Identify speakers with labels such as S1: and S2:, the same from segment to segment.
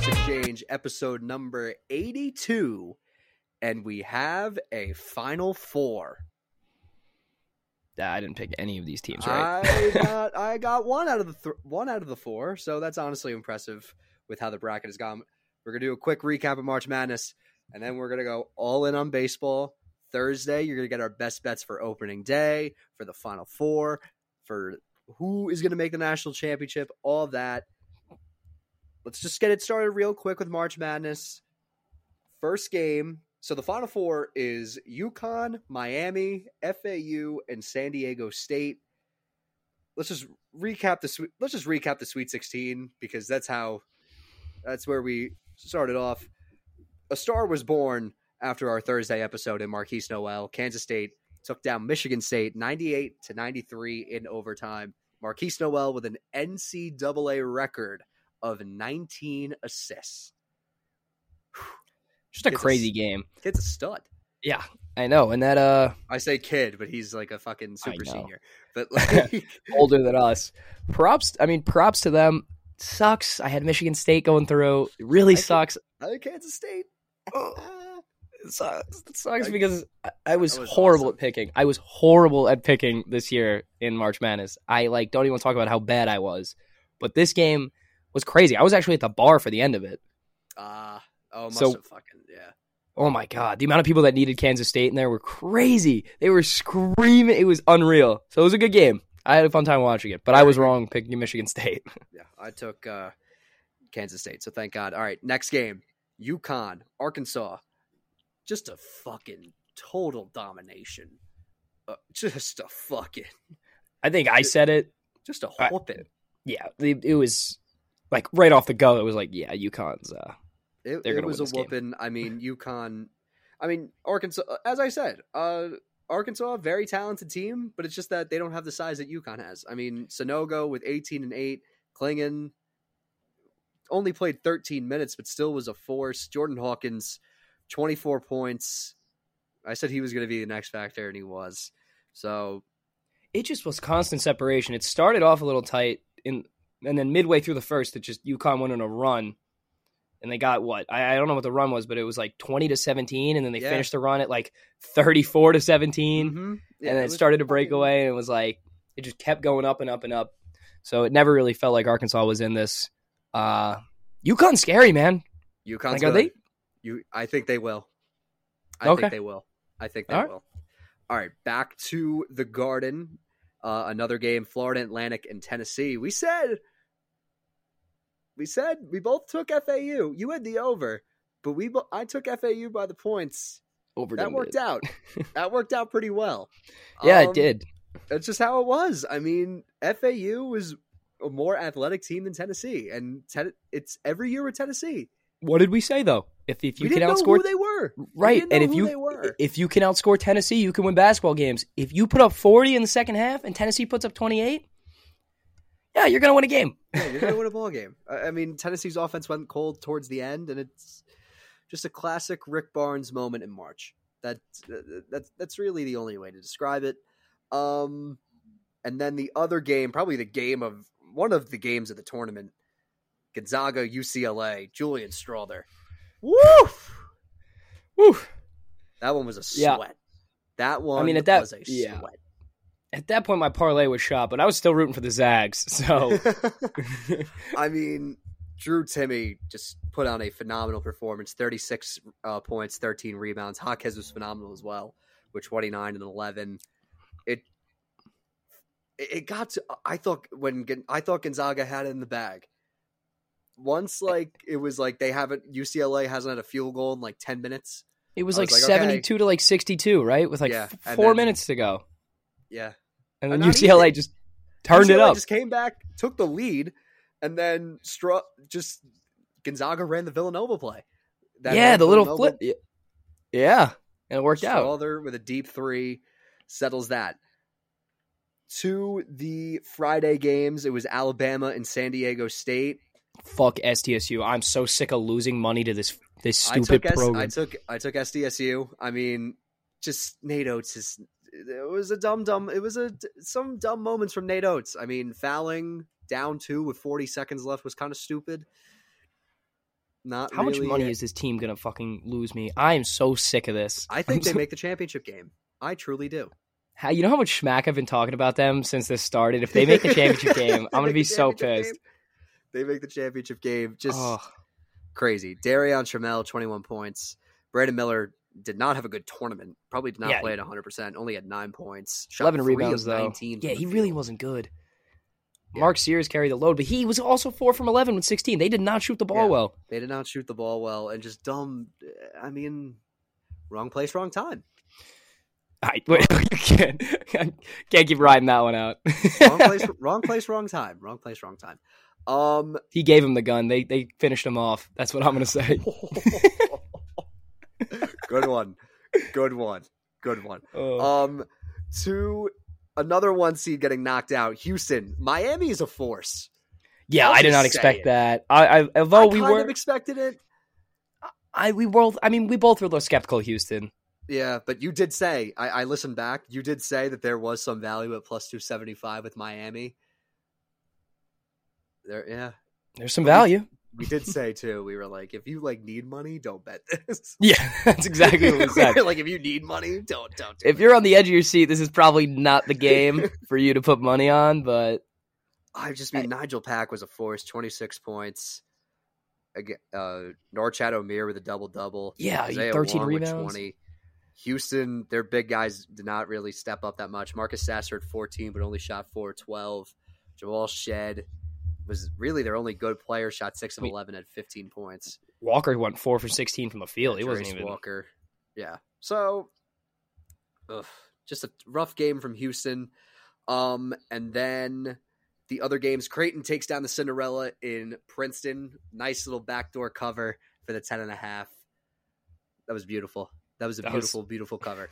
S1: Strange, episode number 82. And we have a final four.
S2: Ah, I didn't pick any of these teams, right?
S1: I got I got one out of the th- one out of the four, so that's honestly impressive with how the bracket has gone. We're gonna do a quick recap of March Madness, and then we're gonna go all in on baseball Thursday. You're gonna get our best bets for opening day, for the Final Four, for who is gonna make the national championship, all that. Let's just get it started real quick with March Madness. First game. So the Final Four is UConn, Miami, FAU, and San Diego State let's just recap the sweet let's just recap the sweet 16 because that's how that's where we started off a star was born after our thursday episode in marquise noel kansas state took down michigan state 98 to 93 in overtime marquise noel with an ncaa record of 19 assists
S2: Just a
S1: It's a
S2: crazy
S1: s-
S2: game.
S1: kid's a stud
S2: Yeah, I know. And that uh
S1: i say kid but he's like a fucking
S2: I
S1: super
S2: know.
S1: senior but like
S2: older than us. Props. I mean, props to them. Sucks. I had Michigan State going through. It really
S1: I think-
S2: sucks.
S1: oh, kansas state Ah.
S2: It sucks. It sucks
S1: I-
S2: because I, I was,
S1: That was
S2: horrible
S1: awesome.
S2: at picking. I was horrible at picking this year in March Madness. I like don't even want to talk about how bad I was. But this game was crazy. I was actually at the bar for the end of it.
S1: Ah. oh must
S2: So-
S1: have fucking yeah
S2: Oh my god, the amount of people that needed Kansas State in there were crazy. They were screaming. It was unreal. So it was a good game. I had a fun time watching it, but I was wrong picking Michigan State.
S1: Yeah, I took uh, Kansas State, so thank God. All right, next game: Yukon, Arkansas. Just a fucking total domination. Uh, just a fucking,
S2: I think I said it.
S1: just a
S2: I-
S1: whooping.
S2: Yeah, it, it was like right off the go. It was like, yeah, UConn's. Uh,
S1: It,
S2: they're
S1: it
S2: gonna
S1: was
S2: win
S1: a
S2: this game.
S1: whooping. I mean, Yukon. I mean, Arkansas. As I said, uh, Arkansas, very talented team, but it's just that they don't have the size that Yukon has. I mean, Sonogo with eighteen and eight, Klingon only played thirteen minutes, but still was a force. Jordan Hawkins, twenty four points. I said he was going to be the next factor, and he was. So
S2: it just was constant separation. It started off a little tight, in, and then midway through the first, it just UConn went on a run, and they got what I, I don't know what the run was, but it was like twenty to seventeen, and then they
S1: Yeah.
S2: finished the run at like thirty-four to 17
S1: mhm. Yeah,
S2: and then
S1: it
S2: it
S1: was
S2: started to
S1: fucking-
S2: break away, and it was like it just kept going up and up and up. So it never really felt like Arkansas was in this. Uh, UConn's scary, man.
S1: UConn's
S2: Like, are
S1: good.
S2: they-
S1: You, I think they will. I
S2: Okay.
S1: think they will. I think they
S2: All right.
S1: will. All right, back to the Garden. Uh, another game: Florida Atlantic and Tennessee. We said, we said we both took FAU. You had the over, but we bo- I took FAU by the points.
S2: Over
S1: That worked out. that worked out pretty well.
S2: Yeah,
S1: Um,
S2: it did.
S1: That's just how it was. I mean, FAU was a more athletic team than Tennessee, and ten- it's every year with Tennessee.
S2: What did we say though? If if you
S1: we
S2: can
S1: didn't
S2: outscore
S1: know who they were.
S2: Right,
S1: didn't know
S2: and if
S1: who
S2: you
S1: they were.
S2: if you can outscore Tennessee, you can win basketball games. If you put up 40 in the second half and Tennessee puts up 28, yeah, you're going to win a game.
S1: Yeah, you're gonna win a ball game. I I mean, Tennessee's offense went cold towards the end, and it's just a classic Rick Barnes moment in March. That that's that's really the only way to describe it. Um, and then the other game, probably the game of one of the games of the tournament, Gonzaga UCLA, Julian Strother. Woo!
S2: Woo.
S1: That one was a sweat.
S2: Yeah.
S1: That one.
S2: mean, at that-
S1: was a
S2: yeah. At that point, my parlay was shot, but I was still rooting for the Zags. So,
S1: sweat. I mean, Drew Timmy just put on a phenomenal performance 36 uh, points, 13 rebounds. Hawkes was phenomenal as well with 29 and 11. It it it got to, I thought when Gon- I thought Gonzaga had it in the bag. Once like it was like they haven't UCLA hasn't had a field goal in like 10 minutes.
S2: it was
S1: I
S2: like,
S1: was like, okay.
S2: 72 to like 62, right? With like
S1: Yeah,
S2: f-
S1: and
S2: 4
S1: then-
S2: minutes to go.
S1: Yeah.
S2: And then
S1: Not
S2: UCLA just turned it
S1: UCLA
S2: up.
S1: Just came back, took the lead, and then Stra- just Gonzaga ran the Villanova play. That
S2: yeah,
S1: one
S2: the little
S1: Villanova
S2: flip. Yeah. And it worked out.
S1: Strother with a deep three settles that. To the Friday games, it was Alabama and San Diego State.
S2: Fuck STSU. I'm so sick of losing money to this this
S1: I
S2: stupid
S1: took S- I
S2: program.
S1: took I took SDSU. I mean, just Nate Oates is it was a dumb dumb it was a some dumb moments from Nate Oates. I mean, fouling down two with 40 seconds left was kind of stupid. Not
S2: How much
S1: really
S2: money
S1: it.
S2: is this team gonna fucking lose me? I am so sick of this.
S1: I
S2: I'm
S1: think they
S2: so-
S1: make the championship game. I truly do.
S2: How, you know how much smack I've been talking about them since this started. If they make the championship
S1: They
S2: game, I'm gonna
S1: make
S2: be
S1: the
S2: so
S1: championship
S2: pissed. Oh,
S1: game. They make the championship game. Just
S2: Ugh.
S1: crazy. Darion Trammell, 21 points. Brandon Miller did not have a good tournament. Probably did not
S2: Yeah.
S1: play at 100%. Only had nine points. Shot
S2: 11
S1: three
S2: rebounds
S1: of
S2: though.
S1: 19 from
S2: yeah,
S1: the
S2: he really
S1: field.
S2: wasn't good.
S1: Yeah.
S2: Mark Sears carried the load, but he was also four from eleven with sixteen. They did not shoot the ball
S1: Yeah.
S2: well.
S1: They did not shoot the ball well and just dumb. I mean, wrong place, wrong time.
S2: I wait, can't, can't keep riding that one out.
S1: Wrong place, wrong place, wrong time. Wrong place, wrong time. Um,
S2: he gave him the gun. They they finished him off. That's what I'm gonna say.
S1: good one. Good one. Good one.
S2: Oh.
S1: Um, to another one seed getting knocked out. Houston, Miami is a force.
S2: yeah,
S1: I'll
S2: I did
S1: just
S2: not
S1: say
S2: expect
S1: it.
S2: that. I, I
S1: I
S2: although Oh, we
S1: kind
S2: were
S1: of expected it.
S2: I we both I mean we both were a little skeptical of Houston.
S1: Yeah, but you did say I, I listened back. You did say that there was some value at plus two seventy five with Miami. There, yeah,
S2: There's some value.
S1: we did say too. We were like, if you like need money, don't bet this.
S2: Yeah, that's exactly what we said.
S1: We were like if you need money, don't don't. Do
S2: if
S1: it.
S2: you're on the edge of your seat, this is probably not the game for you to put money on. But
S1: I just mean Nigel Pack was a force, twenty six points. Again, uh, Norchad O'Meara with a double double.
S2: yeah,
S1: Isaiah
S2: 13
S1: Wong with
S2: rebounds.
S1: Houston, their big guys did not really step up that much. Marcus Sasser at 14, but only shot 4 of 12. Joel Shed was really their only good player, shot 6 of
S2: Wait.
S1: 11 at 15 points.
S2: Walker went four for 16 from the field. He wasn't
S1: Therese
S2: even.
S1: Walker. Yeah. So, ugh, just a rough game from Houston. Um, and then the other games, Creighton takes down the Cinderella in Princeton. Nice little backdoor cover for the ten and a half. That was beautiful. That was a
S2: That was-
S1: beautiful, beautiful cover.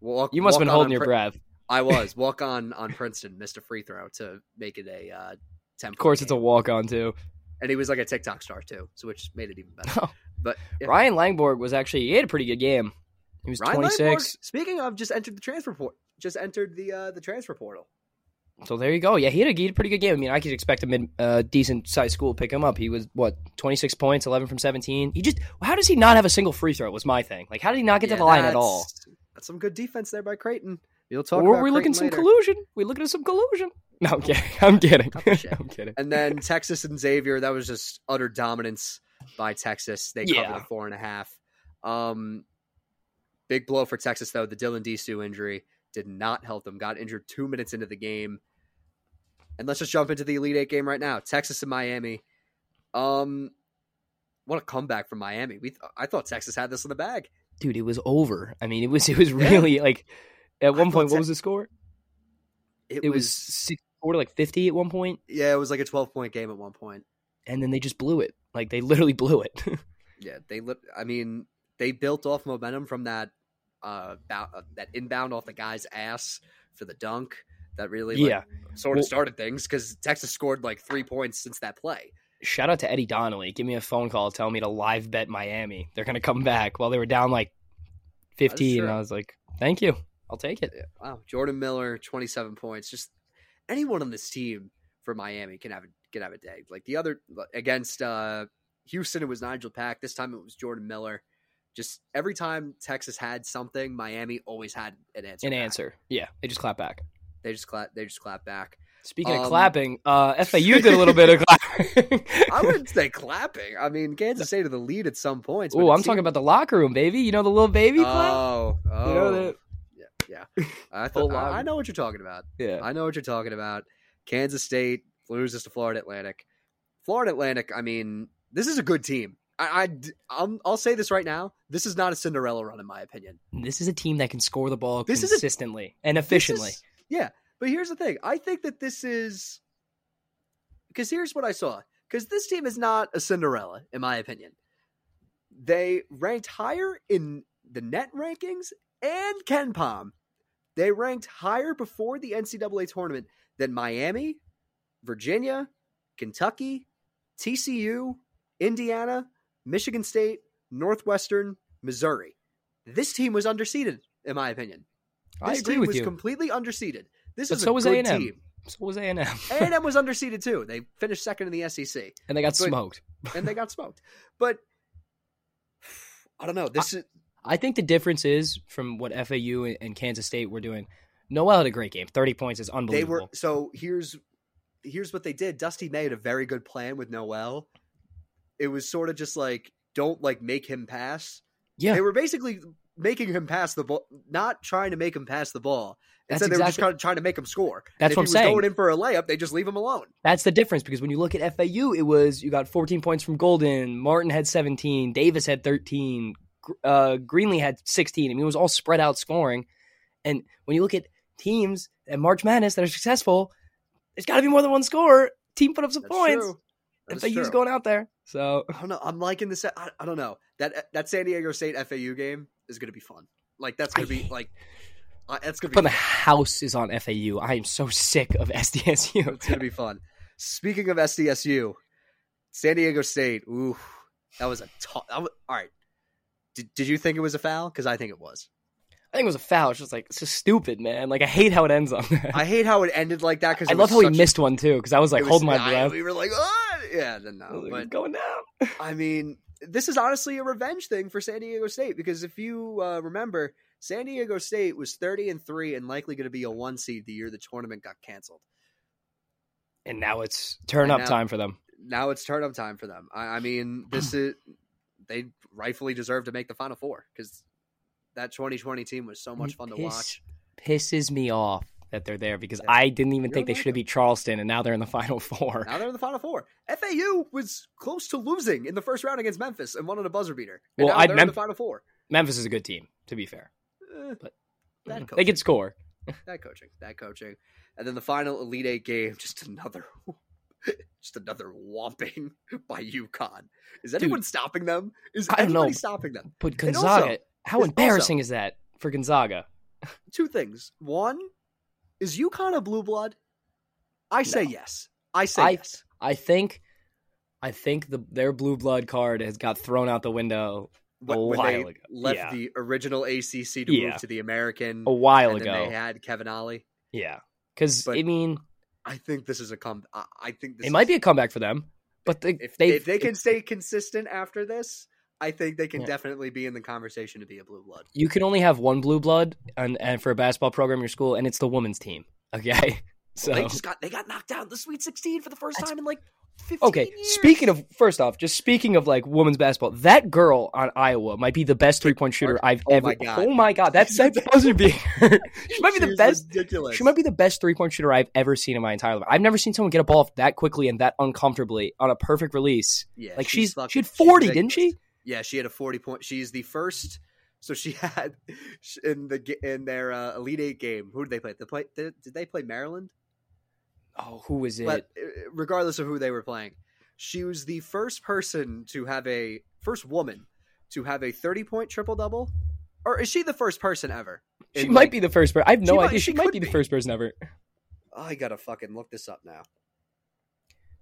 S1: Walk,
S2: You must
S1: walk
S2: have been
S1: on
S2: holding
S1: on
S2: your
S1: Pri-
S2: breath.
S1: I was walk on on Princeton missed a free throw to make it a uh, ten.
S2: Of course, it's a walk on too.
S1: and he was like a TikTok star too, so which made it even better.
S2: Oh.
S1: But yeah.
S2: Ryan Langborg was actually he had a pretty good game. He was
S1: Ryan
S2: 26.
S1: Laidlaw, speaking of, just entered the transfer port. Just entered the uh, the transfer portal.
S2: So there you go. Yeah, he had a, he had a pretty good game. I mean, I could expect a mid, uh, decent sized school to pick him up. He was what 26 points, 11 from 17. He just how does he not have a single free throw? Was my thing. Like how did he not get
S1: Yeah,
S2: to the line at
S1: that's-
S2: all?
S1: That's some good defense there by Creighton. You'll talk.
S2: Or
S1: about
S2: were we looking
S1: Creighton
S2: some
S1: later.
S2: collusion? We looking at some collusion? No, I'm kidding. I'm kidding.
S1: Couple shit.
S2: I'm kidding.
S1: And then Texas and Xavier. That was just utter dominance by Texas. They
S2: Yeah.
S1: covered the four and a half. Um, big blow for Texas though. The Dylan Disu injury did not help them. Got injured two minutes into the game. And let's just jump into the Elite Eight game right now. Texas and Miami. Um, what a comeback from Miami. We th- I thought Texas had this in the bag.
S2: Dude, it was over. I mean, it was it was really like at one
S1: thought
S2: point. What
S1: Tex-
S2: was the score?
S1: It,
S2: It
S1: was,
S2: was six four to like 50 at one point,
S1: yeah, it was like a twelve point game at one point.
S2: and then they just blew it. Like they literally blew it.
S1: Yeah, they lit. I mean, they built off momentum from that uh, bou- uh that inbound off the guy's ass for the dunk. That really, like,
S2: yeah.
S1: sort
S2: Well-
S1: of started things because Texas scored like three points since that play.
S2: Shout out to Eddie Donnelly. Give me a phone call. Tell me to live bet Miami. They're gonna come back. Well, they were down like 15,
S1: sure.
S2: and I was like, thank you. I'll take it.
S1: Wow, Jordan Miller, twenty seven points. Just anyone on this team for Miami can have a, can have a day. Like the other against uh, Houston, it was Nigel Pack. This time it was Jordan Miller. Just every time Texas had something, Miami always had an answer.
S2: An
S1: back.
S2: answer. Yeah, they just clap back.
S1: They just clap. They just clap back.
S2: Speaking
S1: Um,
S2: of clapping, uh, FAU did a little bit of clapping.
S1: I wouldn't say clapping. I mean, Kansas State of the lead at some points. but
S2: Oh,
S1: it
S2: I'm talking
S1: seemed-
S2: about the locker room, baby. You know the little baby clap.
S1: Oh, oh,
S2: You know that?
S1: yeah, yeah. I, thought,
S2: Oh, wow.
S1: I, I know what you're talking about.
S2: Yeah.
S1: I know what you're talking about. Kansas State loses to Florida Atlantic. Florida Atlantic. I mean, this is a good team. I, I am I'll say this right now. This is not a Cinderella run, in my opinion.
S2: This is a team that can score the ball
S1: This is a-
S2: consistently and
S1: This
S2: efficiently.
S1: is- yeah, but here's the thing. I think that this is because here's what I saw. Because this team is not a Cinderella, in my opinion. They ranked higher in the net rankings and Ken Palm. They ranked higher before the NCAA tournament than Miami, Virginia, Kentucky, TCU, Indiana, Michigan State, Northwestern, Missouri. This team was underseeded, in my opinion.
S2: I
S1: This
S2: agree
S1: team
S2: with
S1: was
S2: you.
S1: completely underseeded. This
S2: But
S1: is
S2: so
S1: a
S2: was
S1: good
S2: A&M.
S1: team.
S2: So was A and M,
S1: and m was underseeded too. They finished second in the SEC,
S2: and they got
S1: But-
S2: smoked.
S1: and they got smoked. But I don't know. This is
S2: I think the difference is from what FAU and- and Kansas State were doing. Noel had a great game. Thirty points is
S1: they
S2: unbelievable.
S1: were so here's here's what they did. Dusty made a very good plan with Noel. It was sort of just like don't like make him pass.
S2: Yeah.
S1: they were basically making him pass the ball, not trying to make him pass the ball.
S2: That's
S1: Instead, they were just
S2: exactly-
S1: kind of trying to make him score. and
S2: That's what I'm
S1: if he was
S2: saying.
S1: Going in for a layup, they just leave him alone.
S2: That's the difference because when you look at FAU, it was you got 14 points from Golden, Martin had 17, Davis had 13, Gr- uh, Greenlee had 16. I mean, it was all spread out scoring. And when you look at teams at March Madness that are successful, there's got to be more than one scorer. Team put up some
S1: That's
S2: points.
S1: true. That is
S2: FAU's
S1: true.
S2: going out there. So
S1: I don't know. I'm liking this. I, I don't know that that San Diego State FAU game is going to be fun. Like that's going to be like uh, that's going to
S2: but
S1: be
S2: the house is on FAU. I am so sick of SDSU.
S1: it's going to be fun. Speaking of SDSU, San Diego State. Ooh, that was a tough. All right, did, did you think it was a foul? Because I think it was.
S2: I think it was a foul. It's just like it's just stupid, man. Like I hate how it ends on that.
S1: I hate how it ended like that. Because
S2: I love how he missed one too because I was like, hold my
S1: I-
S2: breath.
S1: We were like, ah! yeah, then
S2: I was
S1: no.
S2: like,
S1: But
S2: going down.
S1: I mean, this is honestly a revenge thing for San Diego State because if you uh, remember, San Diego State was 30 and 3 and likely going to be a one seed the year the tournament got canceled.
S2: and now it's turn
S1: And
S2: up
S1: now-
S2: time for them.
S1: Now it's turn up time for them. I, I mean, this is they rightfully deserve to make the final four because that 2020 team was so much fun to
S2: Piss-
S1: watch.
S2: Pisses me off that they're there because
S1: Yeah.
S2: I didn't even
S1: You're
S2: think they should have
S1: welcome.
S2: beat Charleston, and now they're in the Final Four.
S1: Now they're in the final four. FAU was close to losing in the first round against Memphis and won on a buzzer beater. And
S2: Well,
S1: now
S2: I'd
S1: they're in
S2: Mem-
S1: the final four.
S2: Memphis is a good team, to be fair.
S1: Eh,
S2: But- mm-hmm.
S1: That
S2: they
S1: coaching.
S2: could score.
S1: that coaching, that coaching, and then the final Elite Eight game, just another, just another whomping by UConn. Is anyone stopping them? Is
S2: I don't know.
S1: anybody stopping them?
S2: But
S1: And also-
S2: Gonzaga, how
S1: it's
S2: embarrassing is that for Gonzaga?
S1: Two things. One is UConn a blue blood? I say
S2: No.
S1: yes. I say
S2: I-
S1: yes.
S2: I think, I think the their blue blood card has got thrown out the window
S1: When,
S2: a
S1: when
S2: while
S1: they
S2: ago.
S1: left
S2: Yeah.
S1: the original ACC to
S2: Yeah.
S1: move to the American,
S2: a while
S1: and then they
S2: ago.
S1: had Kevin Ollie.
S2: Yeah, because
S1: But
S2: I mean,
S1: I think this is a come. I, I think this
S2: it might
S1: is-
S2: be a comeback for them. But they,
S1: if
S2: they've-
S1: if they can stay consistent after this, I think they can
S2: Yeah.
S1: definitely be in the conversation to be a blue blood.
S2: you can only have one blue blood and, and for a basketball program in your school and it's the women's team okay so
S1: they just got they got knocked out of the Sweet 16 for the first
S2: That's-
S1: time in like 15
S2: okay
S1: years.
S2: speaking of first off just speaking of like women's basketball that girl on iowa might be the best three-point shooter i've
S1: Oh
S2: ever
S1: my God.
S2: oh my god that's that buzzer beater she might be the
S1: She's
S2: best
S1: Ridiculous.
S2: she might be the best three-point shooter i've ever seen in my entire life i've never seen someone get a ball off that quickly and that uncomfortably on a perfect release
S1: yeah,
S2: like she's,
S1: fucking-
S2: she had
S1: she's
S2: 40 didn't she
S1: ridiculous. Yeah, she had a 40 point. She's the first. So she had in the ga- in their uh, Elite Eight game. Who did they play? They play did, did they play Maryland?
S2: oh who was it
S1: But uh, regardless of who they were playing, she was the first person to have a first woman to have a 30 point triple double. Or is she the first person ever?
S2: she
S1: In,
S2: might
S1: like-
S2: be the first person i have no
S1: She might-
S2: idea
S1: she
S2: she might
S1: could
S2: be the
S1: be.
S2: first person ever
S1: Oh, I gotta fucking look this up now.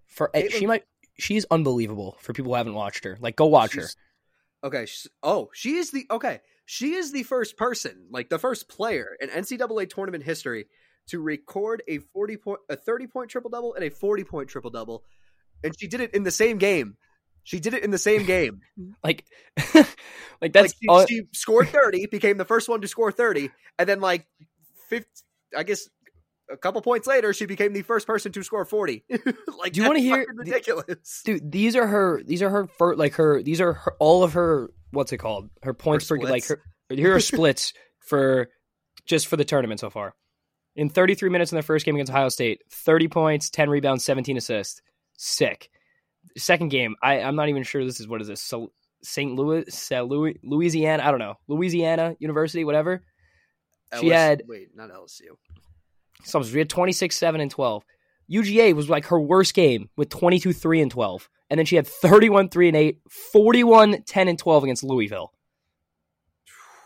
S2: For eh,
S1: Caitlyn-
S2: she might she's unbelievable for people who haven't watched her. Like go watch her.
S1: She's- Okay. She's, oh, she is the okay. She is the first person, like the first player in NCAA tournament history to record a forty point, a thirty point triple double, and a forty point triple double, and she did it in the same game. She did it in the same game.
S2: Like like that's
S1: like she,
S2: all-
S1: she scored thirty, became the first one to score thirty, and then like fifty, I guess. A couple points later, she became the first person to score forty. like,
S2: Do you wanna
S1: that's
S2: hear-
S1: fucking ridiculous?
S2: dude, these are her these are her fir- like her these are her, all of her what's it called? Her points per like her
S1: splits.
S2: here are splits for just for the tournament so far. In 33 minutes in their first game against Ohio State, 30 points, 10 rebounds, 17 assists. Sick. Second game, I, I'm not even sure this is what is this? Sol- St. Louis, Sa- Louis, Louisiana, I don't know. Louisiana University, whatever. she
S1: LSU
S2: had-
S1: wait, not LSU.
S2: Sums. We had 26, 7, and 12. UGA was like her worst game with 22, 3, and 12. And then she had 31, 3, and 8, 41, 10, and 12 against Louisville.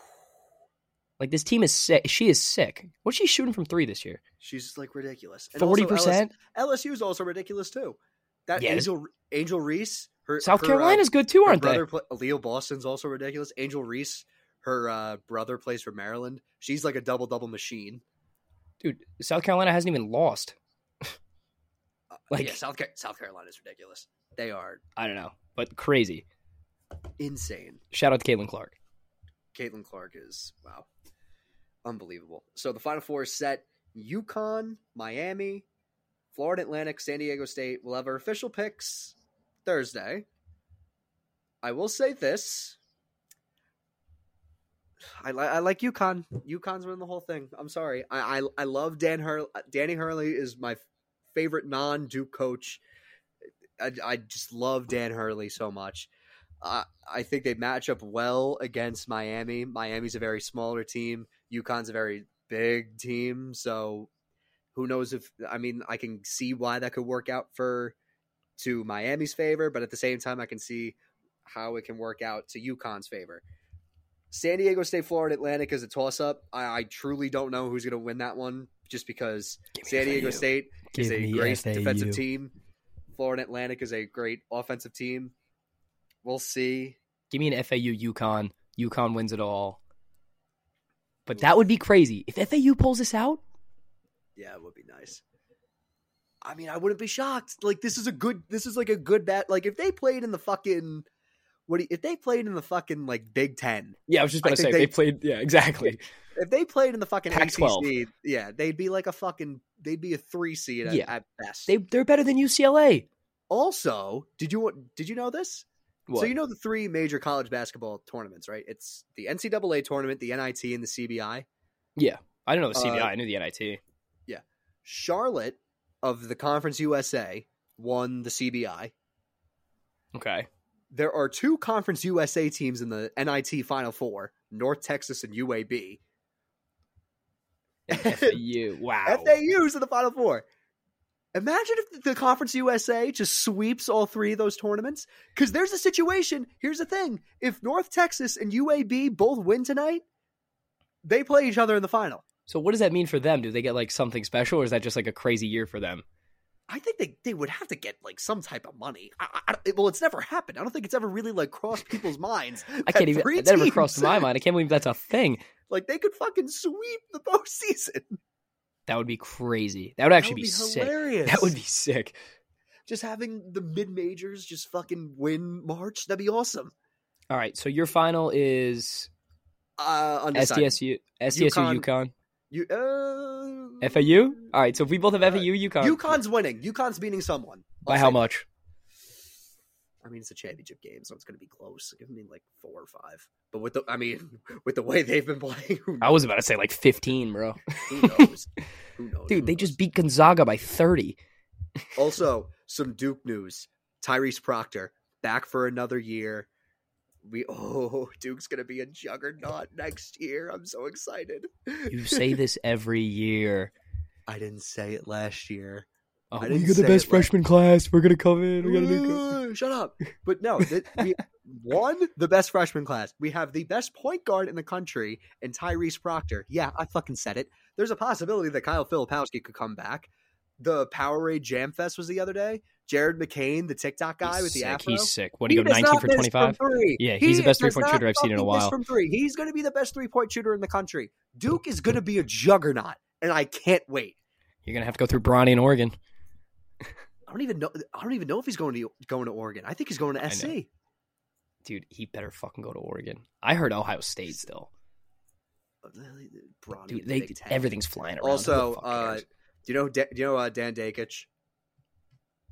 S2: Like this team is sick. She is sick. What's she shooting from three this year?
S1: She's like ridiculous. And also
S2: Forty percent.
S1: LSU is also ridiculous too. That
S2: Yeah, this-
S1: Angel Angel Reese, her
S2: South
S1: her, uh,
S2: Carolina's good too,
S1: her
S2: aren't they?
S1: brother Pla- Leo Boston's also ridiculous. Angel Reese, her uh, brother plays for Maryland. She's like a double double machine.
S2: Dude, South Carolina hasn't even lost. Like
S1: Uh, yeah, South Car- South Carolina is ridiculous. They are
S2: I don't know, but crazy.
S1: insane.
S2: Shout out to Caitlin Clark.
S1: Caitlin Clark is wow, unbelievable. So the Final Four is set: Yukon, Miami, Florida Atlantic, San Diego State. We'll have our official picks Thursday. I will say this: I, li- I like UConn. UConn's winning the whole thing. I'm sorry. I I, I love Dan Hur- Danny Hurley is my favorite non Duke coach. I, I just love Dan Hurley so much. Uh, I I think they match up well against Miami. Miami's a very smaller team. UConn's a very big team. So who knows if I mean I can see why that could work out for to Miami's favor, but at the same time I can see how it can work out to UConn's favor. San Diego State, Florida Atlantic is a toss up. I, I truly don't know who's going to win that one just because
S2: Give me
S1: San Diego
S2: FAU.
S1: State is
S3: Give
S1: a
S3: me
S1: great
S3: FAU.
S1: defensive team. Florida Atlantic is a great offensive team. We'll see.
S2: Give me an FAU UConn. UConn wins it all. But that would be crazy. If FAU pulls this out,
S1: Yeah, it would be nice. I mean, I wouldn't be shocked. Like this is a good this is like a good bet. Like if they played in the fucking what do you, if they played in the fucking like Big 10.
S2: yeah, I was just
S1: I
S2: about to say
S1: think
S2: if
S1: they-
S2: they played. Yeah, exactly.
S1: If they played in the fucking
S2: Pac-12.
S1: ACC, yeah, they'd be like a fucking they'd be a 3 seed at,
S2: Yeah.
S1: at best.
S2: They they're better than UCLA.
S1: also, did you did you know this?
S2: What?
S1: So you know the three major college basketball tournaments, right? It's the NCAA tournament, the NIT, and the CBI.
S2: I don't know the CBI.
S1: uh,
S2: I knew the NIT.
S1: Charlotte of the Conference USA won the CBI.
S2: Okay.
S1: There are two Conference USA teams in the NIT Final Four North Texas and UAB.
S2: And FAU. Wow.
S1: FAU's in the Final Four. Imagine if the Conference USA just sweeps all three of those tournaments. Because there's a situation. Here's the thing if North Texas and UAB both win tonight, they play each other in the final.
S2: So what does that mean for them? Do they get like something special, or is that just like a crazy year for them?
S1: I think they, they would have to get like some type of money. I, I- I, it- well, it's never happened. I don't think it's ever really like crossed people's minds.
S2: I can't even.
S1: three
S2: That never crossed
S1: teams-
S2: my mind. I can't believe that's a thing.
S1: Like they could fucking sweep the postseason.
S2: That would be crazy. That would
S1: that would
S2: actually be, sick.
S1: hilarious.
S2: That would be sick.
S1: just having the mid majors just fucking win March. That'd be awesome.
S2: All right. So your final is
S1: Uh, undecided.
S2: SDSU, SDSU, UConn,
S1: You, uh,
S2: FAU. All right. So if we both have
S1: Uh,
S2: FAU, UConn.
S1: UConn's winning. UConn's beating someone. I'll
S2: by how
S1: say-
S2: much?
S1: I mean, it's a championship game, so it's going to be close. Give me like four or five. But with the, I mean, with the way they've been playing, who
S2: I was about to say like fifteen, bro.
S1: Who knows? Who knows? Who
S2: Dude, they
S1: knows?
S2: just beat Gonzaga by thirty.
S1: also some Duke news. Tyrese Proctor back for another year. We oh Duke's gonna be a juggernaut next year. I'm so excited.
S2: You say this every year.
S1: I didn't say it last year.
S2: Oh,
S1: I
S2: we
S1: didn't
S2: got the
S1: say
S2: best
S1: it, like-
S2: freshman class. We're gonna come in. We got a new. co-
S1: Ooh, Shut up. But no, that we, one the best freshman class. We have the best point guard in the country, and Tyrese Proctor. Yeah, I fucking said it. There's a possibility that Kyle Filipowski could come back. The Powerade Jam Fest was the other day. Jared McCain, the TikTok guy
S2: He's
S1: with the
S2: sick.
S1: afro.
S2: He's sick. What do
S1: He
S2: you go
S1: does
S2: nineteen
S1: not
S2: for
S1: miss
S2: twenty five?
S1: from three.
S2: Yeah, he's the best
S1: does
S2: three-point
S1: not
S2: shooter I've seen in a
S1: fucking miss
S2: while.
S1: From three, he's going to be the best three-point shooter in the country. Duke is going to be a juggernaut, and I can't wait.
S2: You're gonna have to go through Bronny and Oregon.
S1: I don't even know. I don't even know if he's going to going to Oregon. I think he's going to
S2: know.
S1: SC.
S2: Dude, he better fucking go to Oregon. I heard Ohio State still.
S1: Bronny,
S2: Dude,
S1: the
S2: they
S1: Big Ten.
S2: everything's flying around. Who the
S1: Also,
S2: fuck
S1: uh,
S2: cares?
S1: do you know da- do you know uh, Dan Dakich?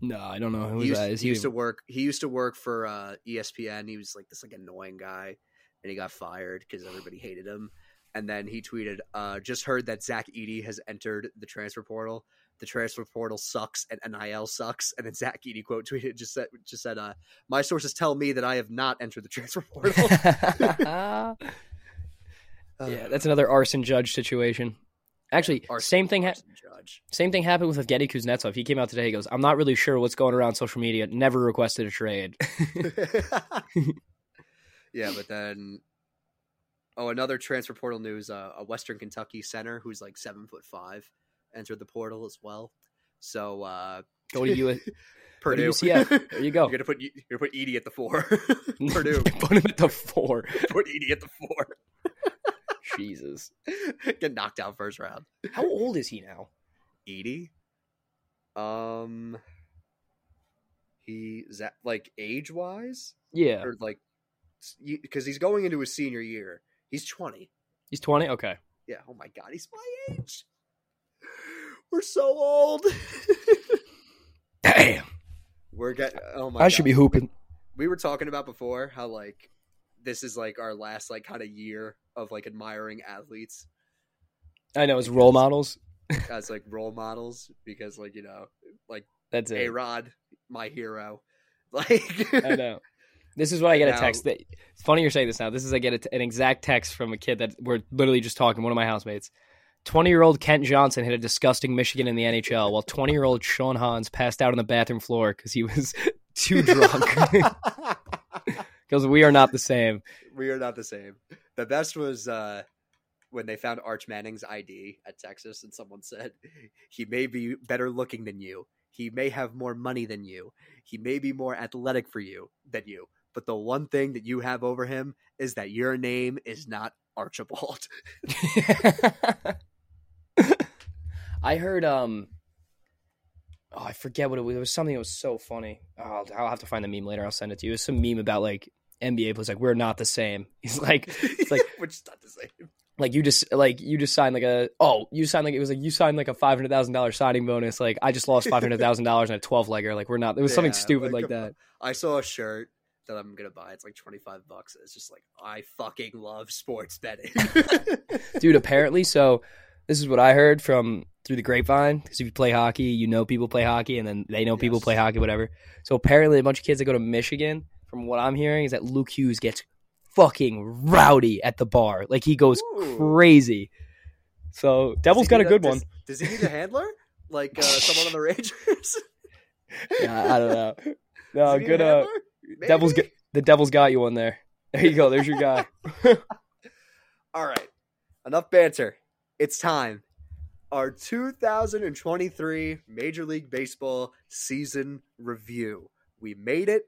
S2: no, I don't know who
S1: he used,
S2: that is.
S1: he
S2: He,
S1: used to work. He used to work for uh, ESPN. He was like this like annoying guy, and he got fired because everybody hated him. And then he tweeted, uh, "Just heard that Zach Eady has entered the transfer portal. The transfer portal sucks, and NIL sucks." And then Zach Eady quote tweeted, "Just said, just said, uh, my sources tell me that I have not entered the transfer portal." Uh,
S2: yeah, that's another arson judge situation. Actually,
S1: Arson-
S2: same thing. Ha-
S1: Arson judge.
S2: same thing happened with Evgeny Kuznetsov. He came out today. He goes, "I'm not really sure what's going around social media. Never requested a trade."
S1: yeah, but then oh, another transfer portal news: uh, a Western Kentucky center who's like seven foot five entered the portal as well. So uh,
S2: go to US. Go to
S1: Purdue,
S2: UCF. There you
S1: you're
S2: go.
S1: gonna put E, you're gonna put Edie at the four. Purdue,
S2: Put him at the four.
S1: put Edie at the four.
S2: Jesus.
S1: Get knocked out first round.
S2: How old is he now?
S1: Edie, um, He's at, like age wise,
S2: Yeah,
S1: or like because he's going into his senior year. He's twenty.
S2: he's twenty. Okay,
S1: Yeah. Oh my god, he's my age. We're so old.
S2: damn,
S1: We're getting. Oh my.
S2: I should
S1: God.
S2: be hooping.
S1: We were talking about before how like this is like our last like kind of year of like admiring athletes
S2: I know it's role models.
S1: as like role models because like you know like
S2: That's
S1: A
S2: it.
S1: Rod, my hero. Like
S2: I know. This is what I get a
S1: Now-
S2: text. That, it's funny you're saying this now. This is I get a t an exact text from a kid that we're literally just talking. One of my housemates, twenty year old Kent Johnson, hit a disgusting Michigan in the NHL, while twenty year old Sean Hans passed out on the bathroom floor because he was too drunk. Because we are not the same.
S1: we are not the same. The best was uh, when they found Arch Manning's ID at Texas, and someone said he may be better looking than you. He may have more money than you. He may be more athletic for you than you. But the one thing that you have over him is that your name is not Archibald.
S2: I heard um oh, I forget what it was. There was something that was so funny. Oh, I'll, I'll have to find the meme later. I'll send it to you. It was some meme about like NBA players like we're not the same. He's like
S1: It's
S2: like-
S1: which is not the same.
S2: like you just like you just signed like a oh you signed like it was like you signed like a five hundred thousand dollar signing bonus like I just lost five hundred thousand dollars in a twelve legger like we're not it was something
S1: Yeah,
S2: stupid like,
S1: like,
S2: that
S1: I saw a shirt that I'm gonna buy. It's like 25 bucks. It's just like I fucking love sports betting.
S2: dude apparently so this is what I heard from through the grapevine because if you play hockey you know people play hockey and then they know people
S1: Yes.
S2: play hockey whatever so apparently a bunch of kids that go to Michigan from what I'm hearing is that Luke Hughes gets fucking rowdy at the bar like he goes
S1: Ooh.
S2: crazy so Devil's
S1: Does he
S2: got a
S1: need
S2: good one Uh,
S1: does- Does, he need a handler? Like uh, someone on the Rangers?
S2: yeah, I don't know
S1: Does
S2: no
S1: he need
S2: good
S1: a
S2: uh.
S1: handler? Maybe?
S2: Devil's got the devil's got you on there. There you go. There's your guy.
S1: All right. Enough banter. It's time. Our 2023 Major League Baseball season review. We made it.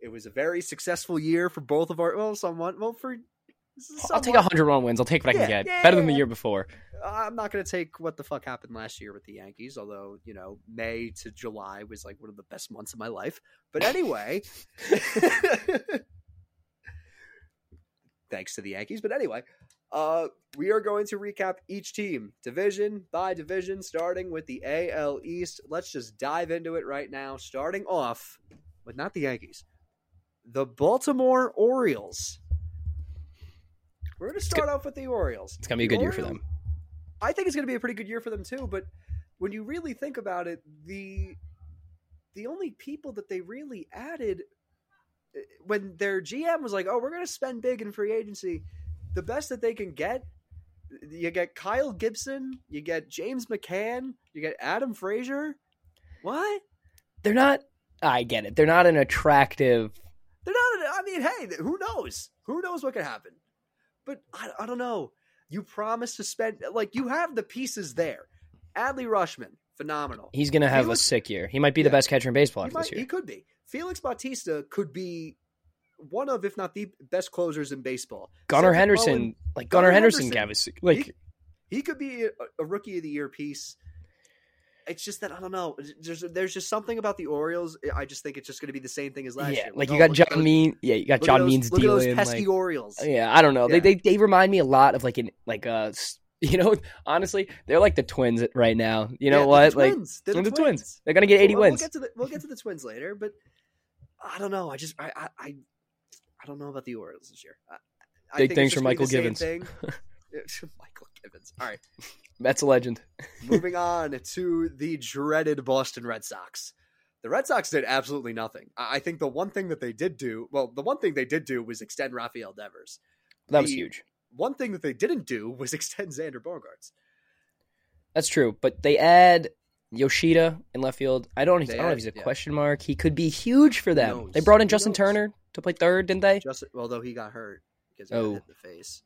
S1: It was a very successful year for both of our well, somewhat. Well, for
S2: I'll take
S1: somewhat.
S2: 101 wins. I'll take what I can
S1: Yeah,
S2: get.
S1: yeah,
S2: Better than the
S1: yeah.
S2: year before.
S1: I'm not going to take what the fuck happened last year with the Yankees, although, you know, May to July was like one of the best months of my life. But anyway, thanks to the Yankees. But anyway, uh, we are going to recap each team, division by division, starting with the AL East. Let's just dive into it right now, starting off with not the Yankees, the Baltimore Orioles. We're going to start off with the Orioles.
S2: It's gonna be a
S1: The
S2: good year for
S1: Orioles-
S2: them.
S1: I think it's going to be a pretty good year for them too. But when you really think about it, the the only people that they really added eh, when their GM was like, "Oh, we're going to spend big in free agency," the best that they can get, you get Kyle Gibson, you get James McCann, you get Adam Frazier. What?
S2: They're not. I get it. They're not an attractive.
S1: They're not. I mean, hey, who knows? Who knows what could happen? But I, I don't know. You promised to spend like you have the pieces there. Adley Rushman, phenomenal.
S2: He's gonna have a
S1: Felix-
S2: sick year. He might be the
S1: Yeah.
S2: best catcher in baseball
S1: He,
S2: after
S1: might,
S2: this year.
S1: he could be. Felix Bautista could be one of, if not the best closers in baseball.
S2: Gunnar
S1: Cedric
S2: Henderson,
S1: Mullin,
S2: like
S1: Gunnar
S2: Gunnar Henderson,
S1: Henderson.
S2: can have a sick- like
S1: He- he could be a, a rookie of the year piece. It's just that I don't know. There's there's just something about the Orioles. eh, I just think it's just going to be the same thing as last
S2: yeah,
S1: year.
S2: like
S1: oh,
S2: you got
S1: look at
S2: John
S1: those-
S2: Mean. Yeah, you got
S1: look at
S2: John
S1: those-
S2: Means
S1: Look at those
S2: dealing.
S1: pesky
S2: Like, uh,
S1: Orioles.
S2: yeah, I don't know.
S1: Yeah.
S2: They, they they remind me a lot of like an like a s- you know honestly they're like the twins right now. You know
S1: Yeah,
S2: what?
S1: They're the
S2: Like
S1: twins. They're
S2: they're
S1: the twins.
S2: They're gonna get eighty
S1: Well,
S2: wins.
S1: We'll get to the we'll get to the Twins later, but I don't know. I just I I I, I don't know about the Orioles this year. I, I
S2: Big
S1: think it's
S2: things
S1: just
S2: from
S1: gonna be
S2: Michael
S1: the same
S2: Givens.
S1: thing. Michael Givens. All right,
S2: That's a legend.
S1: moving on to the dreaded Boston Red Sox. The Red Sox did absolutely nothing. I I think the one thing that they did do, well, the one thing they did do was extend Rafael Devers.
S2: That was
S1: The-
S2: huge.
S1: One thing that they didn't do was extend Xander Bogarts.
S2: That's true, but they add Yoshida in left field. I don't. I
S1: They
S2: don't know
S1: add-
S2: if he's a
S1: yeah.
S2: question mark. He could be huge for them.
S1: knows?
S2: They brought in
S1: Who
S2: Justin
S1: knows?
S2: Turner to play third, didn't they?
S1: Justin, although he got hurt because he got
S2: Oh.
S1: hit in the face.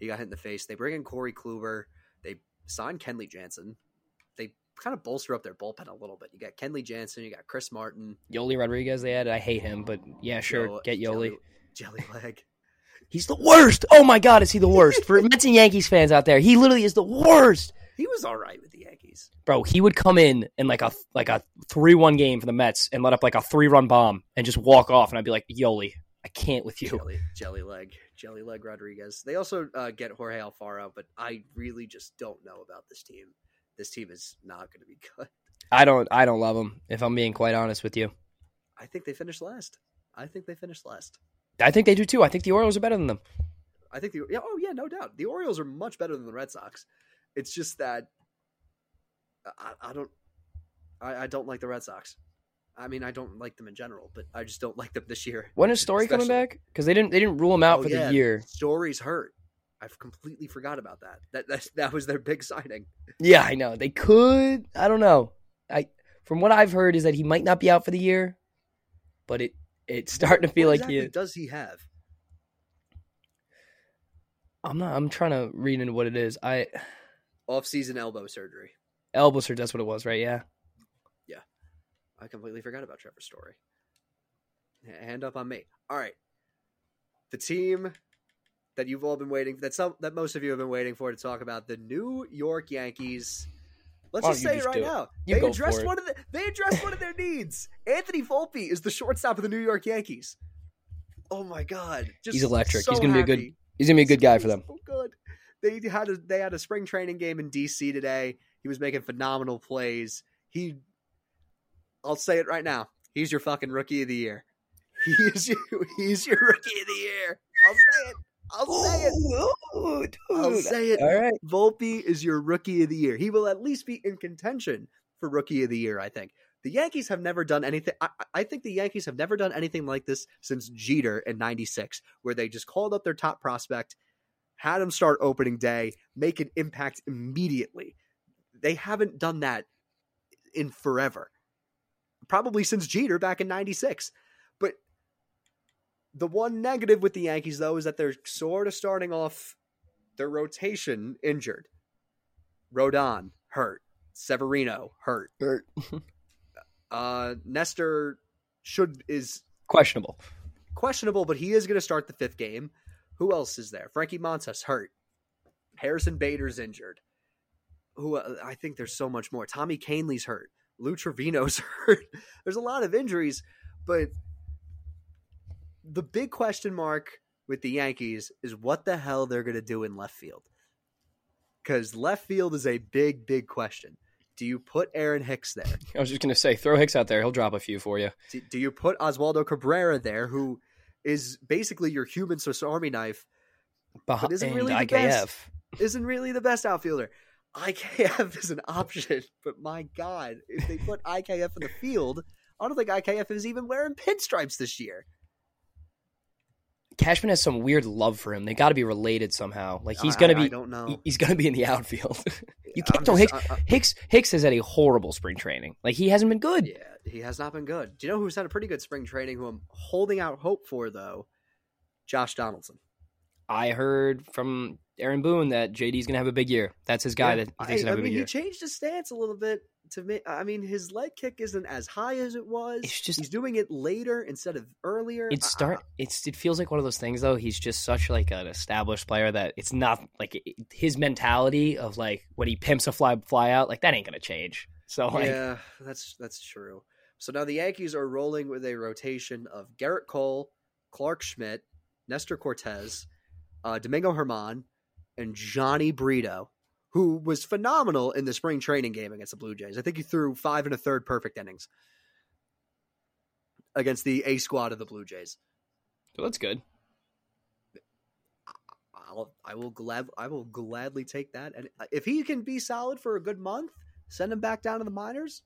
S1: He got hit in the face. They bring in Corey Kluber. They sign Kenley Jansen. They kind of bolster up their bullpen a little bit. You got Kenley Jansen. You got Chris Martin.
S2: Yoli Rodriguez. They added. I hate him, but yeah, sure.
S1: Yo-
S2: get Yoli.
S1: Jelly, jelly leg.
S2: He's the worst. Oh my God, is he the worst for Mets and Yankees fans out there? He literally is the worst.
S1: He was all right with the Yankees. Jeez.
S2: bro. He would come in in like a like a three one game for the Mets and let up like a three run bomb and just walk off, and I'd be like, Yoli, I can't with you.
S1: Jelly, jelly leg, jelly leg Rodriguez. They also uh, get Jorge Alfaro, but I really just don't know about this team. This team is not going to be good.
S2: I don't I don't love him. If I'm being quite honest with you,
S1: I think they finished last. I think they finished last.
S2: I think they do too. I think the Orioles are better than them.
S1: I think the yeah, oh yeah, no doubt. The Orioles are much better than the Red Sox. It's just that I, I don't I, I don't like the Red Sox. I mean, I don't like them in general, but I just don't like them this year.
S2: When is Story coming
S1: Especially-
S2: back? Because they didn't they didn't rule him out
S1: Oh,
S2: for
S1: yeah,
S2: the year.
S1: Stories hurt. I've completely forgot about that. That that that was their big signing.
S2: Yeah, I know. They could. I don't know. I from what I've heard is that he might not be out for the year, but it it's starting to feel
S1: What
S2: like
S1: exactly
S2: he. Is.
S1: does he have?
S2: I'm not. I'm trying to read into what it is. I
S1: Off-season elbow surgery.
S2: elbow surgery. That's what it was, right? Yeah.
S1: I completely forgot about Trevor Story. H- Hand up on me. All right, the team that you've all been waiting that some that most of you have been waiting for to talk about the New York Yankees. Let's
S2: Why
S1: just
S2: don't
S1: say
S2: you
S1: it
S2: just
S1: right
S2: do it?
S1: now.
S2: You
S1: they
S2: go
S1: addressed
S2: for it.
S1: one of the, they addressed one of their needs. Anthony Volpe is the shortstop of the New York Yankees. Oh my god, just
S2: He's electric.
S1: so
S2: He's gonna be a good-
S1: happy.
S2: He's gonna be a good guy
S1: He's
S2: for them.
S1: so good. They had a they had a spring training game in DC today. He was making phenomenal plays. He, I'll say it right now. He's your fucking rookie of the year. He is your, he's your rookie of the year. I'll say it. I'll say it. I'll say it.
S2: All right.
S1: Volpe is your rookie of the year. He will at least be in contention for rookie of the year. I think the Yankees have never done anything. I, I- I think the Yankees have never done anything like this since Jeter in '96, where they just called up their top prospect, had him start opening day, make an impact immediately. They haven't done that in forever, probably since Jeter back in '96. But the one negative with the Yankees, though, is that they're sort of starting off their rotation injured. Rodon hurt. Severino hurt. Uh, Nestor should is
S2: Questionable.
S1: questionable, but he is going to start the fifth game. Who else is there? Frankie Montas hurt. Harrison Bader's injured. Who uh, I think there's so much more. Tommy Canley's hurt. Lou Trevino's hurt. There's a lot of injuries, but the big question mark with the Yankees is what the hell they're going to do in left field. Because left field is a big, big question. Do you put Aaron Hicks there?
S2: I was just gonna say, throw Hicks out there. He'll drop a few for you.
S1: Do, do you put Oswaldo Cabrera there, who is basically your human Swiss Army knife,
S2: Behind
S1: isn't really the
S2: IKF.
S1: best. isn't really the best outfielder? IKF is an option, but my God, if they put IKF in the field, I don't think IKF is even wearing pinstripes this year.
S2: Cashman has some weird love for him. They got to be related somehow. Like he's
S1: I-
S2: gonna
S1: I- I
S2: be.
S1: don't know.
S2: he- He's gonna be in the outfield. you can't
S1: Oh. I'm
S2: throw
S1: just- uh,
S2: Hicks.
S1: I- I-
S2: Hicks Hicks has had a horrible spring training. Like he hasn't been good.
S1: yeah, he has not been good. Do you know who's had a pretty good spring training? Who I'm holding out hope for though, Josh Donaldson.
S2: I heard from Aaron Boone that JD's gonna have a big year. That's his guy
S1: Yeah.
S2: that he thinks
S1: I,
S2: gonna
S1: I
S2: have a
S1: mean,
S2: big
S1: he
S2: year.
S1: changed his stance a little bit to me. I mean, his leg kick isn't as high as it was.
S2: It's just-
S1: he's doing it later instead of earlier. Uh,
S2: It's
S1: I- I-
S2: start. It's it feels like one of those things though. He's just such like an established player that it's not like it- his mentality of like when he pimps a fly fly out like that ain't gonna change. So like
S1: uh, yeah, that's that's true. So now the Yankees are rolling with a rotation of Garrett Cole, Clark Schmidt, Nestor Cortez, uh, Domingo Herman, and Johnny Brito, who was phenomenal in the spring training game against the Blue Jays. I think he threw five and a third perfect innings against the A squad of the Blue Jays.
S2: so that's good.
S1: I'll I will glad I will gladly take that. And uh, if he can be solid for a good month, send him back down to the minors.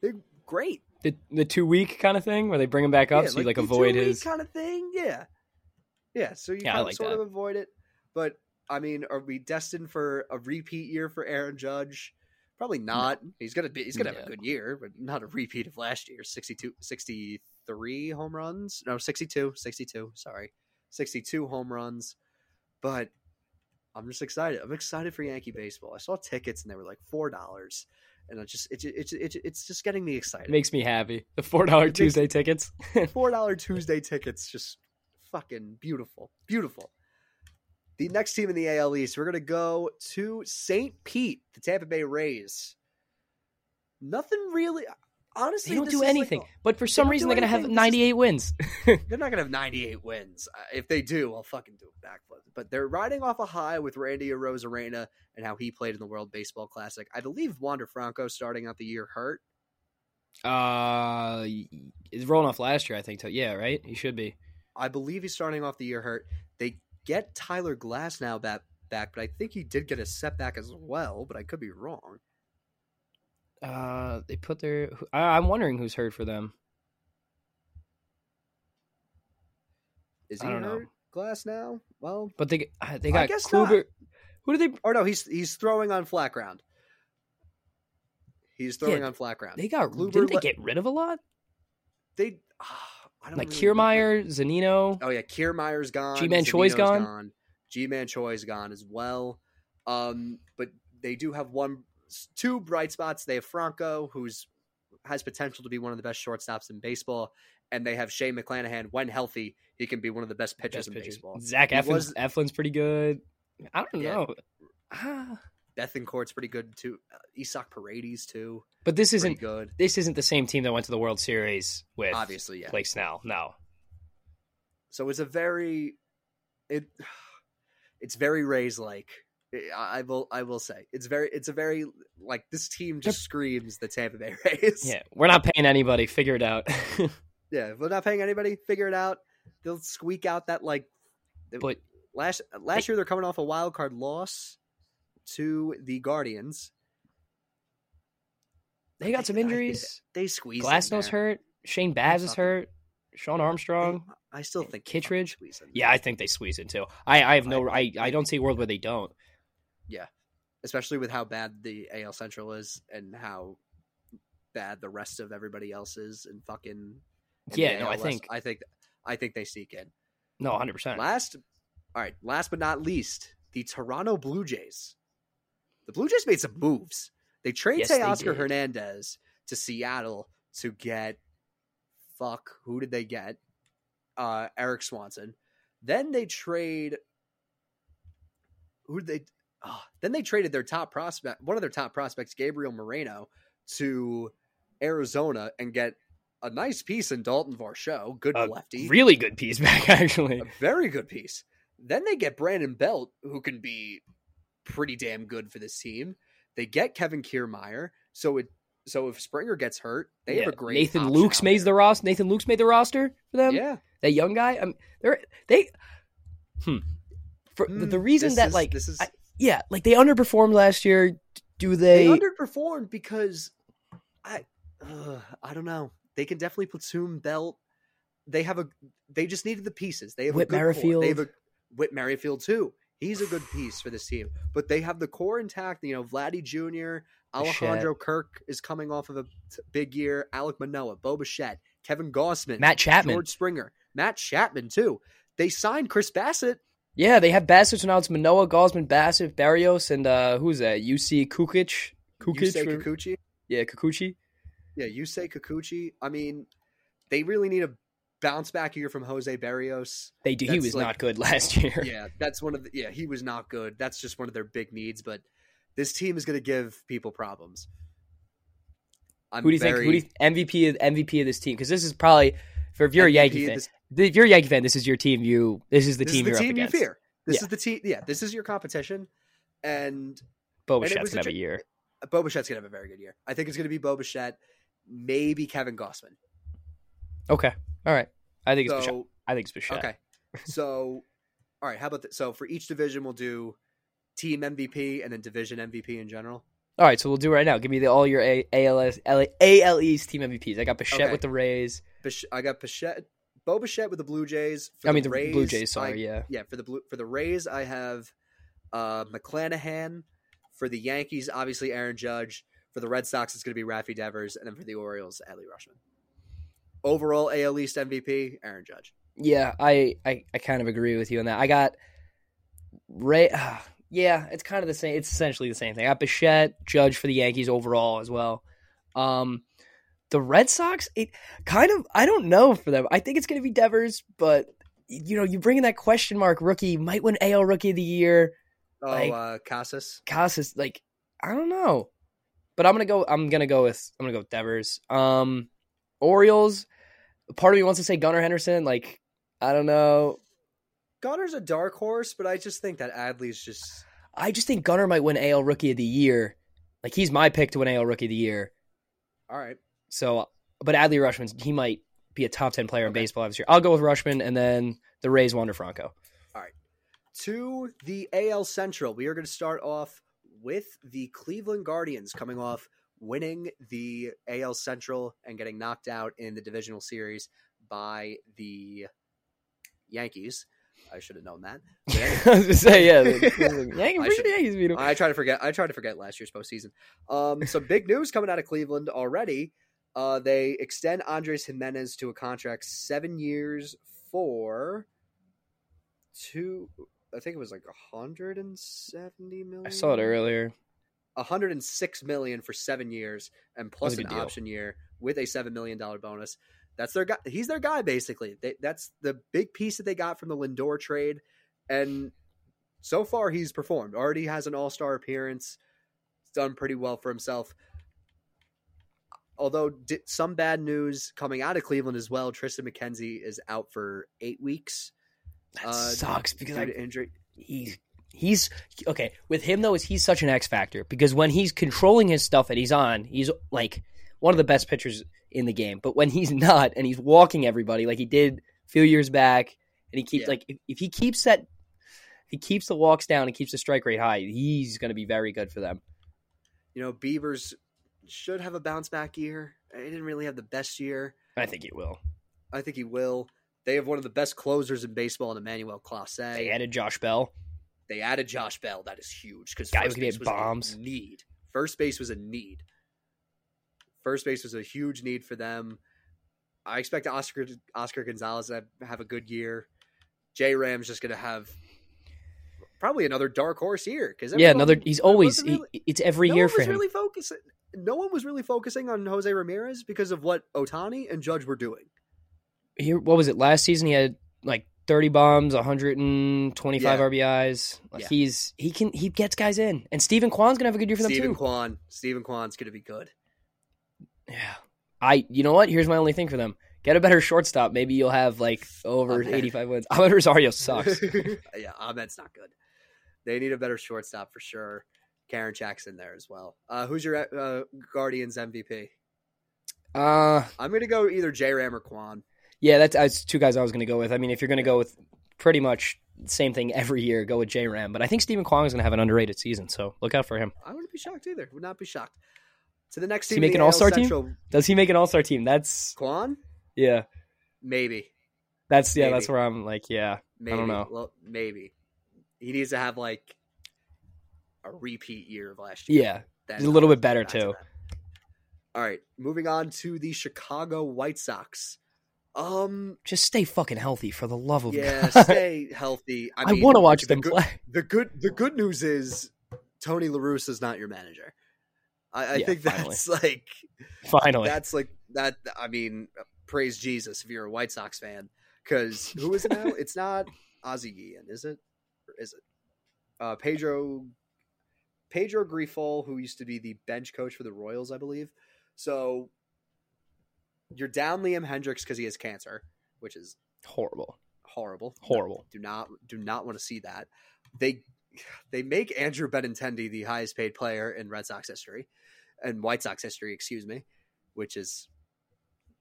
S1: Big great.
S2: The the two week kind of thing where they bring him back up so you like avoid his.
S1: kind of thing. Yeah, yeah. So you
S2: Yeah, I
S1: kind of
S2: like
S1: sort
S2: that.
S1: of avoid it. But I mean, are we destined for a repeat year for Aaron Judge? Probably not. He's gonna be. He's gonna have
S2: No.
S1: a good year, but not a repeat of last year. 62, 63 home runs. No, 62, 62. Sorry, sixty-two home runs. But I'm just excited. I'm excited for Yankee baseball. I saw tickets and they were like four dollars, and I just it, it, it, it's just getting me excited
S2: It makes me happy. The four dollar
S1: It makes-
S2: Tuesday tickets.
S1: four dollar Tuesday tickets, just fucking beautiful, beautiful. The next team in the AL East, we're gonna go to St. Pete, the Tampa Bay Rays. Nothing really. Honestly,
S2: They don't
S1: this
S2: do
S1: is like
S2: anything.
S1: a-
S2: but for some
S1: don't
S2: reason,
S1: do
S2: they're going to have
S1: anything. This is-
S2: 98 wins.
S1: they're not gonna have 98 wins. Uh, If they do, I'll fucking do a backflip. But they're riding off a high with Randy Rosarena and how he played in the World Baseball Classic. I believe Wander Franco starting out the year hurt.
S2: Uh, it's rolling off last year, I think. too. Yeah, right. He should be.
S1: I believe he's starting off the year hurt. They get Tyler Glass now back, back, but I think he did get a setback as well. But I could be wrong.
S2: Uh, they put their. who- I, I'm wondering who's hurt for them.
S1: Is
S2: I
S1: he
S2: don't know.
S1: hurt? Glass now? Well,
S2: But they uh, they
S1: I
S2: got
S1: guess
S2: Kluber. Who did they?
S1: or no, he's he's throwing on flat ground. He's throwing
S2: Yeah,
S1: on flat ground.
S2: They got.
S1: Kluber
S2: didn't they
S1: le-
S2: get rid of a lot?
S1: They, ah, I don't
S2: Like
S1: really remember.
S2: Kiermaier, Zanino.
S1: Oh yeah, Kiermeyer's gone.
S2: G-Man Choi's
S1: Zanino's
S2: gone.
S1: G-Man Choi's gone as well. Um, but they do have one, two bright spots. They have Franco, who's has potential to be one of the best shortstops in baseball, and they have Shane McClanahan. When healthy, he can be one of the best pitchers
S2: Best
S1: in
S2: pitchers.
S1: baseball.
S2: Zach
S1: He
S2: Eflin's,
S1: was-
S2: Eflin's pretty good. I don't
S1: Yeah.
S2: know. Ah,
S1: Bethencourt's pretty good too. Uh, Isak Paredes too,
S2: but this
S1: pretty
S2: isn't
S1: good.
S2: this isn't the same team that went to the World Series with
S1: Obviously, yeah.
S2: Blake Snell. No,
S1: So it's a very it it's very Rays like. I I will I will say it's very it's a very like this team just screams the Tampa Bay Rays.
S2: yeah, we're not paying anybody. Figure it out.
S1: yeah. If we're not paying anybody, figure it out. They'll squeak out that like
S2: but
S1: last last year they're coming off a wild card loss to the Guardians.
S2: they got some
S1: I think that-
S2: injuries.
S1: They squeeze. in
S2: Glasnow's
S1: there.
S2: hurt. Shane Baz is
S1: something.
S2: hurt. Sean Armstrong.
S1: I still think they fucking
S2: Kittredge?
S1: squeeze in there.
S2: Yeah, I think they squeeze in too. I, I have no. I, I don't see a world where they don't.
S1: especially with how bad the AL Central is and how bad the rest of everybody else is and fucking in
S2: Yeah,
S1: the
S2: no, I
S1: AL West.
S2: think-
S1: I think I think they sneak in.
S2: No, hundred percent.
S1: Last all right, last but not least, the Toronto Blue Jays. The Blue Jays made some moves. They trade
S2: Yes, they
S1: Teoscar
S2: did.
S1: Hernandez to Seattle to get fuck, who did they get? Uh Eric Swanson. Then they trade who did they oh, then they traded their top prospect one of their top prospects, Gabriel Moreno, to Arizona and get a nice piece in Dalton Varsho, good
S2: A
S1: lefty
S2: Really good piece back actually.
S1: a very good piece. Then they get Brandon Belt, who can be pretty damn good for this team. They get Kevin Kiermeyer, so it so if Springer gets hurt, they
S2: Yeah,
S1: have a great
S2: Nathan
S1: option
S2: Luke's
S1: out
S2: made the
S1: there.
S2: roster. Nathan Luke's made the roster for them.
S1: yeah.
S2: That young guy. Um, they're they. Hmm. For, the, the
S1: Mm,
S2: reason
S1: this
S2: that
S1: is-
S2: like
S1: this is
S2: I- yeah, like they underperformed last year. Do they?
S1: they underperformed because I uh, I don't know. They can definitely platoon Belt. They have a they just needed the pieces. They have
S2: Whit
S1: a good core. They have
S2: Merrifield.
S1: a Whit Merrifield too. He's a good piece for this team. But they have the core intact. You know, Vladdy Jr., Alejandro Kirk is coming off of a t- big year. Alec Manoa, Bo Bichette, Kevin Gossman,
S2: Matt Chapman.
S1: George Springer, Matt Chapman too. They signed Chris Bassett.
S2: Yeah, they have Bassett. So now it's Manoa, Gosman, Bassett, Barrios, and uh, who's that? UC Kukic. Kukic.
S1: Yusei
S2: or-
S1: Kikuchi.
S2: Yeah, Kikuchi.
S1: Yeah, you say Kikuchi. I mean, they really need a bounce back year from Jose Barrios.
S2: They do. he
S1: That's
S2: was
S1: like-
S2: not good last year.
S1: Yeah, that's one of the yeah, he was not good. That's just one of their big needs, but this team is going to give people problems. I'm
S2: who do you think? Who do you, MVP of MVP of this team? Because this is probably for if you're a Yankee fan.
S1: This,
S2: if you're a Yankee fan, this is your team. You this is the
S1: this
S2: team
S1: is
S2: you're
S1: the
S2: up
S1: team you
S2: against.
S1: fear. This
S2: Yeah.
S1: is the team. Yeah, this is your competition, and
S2: Bo
S1: And it
S2: Bichette's
S1: was a
S2: gonna have a
S1: ju-
S2: year.
S1: Bobichette's going to have a very good year. I think it's going to be Bobichette, maybe Kevin Gossman.
S2: Okay. All right. I think it's Bichette.
S1: So
S2: I think it's Bichette.
S1: Okay. So, all right. How about that? So, for each division, we'll do team MVP and then division MVP in general.
S2: All right. So we'll do it right now. Give me the all your a- ALS LA, ALE's team MVPs. I got Bichette
S1: Okay.
S2: with the Rays.
S1: Bish- I got Bichette, Bo Bichette with the Blue Jays. For
S2: I mean the
S1: Rays,
S2: Blue Jays. Sorry.
S1: I-
S2: yeah.
S1: yeah. For the blue for the Rays, I have uh, McClanahan. For the Yankees, obviously Aaron Judge. For the Red Sox, it's going to be Raffy Devers, and then for the Orioles, Adley Rushman. Overall, AL East MVP, Aaron Judge.
S2: Yeah, I, I, I kind of agree with you on that. I got Ray. yeah, it's kind of the same. It's essentially the same thing. I got Bichette, Judge for the Yankees overall as well. Um, the Red Sox, it kind of I don't know for them. I think it's going to be Devers, but you know, you bring in that question mark rookie might win AL Rookie of the Year.
S1: Oh,
S2: Like-
S1: uh, Casas.
S2: Casas, like I don't know. But I'm gonna go. I'm gonna go with. I'm gonna go with Devers. Um, Orioles. Part of me wants to say Gunnar Henderson. Like I don't know.
S1: Gunner's a dark horse, but I just think that Adley's just
S2: I just think Gunnar might win AL Rookie of the Year. Like he's my pick to win AL Rookie of the Year.
S1: all right.
S2: So, but Adley Rushman, he might be a top ten player in baseball this year. I'll go with Rushman, and then the Rays Wander Franco.
S1: To the AL Central, we are going to start off with the Cleveland Guardians coming off winning the AL Central and getting knocked out in the divisional series by the Yankees. I should have known that. But anyway.
S2: I was gonna say yeah. the-
S1: I
S2: Yankees,
S1: should-
S2: Yankees beat him.
S1: I try to forget. I try to forget last year's postseason. Um, some big news coming out of Cleveland already. Uh, they extend Andres Jimenez to a contract seven years for two. I think it was like a hundred and seventy million.
S2: I saw it earlier.
S1: hundred and six million for seven years, and plus
S2: a
S1: an
S2: good deal.
S1: option year with a seven million dollar bonus. That's their guy. He's their guy basically. They, that's the big piece that they got from the Lindor trade, and so far he's performed. Already has an All Star appearance. He's done pretty well for himself. Although di some bad news coming out of Cleveland as well. Tristan McKenzie is out for eight weeks
S2: That
S1: Uh,
S2: sucks
S1: due
S2: because I
S1: to injury.
S2: he's he's okay with him though is he's such an X factor because when he's controlling his stuff and he's on, he's like one of the best pitchers in the game. But when he's not and he's walking everybody like he did a few years back, and he keeps
S1: Yeah.
S2: like if, if he keeps that, if he keeps the walks down and keeps the strike rate high, he's going to be very good for them.
S1: You know, Beavers should have a bounce back year. He didn't really have the best year.
S2: I think he will.
S1: I think he will. They have one of the best closers in baseball in Emmanuel Classe.
S2: They added Josh Bell.
S1: They added Josh Bell. That is huge because
S2: Guy who
S1: first
S2: can hit
S1: base was
S2: bombs.
S1: a need. First base was a need. First base was a huge need for them. I expect Oscar Oscar Gonzalez to have a good year. J Ram's just going to have probably another dark horse year because
S2: yeah, another. He's always. He, it's every
S1: no
S2: year
S1: one
S2: for
S1: was
S2: him.
S1: really focusing. No one was really focusing on Jose Ramirez because of what Otani and Judge were doing.
S2: he, what was it last season? He had like thirty bombs, one hundred and twenty-five
S1: Yeah.
S2: RBIs. Like
S1: Yeah.
S2: he's he can he gets guys in, and Stephen Kwan's gonna have a good year for them
S1: Stephen
S2: too.
S1: Kwan. Stephen Kwan's going to be good.
S2: yeah, I you know what? Here's my only thing for them: get a better shortstop. Maybe you'll have like over
S1: Ahmed.
S2: eighty-five wins. Ahmed Rosario sucks.
S1: yeah, Ahmed's not good. They need a better shortstop for sure. Karen Jackson there as well. Uh, who's your uh, Guardians MVP?
S2: uh
S1: I'm going to go either J Ram or Quan.
S2: yeah, that's, that's two guys I was gonna go with. I mean, if you're gonna go with pretty much the same thing every year, go with J Ram. But I think Stephen Kwan is gonna have an underrated season, so look out for him.
S1: I wouldn't be shocked either. Would not be shocked. To the next
S2: Does he
S1: team,
S2: make
S1: the
S2: an All-Star
S1: AL
S2: team?
S1: Central,
S2: Does he make an All Star team? That's
S1: Quan?
S2: yeah,
S1: Maybe.
S2: that's yeah,
S1: Maybe.
S2: that's where I'm like yeah.
S1: Maybe.
S2: know.
S1: Well, maybe. He needs to have like a repeat year of last year.
S2: Yeah,
S1: That-
S2: he's a little bit better
S1: back to
S2: too.
S1: that. All right, moving on to the Chicago White Sox. Um,
S2: just stay fucking healthy for the love of
S1: yeah,
S2: God.
S1: stay healthy. I,
S2: I,
S1: mean,
S2: want to watch
S1: the
S2: them
S1: good,
S2: play.
S1: The good, the good news is Tony LaRusse is not your manager. I, I
S2: Yeah,
S1: think that's like
S2: Finally,
S1: that's like that. I mean, praise Jesus if you're a White Sox fan, because who is it now? it's not Ozzie Guillen, is it? Or is it uh, Pedro Pedro Grifol, who used to be the bench coach for the Royals, I believe. So you're down Liam Hendricks because he has cancer, which is
S2: horrible,
S1: horrible.
S2: horrible.
S1: Do not do not want to see that. They they make Andrew Benintendi the highest paid player in Red Sox history and White Sox history, excuse me, which is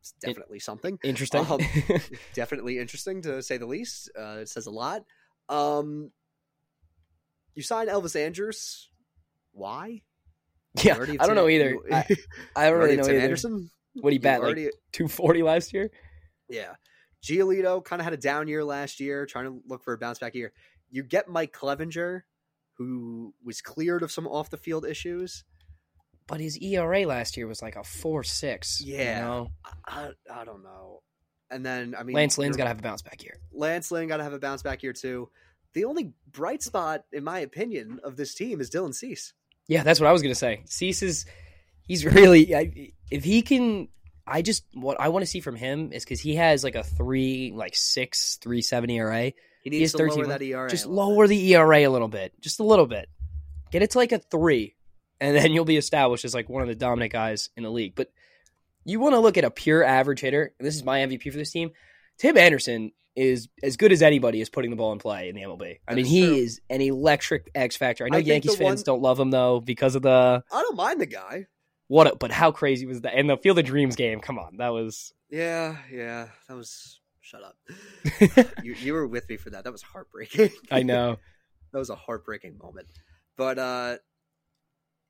S1: it's
S2: It-
S1: definitely something.
S2: Interesting.
S1: Um, Definitely interesting to say the least. Uh, it says a lot. Um, you sign Elvis Andrews. Why? You
S2: yeah,
S1: already
S2: I don't know
S1: have
S2: either.
S1: Tim-
S2: I,
S1: you
S2: I don't
S1: already
S2: really
S1: have
S2: know
S1: Tim
S2: either.
S1: Anderson.
S2: What he
S1: You
S2: bat
S1: already-
S2: like two forty last year?
S1: Yeah. Giolito kind of had a down year last year, trying to look for a bounce back year. You get Mike Clevenger, who was cleared of some off the field issues.
S2: But his ERA last year was like a four six.
S1: Yeah. I, I, I don't know. And then, I mean,
S2: Lance Lynn's
S1: you're-
S2: got to have a bounce back year.
S1: Lance Lynn got to have a bounce back year, too. The only bright spot, in my opinion, of this team is Dylan Cease.
S2: Yeah, that's what I was gonna say. Cease is he's really I, if he can. I just what I want to see from him is because he has like a three like six three E seventy ERA.
S1: He
S2: He
S1: needs
S2: has
S1: to
S2: 13
S1: lower
S2: wins.
S1: that E ERA.
S2: just E
S1: a little
S2: lower the ERA a little bit, just a little bit. Get it to like a three, and then you'll be established as like one of the dominant guys in the league. But you want to look at a pure average hitter. and This is my MVP for this team. Tim Anderson is as good as anybody is putting the ball in play in the MLB. I
S1: That
S2: mean,
S1: is
S2: he
S1: true.
S2: is an electric X factor. I know
S1: I think
S2: Yankees
S1: the one-
S2: fans don't love him though because of the
S1: I don't mind the guy.
S2: what. A, but how crazy was that? And the Field of Dreams game. Come on, that was
S1: Yeah, yeah. That was shut up. you you were with me for that. That was heartbreaking.
S2: I know.
S1: that was a heartbreaking moment. But uh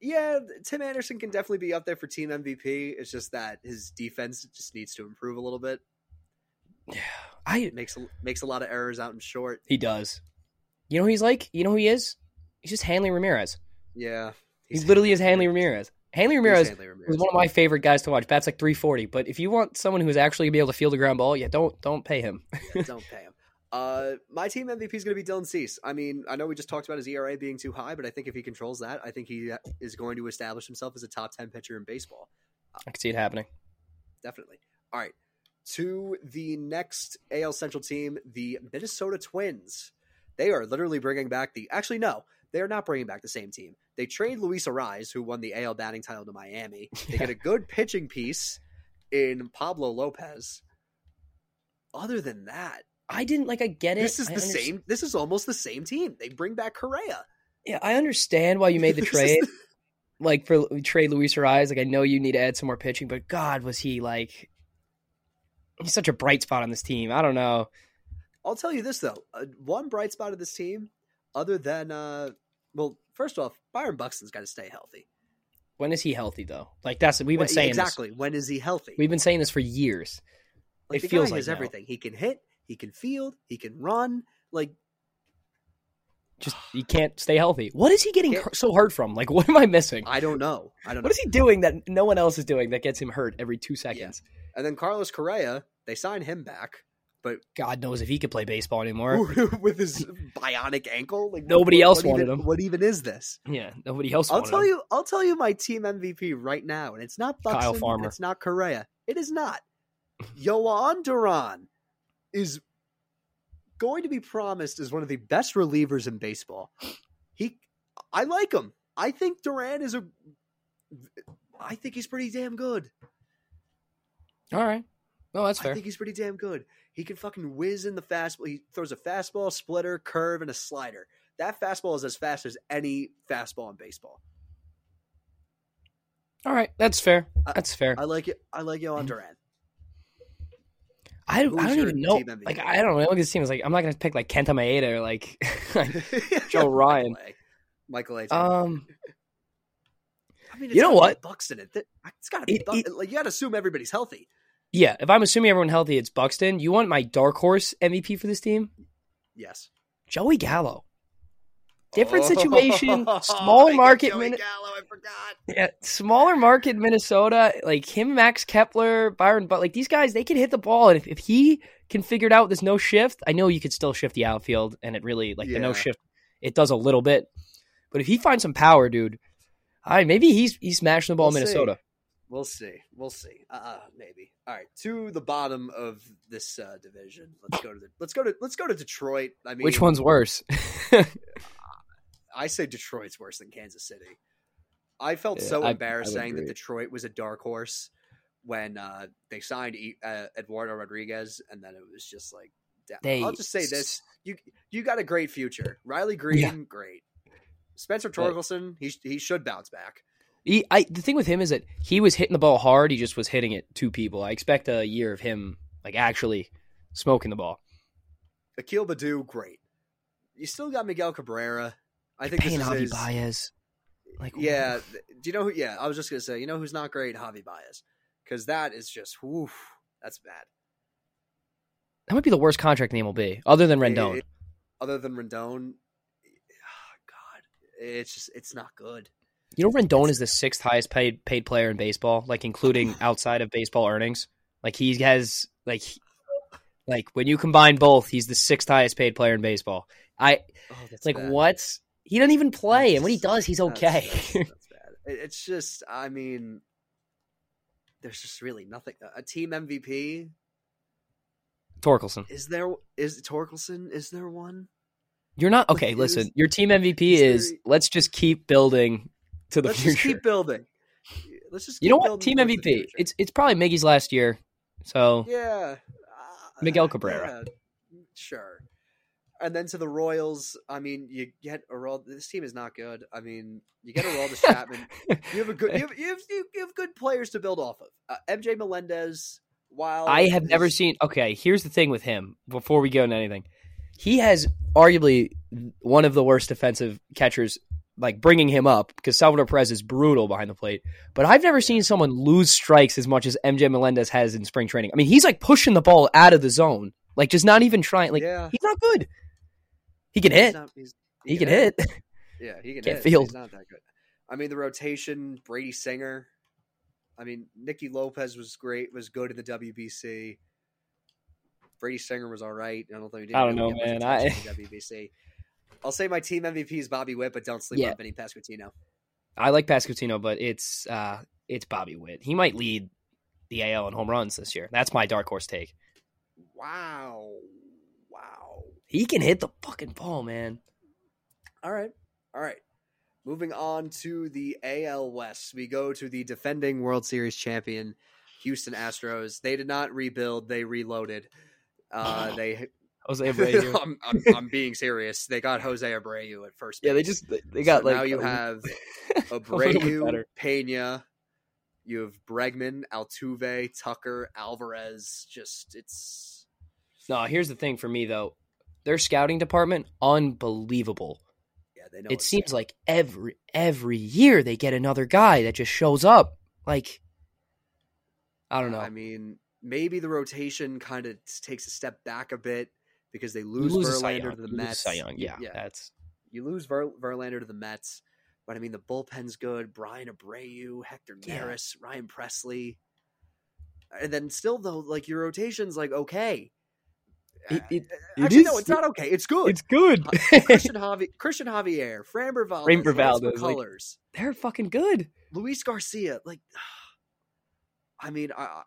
S1: yeah, Tim Anderson can definitely be up there for team MVP. It's just that his defense just needs to improve a little bit.
S2: I
S1: Makes a- makes a lot of errors out in short.
S2: he does. You know who he's like. You know who he is. He's just Hanley Ramirez.
S1: Yeah.
S2: He literally is Hanley Ramirez. Hanley
S1: He's
S2: Ramirez
S1: Hanley
S2: was one of my favorite guys to watch. Bats like 340. But if you want someone who's actually gonna be able to field a ground ball, yeah, don't don't pay him.
S1: Yeah, don't pay him. Uh, my team MVP is going to be Dylan Cease. I mean, I know we just talked about his ERA being too high, but I think if he controls that, I think he uh, is going to establish himself as a top 10 pitcher in baseball.
S2: I can see it happening.
S1: Definitely. All right. To the next AL Central team, the Minnesota Twins. They are literally bringing back the. Actually, no, they are not bringing back the same team. They trade Luis Arise, who won the AL batting title to Miami. They get a good pitching piece in Pablo Lopez. Other than that,
S2: I didn't like. I get it.
S1: This is
S2: I
S1: the
S2: underst-
S1: same. This is almost the same team. They bring back Correa.
S2: Yeah, I understand why you made the
S1: This is
S2: trade. like for trade Luis Rise, like I know you need to add some more pitching, but God, was he like? He's such a bright spot on this team. I don't know.
S1: I'll tell you this though. Uh, one bright spot of this team, other than uh, well, first off, Byron Buxton's got to stay healthy.
S2: When is he healthy though? Like that's we've been
S1: When-
S2: saying exactly.
S1: exactly when is he healthy?
S2: We've been saying this for years.
S1: like,
S2: it
S1: the
S2: feels
S1: guy
S2: like
S1: has
S2: now.
S1: everything. He can hit. He can field. He can run. Like
S2: Just he can't stay healthy. What is he getting
S1: Can't-
S2: cur- so hurt from? Like what am I missing?
S1: I don't know. I don't know.
S2: What is he doing that no one else is doing that gets him hurt every two seconds?
S1: and then Carlos Correa, they sign him back, but
S2: God knows if he could play baseball anymore.
S1: with his bionic ankle, like
S2: Nobody else
S1: what
S2: wanted
S1: even-
S2: him.
S1: What even is this?
S2: Yeah, nobody else.
S1: I'll
S2: wanted
S1: tell
S2: him.
S1: you. I'll tell you my team MVP right now, and it's not Buxton.
S2: Kyle Farmer.
S1: It's not Correa. It is not. Yoan Duran is going to be promised as one of the best relievers in baseball. He, I like him. I think Duran is a. I think he's pretty damn good.
S2: All right. No, that's fair.
S1: I think he's pretty damn good. He can fucking whiz in the fastball. He throws a fastball, splitter, curve, and a slider. That fastball is as fast as any fastball in baseball.
S2: All right, that's fair.
S1: I-
S2: That's fair. Mm-hmm.
S1: I like it. I like Yoan Duran.
S2: I, don't- I
S1: Who's
S2: don't
S1: your
S2: even know.
S1: team MVP?
S2: Like I don't know. Look at this team. It's like I'm not gonna pick like Kenta Maeda or like. Joe Ryan.
S1: Michael A. Michael A.
S2: um,
S1: I mean,
S2: you know
S1: gotta be
S2: what?
S1: Buxton. It, it- it's got to be.
S2: It-
S1: Buxton.
S2: it-
S1: like you got to assume everybody's healthy.
S2: yeah. If I'm assuming everyone healthy, it's Buxton. You want my dark horse MVP for this team?
S1: Yes. Oh.
S2: Joey Gallo. Different situation, small market
S1: Joey
S2: minute-
S1: Gallo, I forgot.
S2: Yeah, smaller market Minnesota, like him, Max Kepler, Byron, but like these guys, they can hit the ball, and if, if he can figure it out, there's no shift. I know you could still shift the outfield, and it really like the
S1: Yeah.
S2: no shift, it does a little bit, but if he finds some power, dude, I maybe he's he's smashing the ball in
S1: We'll see.
S2: Minnesota.
S1: We'll see. We'll see. Uh, uh maybe. All right. To the bottom of this uh, division. Let's go to the. Let's go to. Let's go to Detroit. I mean,
S2: Which one's worse?
S1: I say Detroit's worse than Kansas City. I felt
S2: Yeah,
S1: so
S2: I- I
S1: embarrassed
S2: would
S1: saying that
S2: agree.
S1: Detroit was a dark horse when uh, they signed E- uh, Eduardo Rodriguez, and then it was just like, da-
S2: They,
S1: I'll just say this: you you got a great future. Riley Green,
S2: Yeah.
S1: great. Spencer Torkelson, he sh- he should bounce back.
S2: He, I, the thing with him is that he was hitting the ball hard. He just was hitting it to people. I expect a year of him like actually smoking the ball.
S1: Akil Badu, great. You still got Miguel Cabrera. I think
S2: Paying
S1: this
S2: Javi
S1: is his,
S2: Baez, like
S1: yeah. th- Do you know who? Yeah, I was just gonna say, you know who's not great? Javi Baez, because that is just woof. That's bad.
S2: That might be the worst contract in the MLB, other than Rendon.
S1: it- Eh, other than Rendon, ah, God, it's just it's not good.
S2: you know, Rendon is the sixth highest paid paid player in baseball, like including outside of baseball earnings. Like he has like like when you combine both, he's the sixth highest paid player in baseball. I
S1: Oh, that's
S2: it's like
S1: bad.
S2: what he doesn't even play, and when he does, he's
S1: That's-
S2: okay.
S1: That's, that's bad. It- It's just, I mean, there's just really nothing. A team MVP
S2: Torkelson,
S1: is there? Is Torkelson? Is there one?
S2: you're not okay.
S1: Is-
S2: Listen, your team MVP
S1: is
S2: is
S1: there-
S2: let's just keep building
S3: to the
S1: Let's just
S3: future.
S1: keep building. Let's just.
S2: You
S1: keep
S2: know what?
S1: building
S2: Team
S1: towards the
S2: MVP.
S1: future.
S2: It's it's probably Miggy's last year. So
S1: yeah. Uh,
S2: Miguel Cabrera.
S1: yeah, sure. And then to the Royals, I mean, you get a roll. This team is not good. I mean, you get a roll to Chapman. You have a good, you have, you have, you have good players to build off of. Uh, MJ Melendez, while
S2: I have
S1: his-
S2: never seen. Okay, here's the thing with him. Before we go into anything, he has arguably one of the worst defensive catchers. Like bringing him up because Salvador Perez is brutal behind the plate, but I've never seen someone lose strikes as much as MJ Melendez has in spring training. I mean, he's like pushing the ball out of the zone, like just not even trying. Like
S1: yeah,
S2: he's not good. He can
S1: he's
S2: hit.
S1: not- he's-
S2: He can hit.
S1: Yeah, he can
S2: Can't
S1: hit, but
S2: field.
S1: He's not that good. I mean, the rotation, Brady Singer. I mean, Nicky Lopez was great, was good in the WBC. Brady Singer was all right. I don't think he did.
S2: I don't know, man. I-
S1: WBC. I'll say my team MVP is Bobby Witt, but don't sleep
S2: Yeah.
S1: on Vinny Pasquantino.
S2: I like Pascutino, but it's uh, it's Bobby Witt. He might lead the AL in home runs this year. That's my dark horse take.
S1: Wow, wow.
S2: He can hit the fucking ball, man.
S1: All right, all right. Moving on to the AL West, we go to the defending World Series champion Houston Astros. They did not rebuild; they reloaded. Uh, they
S2: Jose Abreu.
S1: I'm, I'm, I'm being serious. They got Jose Abreu at first.
S3: yeah, they
S1: base.
S3: just they- they got
S1: So
S3: like
S1: now you
S3: a-
S1: have
S2: little bit
S1: Abreu,
S2: better.
S1: Pena, you have Bregman, Altuve, Tucker, Alvarez. Just it's
S2: no, here's the thing for me though. Their scouting department unbelievable.
S1: yeah they know
S2: it seems like every every year they get another guy that just shows up. Like I don't know.
S1: I mean, maybe the rotation kind of takes a step back a bit because they
S2: You
S1: lose,
S2: a Cy
S1: Verlander
S2: Young.
S1: to the
S2: You lose a
S1: Mets.
S2: Cy Young. Yeah,
S1: yeah.
S2: that's
S1: You lose Ver, Verlander to the Mets, but I mean the bullpen's good. Brian Abreu, Hector
S2: Yeah.
S1: Neris, Ryan Presley, and then still though, like your rotation's like okay.
S3: It-
S1: Uh,
S3: it- it
S1: actually, no,
S3: is-
S1: it's not okay. It's good.
S2: it's good.
S1: Christian, Javi- Christian Javier, Framber Valdez,
S2: Framber Valdez, like-
S1: Colors,
S2: They're fucking good.
S1: Luis Garcia. Like, I mean, I, I-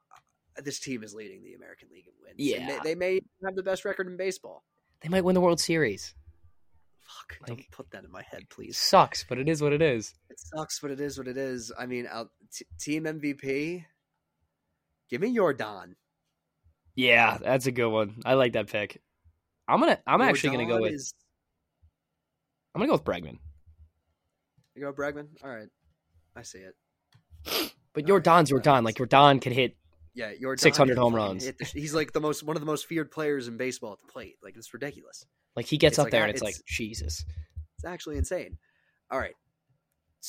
S1: this team is leading the American League in wins. and
S2: Yeah.
S1: they, they may have the best record in baseball.
S2: They might win the World Series.
S1: Fuck,
S2: Like-
S1: don't put that in my head,
S2: It
S1: please.
S2: sucks, but it is what it is.
S1: It sucks, but it is what it is. I mean, out, t- team MVP. Give me your Don.
S2: Yeah, that's a good one. I like that pick. I'm gonna. I'm actually gonna go with.
S1: Is,
S2: I'm gonna go with Bregman.
S1: you go Bregman. All right, I see it.
S2: But
S1: All
S2: your
S1: right,
S2: Don's your
S1: that
S2: Don.
S1: makes
S2: Like your Don could hit.
S1: Yeah, your
S2: 600 home runs.
S1: he's like the most one of the most feared players in baseball at the plate. Like it's ridiculous.
S2: Like he gets
S1: It's
S2: up
S1: like,
S2: there
S1: uh,
S2: and it's,
S1: it's-
S2: like Jesus.
S1: It's actually insane. All right,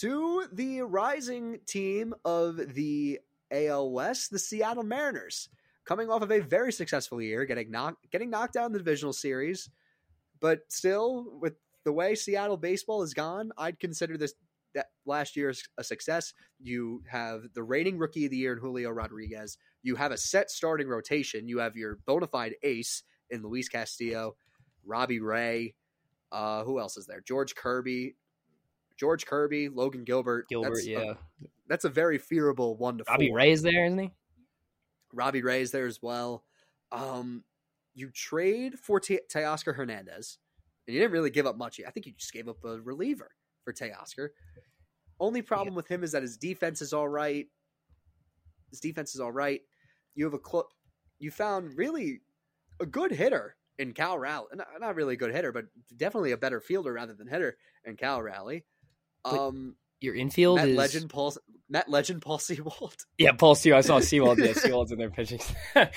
S1: to the rising team of the AL West, the Seattle Mariners, coming off of a very successful year, getting knocked getting knocked out in the divisional series, but still with the way Seattle baseball is gone, I'd consider this that last year a success. You have the reigning rookie of the year in Julio Rodriguez. You have a set starting rotation. You have your bona fide ace in Luis Castillo, Robbie Ray. Uh, who else is there? George Kirby, George Kirby, Logan Gilbert.
S2: Gilbert,
S1: That's a-
S2: yeah.
S1: that's a very fearable one to
S2: Robbie
S1: four.
S2: Ray is there, isn't he?
S1: Robbie Ray is there as well. Um, you trade for Te- Teoscar Hernandez, and you didn't really give up much. I think you just gave up a reliever for Teoscar. Only problem with him is that his defense is all right. His defense is all right. You have a clo- you found really a good hitter in Cal Rally. Not, not really a good hitter, but definitely a better fielder rather than hitter in Cal Rally.
S2: But
S1: Um,
S2: Your infield
S1: Met
S2: is
S1: legend Paul Met legend Paul Seawald.
S2: Yeah, Paul Sewell. I saw Sewell. Yeah, Sewell's in there pitching. but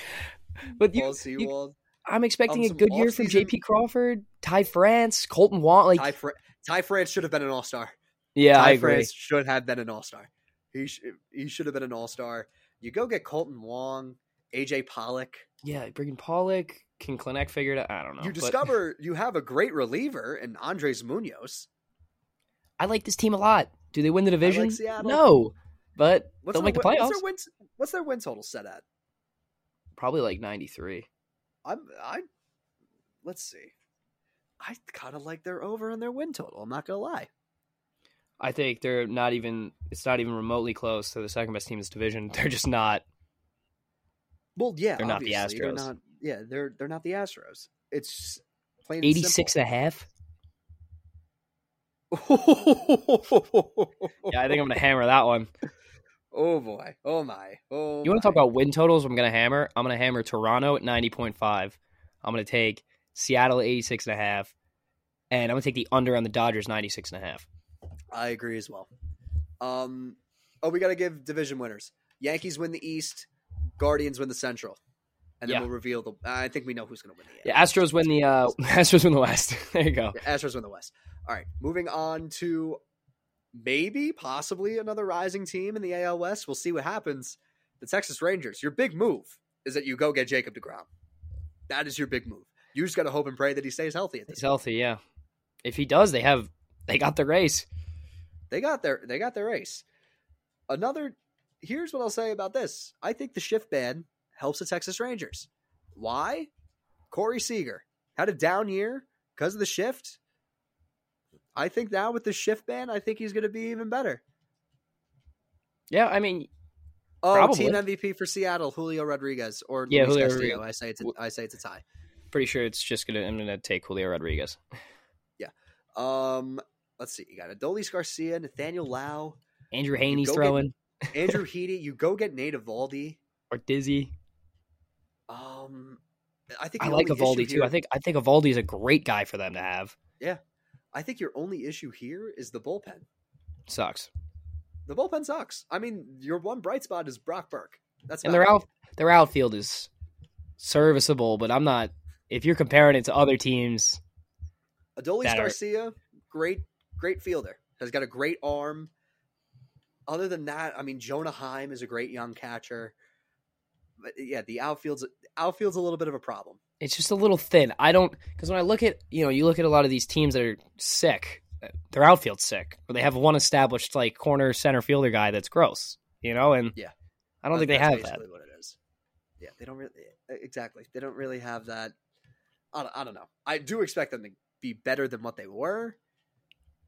S1: Paul
S2: you, you,
S1: Seawald.
S2: I'm expecting
S1: Um,
S2: a
S1: some
S2: good year from
S1: offseason-
S2: J.P. Crawford, Ty France, Colton Watt. Like,
S1: Ty, Fr- Ty France should have been an All Star.
S2: yeah,
S1: Ty
S2: I agree.
S1: France should have been an All Star. He sh- he should have been an All Star. You go get Colton Wong, AJ Pollock.
S2: Yeah, bringing Pollock. Can Klinek figure it out? I don't know.
S1: you
S2: but
S1: discover you have a great reliever in Andres Munoz.
S2: I like this team a lot. Do they win the division?
S1: Seattle.
S2: no, but
S1: What's
S2: they'll
S1: their
S2: make the
S1: win-
S2: playoffs.
S1: What's their, win, what's their win total set at?
S2: Probably like 93.
S1: I'm I. Let's see. I kind of like their over on their win total. I'm not gonna lie.
S2: I think they're not even. It's not even remotely close to the second best team in this division. They're just not.
S1: Well, yeah,
S2: They're not the
S1: obviously, They're
S2: Astros.
S1: not, yeah, they're they're not the Astros. It's plain and simple.
S2: 86 and a half.
S1: oh
S2: Yeah, I think I'm gonna hammer that one.
S1: boy. Oh my. Oh.
S2: You want
S1: my.
S2: to talk about win totals? I'm gonna hammer. I'm gonna hammer Toronto at 90.5. I'm gonna take Seattle at 86 and a half, and I'm gonna take the under on the Dodgers 96 and a half.
S1: I agree as well. Um, oh, we got to give division winners. Yankees win the East. Guardians win the Central, and then
S2: Yeah.
S1: we'll reveal the. I think we know who's going to win the.
S2: Yeah, Astros win the uh, Astros win the West. there you go.
S1: Yeah, Astros win the West. All right, moving on to maybe, possibly another rising team in the AL West. We'll see what happens. The Texas Rangers. Your big move is that you go get Jacob Degrom. That is your big move. You just got to hope and pray that he stays healthy at this.
S2: He's healthy. Yeah. If he does, they have they got the race.
S1: They got their they got their ace. Another here's what I'll say about this. I think the shift ban helps the Texas Rangers. Why? Corey Seager had a down year because of the shift. I think now with the shift ban, I think he's going to be even better.
S2: Yeah, I mean,
S1: Oh,
S2: Probably.
S1: team MVP for Seattle, Julio Rodriguez or
S2: Yeah,
S1: Luis
S2: Julio
S1: Castillo.
S2: Rodriguez.
S1: I say it's a, I say it's a tie.
S2: pretty sure it's just gonna. I'm gonna take Julio Rodriguez.
S1: Um, let's see. You got Adolis Garcia, Nathaniel Lau,
S2: Andrew Haney's
S1: go get-
S2: throwing
S1: Andrew Heaney. You go get Nate Evaldi.
S2: or Dizzy.
S1: Um, I think
S2: I
S1: the
S2: like
S1: only issue
S2: Evaldi too.
S1: here-
S2: I think I think Evaldi's a great guy for them to have.
S1: I think your only issue here is the bullpen.
S2: Sucks.
S1: The bullpen sucks. I mean, your one bright spot is Brock Burke. That's
S2: and
S1: about
S2: their
S1: it.
S2: out their outfield is serviceable, but I'm not. If you're comparing it to other teams,
S1: Adolis
S2: that are-
S1: Garcia, great, great fielder. Has got a great arm. Other than that, I mean, Jonah Heim is a great young catcher. But yeah, the outfield's outfield's a little bit of a problem.
S2: it's just a little thin. I don't because when I look at you know you look at a lot of these teams that are sick, their outfield's sick, or they have one established like corner center fielder guy that's gross, you know, and
S1: Yeah.
S2: I don't think they
S1: That's
S2: have that.
S1: basically What it is. Yeah, they don't really exactly. They don't really have that. I don't, I don't know. I do expect them to be better than what they were.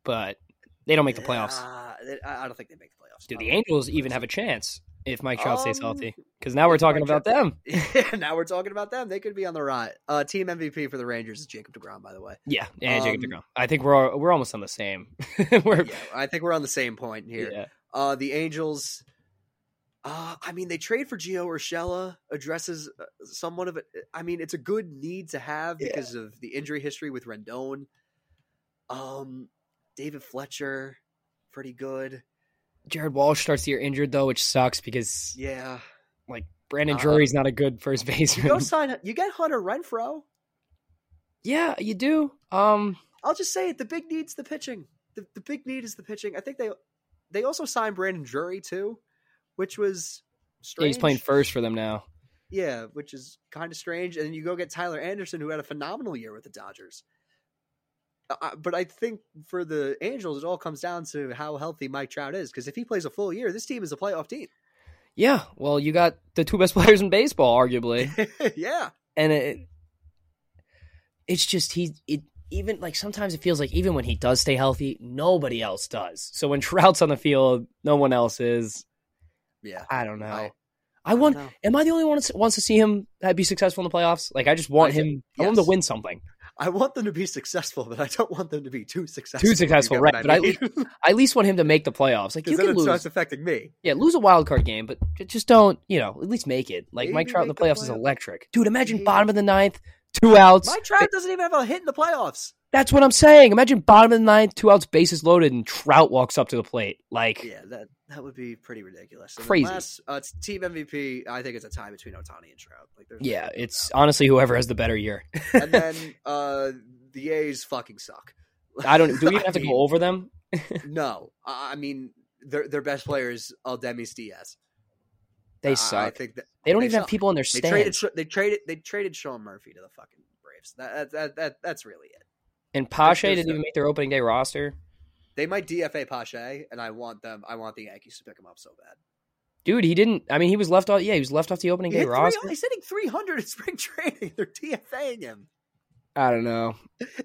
S2: But they don't make the playoffs.
S1: Uh, they- I I don't think they make the playoffs. I
S2: Do the
S1: don't think they
S2: Angels
S1: make the playoffs.
S2: even have a chance if Mike Trout stays
S1: Um,
S2: healthy? Because now we're
S1: if Mike
S2: talking about
S1: Trout-
S2: them.
S1: now we're talking about them. They could be on the right. Uh, team MVP for the Rangers is Jacob Degrom, by the way.
S2: Yeah, yeah, Jacob
S1: Um,
S2: DeGrom. I think we're all, we're almost on the same. we're,
S1: Yeah, I think we're on the same point here.
S2: yeah.
S1: Uh, the Angels. Uh, I mean, they trade for Gio Urshela addresses uh, somewhat of a. I mean, it's a good need to have
S2: Yeah.
S1: because of the injury history with Rendon. Um, David Fletcher, pretty good.
S2: Jared Walsh starts the year injured though, which sucks because
S1: Yeah,
S2: like Brandon
S1: Uh,
S2: Drury's not a good first
S1: you go
S2: baseman.
S1: sign. You get Hunter Renfro.
S2: yeah, you do. Um,
S1: I'll just say it. The big need's the pitching. The, the big need is the pitching. I think they they also signed Brandon Drury too, which was
S2: yeah,
S1: strange.
S2: he's playing first for them now.
S1: Yeah, which is kind of strange. And then you go get Tyler Anderson, who had a phenomenal year with the Dodgers. Uh, uh, but I think for the Angels, it all comes down to how healthy Mike Trout is. Because if he plays a full year, this team is a playoff team.
S2: Yeah, well, you got the two best players in baseball, arguably,
S1: yeah,
S2: and it it's just he it even like sometimes it feels like even when he does stay healthy, nobody else does. So when Trout's on the field, no one else is.
S1: yeah.
S2: I don't know.
S1: I-
S2: I,
S1: I
S2: want.
S1: don't know.
S2: Am I the only one that wants to see him uh, be successful in the playoffs? Like I just want
S1: I
S2: him.
S1: think-
S2: I want him
S1: yes.
S2: to win something.
S1: I want them to be successful, but I don't want them to be too successful.
S2: Too
S1: if you
S2: successful,
S1: get what
S2: right, but I-
S1: mean.
S2: I at least want him to make the playoffs. Like you
S1: because then
S2: can
S1: it
S2: lose.
S1: starts affecting me.
S2: Yeah, lose a wild card game, but j- just don't, you know, at least make it. Like Mike
S1: Maybe
S2: Trout in the
S1: make the
S2: playoffs is
S1: playoff-
S2: electric. Dude, imagine
S1: Maybe.
S2: bottom of the ninth, two outs.
S1: Mike Trout doesn't even have a hit in the playoffs.
S2: That's what I'm saying. Imagine bottom of the ninth, two outs, bases loaded, and Trout walks up to the plate. Like,
S1: Yeah, that that would be pretty ridiculous. And then
S2: Crazy.
S1: Last, uh, it's team MVP, I think it's a tie between Otani and Trout. Like, there's no
S2: yeah,
S1: doubt
S2: it's
S1: about
S2: honestly whoever has the better year.
S1: it. and then uh, the A's fucking suck.
S2: I don't. Do we even
S1: I
S2: have to
S1: mean,
S2: go over them?
S1: No, I I mean their their best player is Aldemis Diaz. I-
S2: They
S1: I, I
S2: suck.
S1: think that
S2: they don't
S1: they
S2: even have
S1: suck.
S2: people in their
S1: they
S2: stands.
S1: traded Sh- they traded they traded Sean Murphy to the fucking Braves. That that that, that that's really it.
S2: and Pache
S1: there's
S2: didn't
S1: no-
S2: even make their opening day roster.
S1: They might DFA Pache, and I want them. I want the Yankees to pick him up so bad.
S2: Dude, he didn't. I mean, he was left off. Yeah, he was left off the opening
S1: He
S2: day
S1: hit three- oh,
S2: roster.
S1: he's hitting three hundred in spring training. They're DFAing him.
S2: I don't know.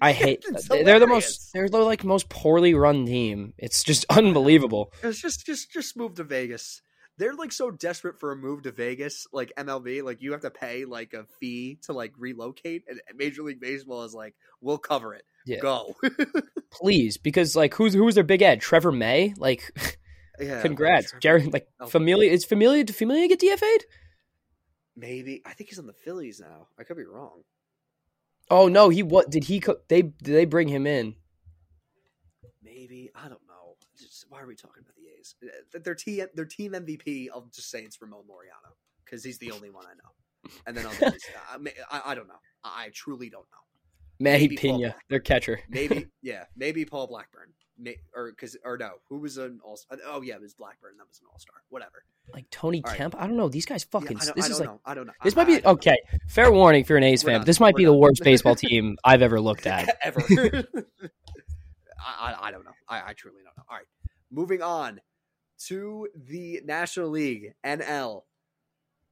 S2: I hate.
S1: It's
S2: they're the
S1: hilarious.
S2: most. They're the like most poorly run team. It's just unbelievable.
S1: It's just just just move to Vegas. They're like so desperate for a move to Vegas, like MLB, like you have to pay like a fee to like relocate, and Major League Baseball is like, we'll cover it.
S2: Yeah.
S1: Go.
S2: please, because like who's who was their big ad? Trevor May. Like,
S1: yeah.
S2: congrats,
S1: Trevor-
S2: Jared. Like,
S1: Oh.
S2: Familia is Familia. Did Familia get DFA'd?
S1: Maybe I think he's on the Phillies now. I could be wrong.
S2: Oh no, he what? Did he? Co- they did they bring him in?
S1: Maybe I don't know. Just, why are we talking about the A's? Uh, Their team, their team MVP. I'll just say it's Ramon Laureano because he's the only one I know. And then I'll just, I, may- I, I don't know. I, I truly don't know.
S2: Manny
S1: Maybe Paul
S2: Pena,
S1: Blackburn.
S2: their catcher.
S1: Maybe yeah, maybe Paul Blackburn. May, or because or no, who was an all? Oh yeah, it was Blackburn. That was an all star. Whatever.
S2: Like Tony
S1: All right.
S2: Kemp. I don't know. These guys
S1: Yeah,
S2: fucking.
S1: I don't,
S2: this
S1: I
S2: is
S1: don't
S2: like
S1: know. I don't know.
S2: this
S1: I-
S2: might be
S1: I don't
S2: okay. Fair warning if you're an A's
S1: We're
S2: fan.
S1: not-
S2: but this might
S1: we're
S2: be the
S1: not.
S2: worst baseball team I've ever looked at.
S1: ever. I, I, I don't know. I, I truly don't know. All right. Moving on to the National League, NL.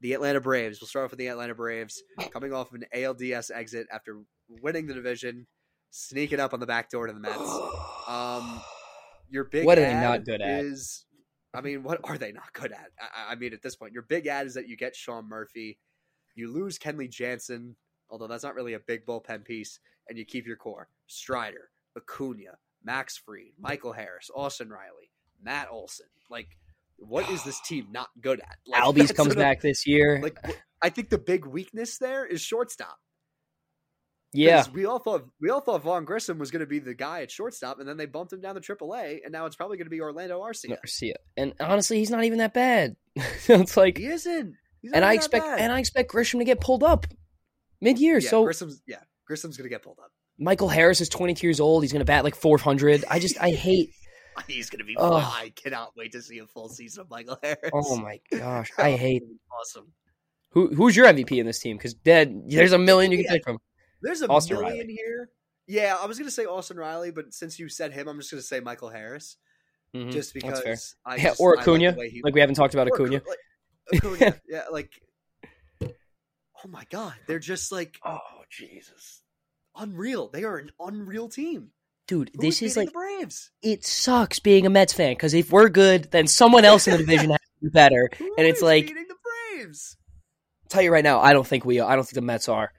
S1: The Atlanta Braves. We'll start off with the Atlanta Braves coming off of an ALDS exit after winning the division, sneaking up on the back door to the Mets. Um, your big
S2: What are they
S1: ad
S2: not good at?
S1: Is I mean, what are they not good at? I- I, I mean, at this point, your big ad is that you get Sean Murphy, you lose Kenley Jansen, although that's not really a big bullpen piece, and you keep your core: Strider, Acuna, Max Freed, Michael Harris, Austin Riley, Matt Olson. Like, what is this team not good at? Like,
S2: Albies
S1: that's
S2: comes
S1: what I'm-
S2: back this year.
S1: Like, wh- I think the big weakness there is shortstop.
S2: yeah,
S1: 'Cause we all thought we all thought Vaughn Grissom was going to be the guy at shortstop, and then they bumped him down to AAA, and now it's probably going to be Orlando Arcia.
S2: No, Garcia. And honestly, he's not even that bad. it's like,
S1: He isn't. He's not
S2: and I
S1: that
S2: expect
S1: bad.
S2: and I expect Grisham to get pulled up mid-year.
S1: yeah,
S2: so
S1: Grissom's yeah, Grissom's going to get pulled up.
S2: Michael Harris is 22 years old. He's going to bat like 400. I just I hate.
S1: He's going to be.
S2: Ugh.
S1: I cannot wait to see a full season of Michael Harris.
S2: Oh my gosh, I hate.
S1: Awesome.
S2: Who who's your MVP in this team? Because dead, there's a million you can
S1: Yeah.
S2: pick from.
S1: There's a
S2: Austin
S1: million
S2: Riley.
S1: here. Yeah, I was going to say Austin Riley, but since you said him, I'm just going to say Michael Harris,
S2: Mhm.
S1: just
S2: that's
S1: because.
S2: fair.
S1: I
S2: Yeah,
S1: just-
S2: or
S1: I
S2: Acuna,
S1: Like, the way he-
S2: Like we haven't talked about
S1: Or Acu-
S2: Acuna.
S1: like, Acuna. yeah, like. Oh my god, they're just like
S2: Oh Jesus,
S1: unreal. They are an unreal team.
S2: dude,
S1: Who
S2: this is
S1: beating
S2: like
S1: the Braves.
S2: it sucks being a Mets fan because if we're good, then someone else in the division has to be better.
S1: Who
S2: and it's
S1: is
S2: like-
S1: beating the Braves.
S2: tell you right now, I don't think we. I don't think the Mets are,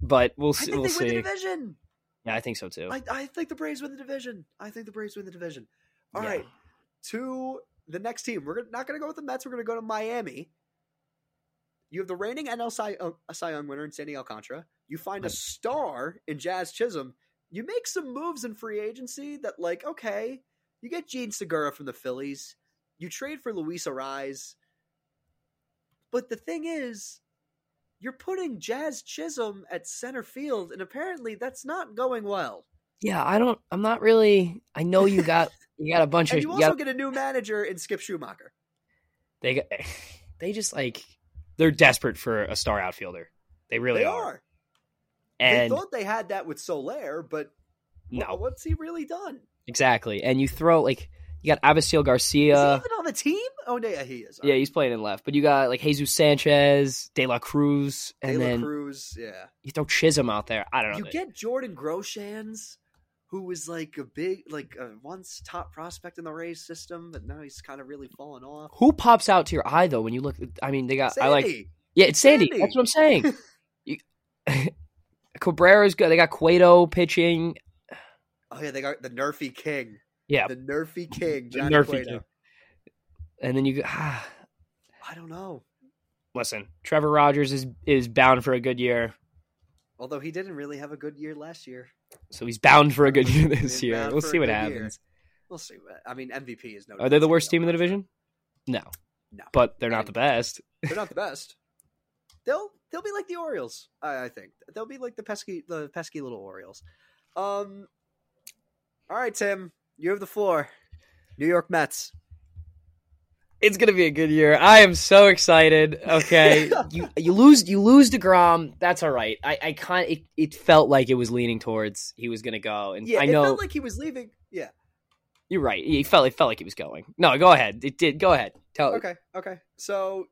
S2: but we'll
S1: I
S2: see.
S1: think
S2: We'll
S1: they win the
S2: see.
S1: division.
S2: Yeah, I think so too.
S1: I, I think the Braves win the division. I think the Braves win the division. All
S2: Yeah.
S1: right, to the next team. We're not going to go with the Mets. We're going to go to Miami. You have the reigning NL Cy, uh, Cy Young winner in Sandy Alcantara. You find a
S2: Right.
S1: star in Jazz Chisholm. You make some moves in free agency that, like, okay, you get Gene Segura from the Phillies. You trade for Luis Arise. But the thing is, you're putting Jazz Chisholm at center field, and apparently that's not going well.
S2: Yeah, I don't. I'm not really. I know you got you got a bunch of.
S1: And you
S2: You
S1: also
S2: got,
S1: get a new manager in Skip Schumacher.
S2: they got, they just like they're desperate for a star outfielder. They really
S1: they
S2: are.
S1: are.
S2: And
S1: they thought they had that with Solaire, but wha-
S2: no,
S1: what's he really done?
S2: exactly. And you throw like you got Abasil
S1: is
S2: Garcia.
S1: he even on the team? Oh, no, yeah, he is.
S2: Yeah, he's playing in left, but you got like Jesus Sanchez, De La Cruz, and
S1: De La
S2: then
S1: Cruz. Yeah,
S2: you throw Chisholm out there. I don't know.
S1: you get Jordan Groshans, who was like a big, like a once top prospect in the Rays system, but now he's kind of really fallen off.
S2: Who pops out to your eye though when you look? I mean, they got. I like
S1: Sandy,
S2: Yeah, it's Sandy.
S1: Sandy.
S2: That's what I'm saying. you, Cabrera's good. They got Cueto pitching.
S1: Oh yeah, they got the Nerfy King.
S2: Yeah.
S1: the Nerfy King,
S2: The
S1: Johnny
S2: Nerfy
S1: Cueto.
S2: King. And then you ah,
S1: I don't know.
S2: listen. Trevor Rogers is is bound for a good year,
S1: Although he didn't really have a good year last year.
S2: so he's bound for a good year
S1: Been
S2: this year.
S1: bad
S2: We'll
S1: for a
S2: see what
S1: good year.
S2: happens.
S1: We'll see. what- I mean, MVP is no.
S2: Are they the
S1: doubt.
S2: worst team in the division? No,
S1: No,
S2: but they're not the best.
S1: they're not the best. They'll they'll be like the Orioles, I, I think. They'll be like the pesky the pesky little Orioles. Um. All right, Tim, you have the floor. New York Mets.
S2: It's gonna be a good year. I am so excited. Okay, you you lose you lose Degrom. That's all right. I I kind it it felt like it was leaning towards he was gonna go, and
S1: Yeah,
S2: I
S1: it
S2: know
S1: felt like he was leaving. Yeah.
S2: You're right. He felt it felt like he was going. No, go ahead. It did. Go ahead. Tell.
S1: Okay. Okay. So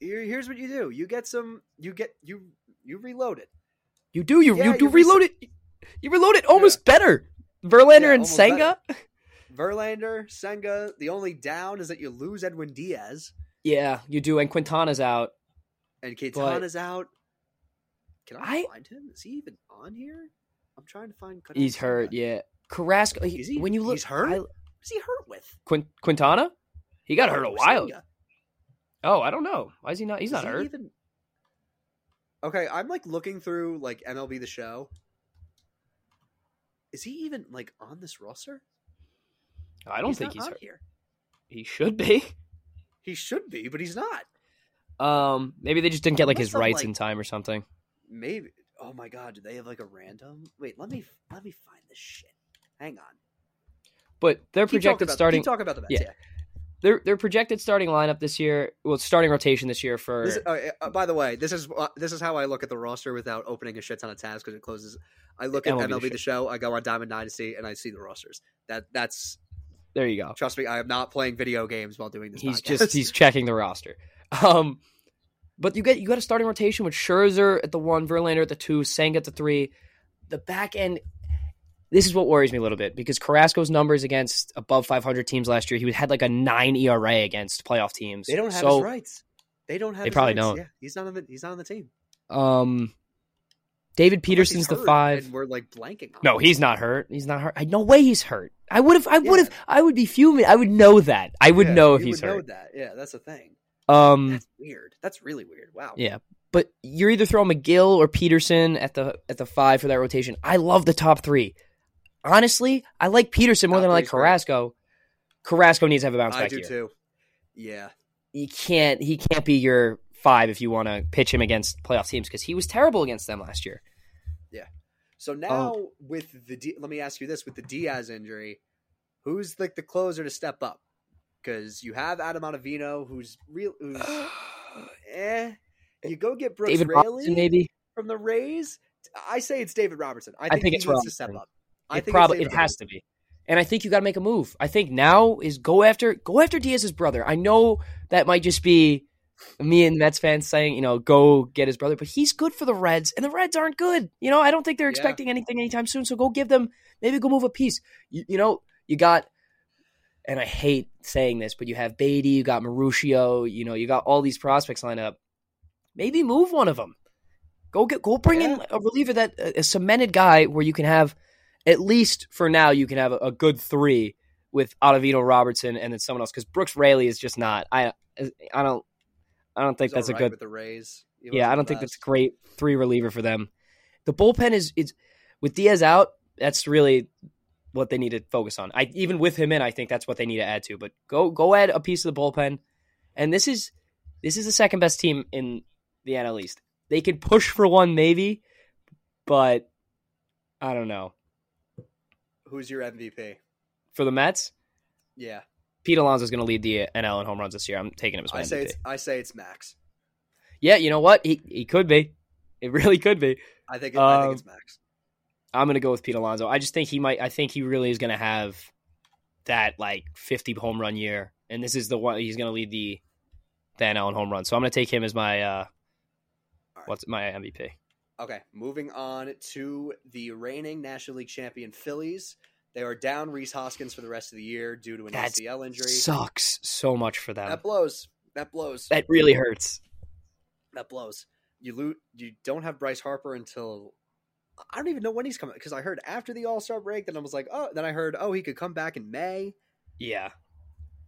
S1: here, here's what you do. You get some. You get you you reload it.
S2: You do. You
S1: Yeah,
S2: you do
S1: you
S2: reload it. You reload it almost better. Verlander
S1: Yeah,
S2: and
S1: almost
S2: Senga.
S1: Verlander, Senga. The only down is that you lose Edwin Diaz
S2: Yeah, you do. And Quintana's out.
S1: and Caetana's out. Can I,
S2: I-
S1: find him? Is he even on here? I'm trying to find. Carrasco.
S2: He's hurt. Yeah, Carrasco. he-
S1: Is he?
S2: When you look,
S1: he's hurt.
S2: I-
S1: Who's he hurt with?
S2: Quin- Quintana, he got hurt a while.
S1: Senga.
S2: Oh, I don't know. Why is he not? He's
S1: Is
S2: not
S1: he
S2: hurt.
S1: even- Okay, I'm like looking through like MLB the Show. Is he even like on this roster?
S2: I don't
S1: He's not
S2: think he's
S1: on
S2: hurt.
S1: here.
S2: He should be.
S1: He should be, but he's not.
S2: Um, maybe they just didn't get like
S1: Unless
S2: his
S1: I'm,
S2: rights
S1: like-
S2: in time or something.
S1: Maybe. Oh my god, do they have like a random? Wait, let me let me find this shit. Hang on.
S2: But their
S1: Keep talking
S2: projected
S1: about-
S2: starting
S1: Keep talking about the Mets.
S2: Yeah.
S1: Yeah.
S2: their their projected starting lineup this year, well, starting rotation this year for
S1: This is- uh, uh, by the way, this is uh, this is how I look at the roster without opening a shit ton of tabs because it closes. I look at
S2: MLB The
S1: MLB the show. I go on Diamond Dynasty and I see the rosters. That that's
S2: there you go.
S1: Uh, trust me. I am not playing video games while doing this.
S2: He's
S1: podcast.
S2: just he's checking the roster. Um, but you get you got a starting rotation with Scherzer at the one, Verlander at the two, Sanga at the three. The back end. This is what worries me a little bit because Carrasco's numbers against above 500 teams last year, he had like a nine ERA against playoff teams.
S1: they don't have
S2: so,
S1: his rights. They don't have.
S2: They
S1: his
S2: probably
S1: rights.
S2: don't.
S1: Yeah, he's not on the he's not on the team.
S2: Um,
S1: Unless
S2: David
S1: he's
S2: Peterson's the
S1: hurt
S2: five.
S1: And we're like blanking. on
S2: No,
S1: him.
S2: he's not hurt. He's not hurt. I, no way he's hurt. I would have. I
S1: Yeah.
S2: would have. I would be fuming. I would know that. I would
S1: Yeah,
S2: know if
S1: you
S2: he's
S1: would
S2: hurt.
S1: Know that. Yeah, that's the thing.
S2: Um,
S1: That's weird. That's really weird. Wow.
S2: yeah. But you're either throwing McGill or Peterson at the at the five for that rotation. I love the top three. Honestly, I like Peterson more
S1: Top
S2: than I like
S1: three's great.
S2: Carrasco. Carrasco needs to have a bounce
S1: I
S2: back
S1: do
S2: year.
S1: too. Yeah,
S2: You can't. He can't be your five if you want to pitch him against playoff teams because he was terrible against them last year. Oh.
S1: So now with the D, let me ask you this: with the Diaz injury, who's like the closer to step up? Because you have Adam Ottavino, who's real, who's eh. You go get Brooks
S2: David
S1: Raley
S2: Robinson, maybe.
S1: from the Rays. I say it's David Robertson. I think,
S2: think
S1: he
S2: it's
S1: needs to step
S2: Robertson.
S1: up. I
S2: it
S1: think
S2: probably
S1: it's
S2: it has to be. And I think you got to make a move. I think now is go after go after Diaz's brother. I know that might just be me and Mets fans saying, you know, go get his brother, but he's good for the Reds, and the Reds aren't good. You know, I don't think they're
S1: Yeah.
S2: expecting anything anytime soon. So go give them maybe go move a piece. You, you know, you got, and I hate saying this, but you have Beatty, you got Maruccio, you know, you got all these prospects lined up. Maybe move one of them. Go get go bring in
S1: Yeah.
S2: a reliever that a cemented guy where you can have at least for now you can have a, a good three with Ottavino Robertson and then someone else because Brooks Raley is just not I I don't I don't think
S1: He's
S2: that's a
S1: all right
S2: good
S1: with the Rays. He
S2: yeah
S1: wasn't
S2: I don't
S1: the best.
S2: think that's a great three reliever for them. The bullpen is is with Diaz out that's really what they need to focus on. I even with him in I think that's what they need to add to. But go go add a piece of the bullpen and this is this is the second best team in the NL East. They could push for one maybe, but I don't know
S1: Who's your MVP?
S2: for the Mets.
S1: Yeah,
S2: Pete Alonso is going to lead the NL in home runs this year. I'm taking him as my
S1: I say
S2: MVP.
S1: it's I say it's Max.
S2: Yeah, you know what? He he could be. It really could be.
S1: I think I
S2: Um,
S1: think it's Max.
S2: I'm going to go with Pete Alonso. I just think he might. I think he really is going to have that like 50 home run year, and this is the one he's going to lead the the NL in home runs. So I'm going to take him as my uh,
S1: All right.
S2: what's my MVP.
S1: Okay, moving on to the reigning National League champion Phillies. They are down Reese Hoskins for the rest of the year due to an
S2: That's
S1: ACL injury.
S2: Sucks so much for them.
S1: That blows. That blows. That,
S2: That really hurts.
S1: blows. You loot. You don't have Bryce Harper until I don't even know when he's coming because I heard after the All Star break. Then I was like, oh. Then I heard, oh, he could come back in May.
S2: Yeah,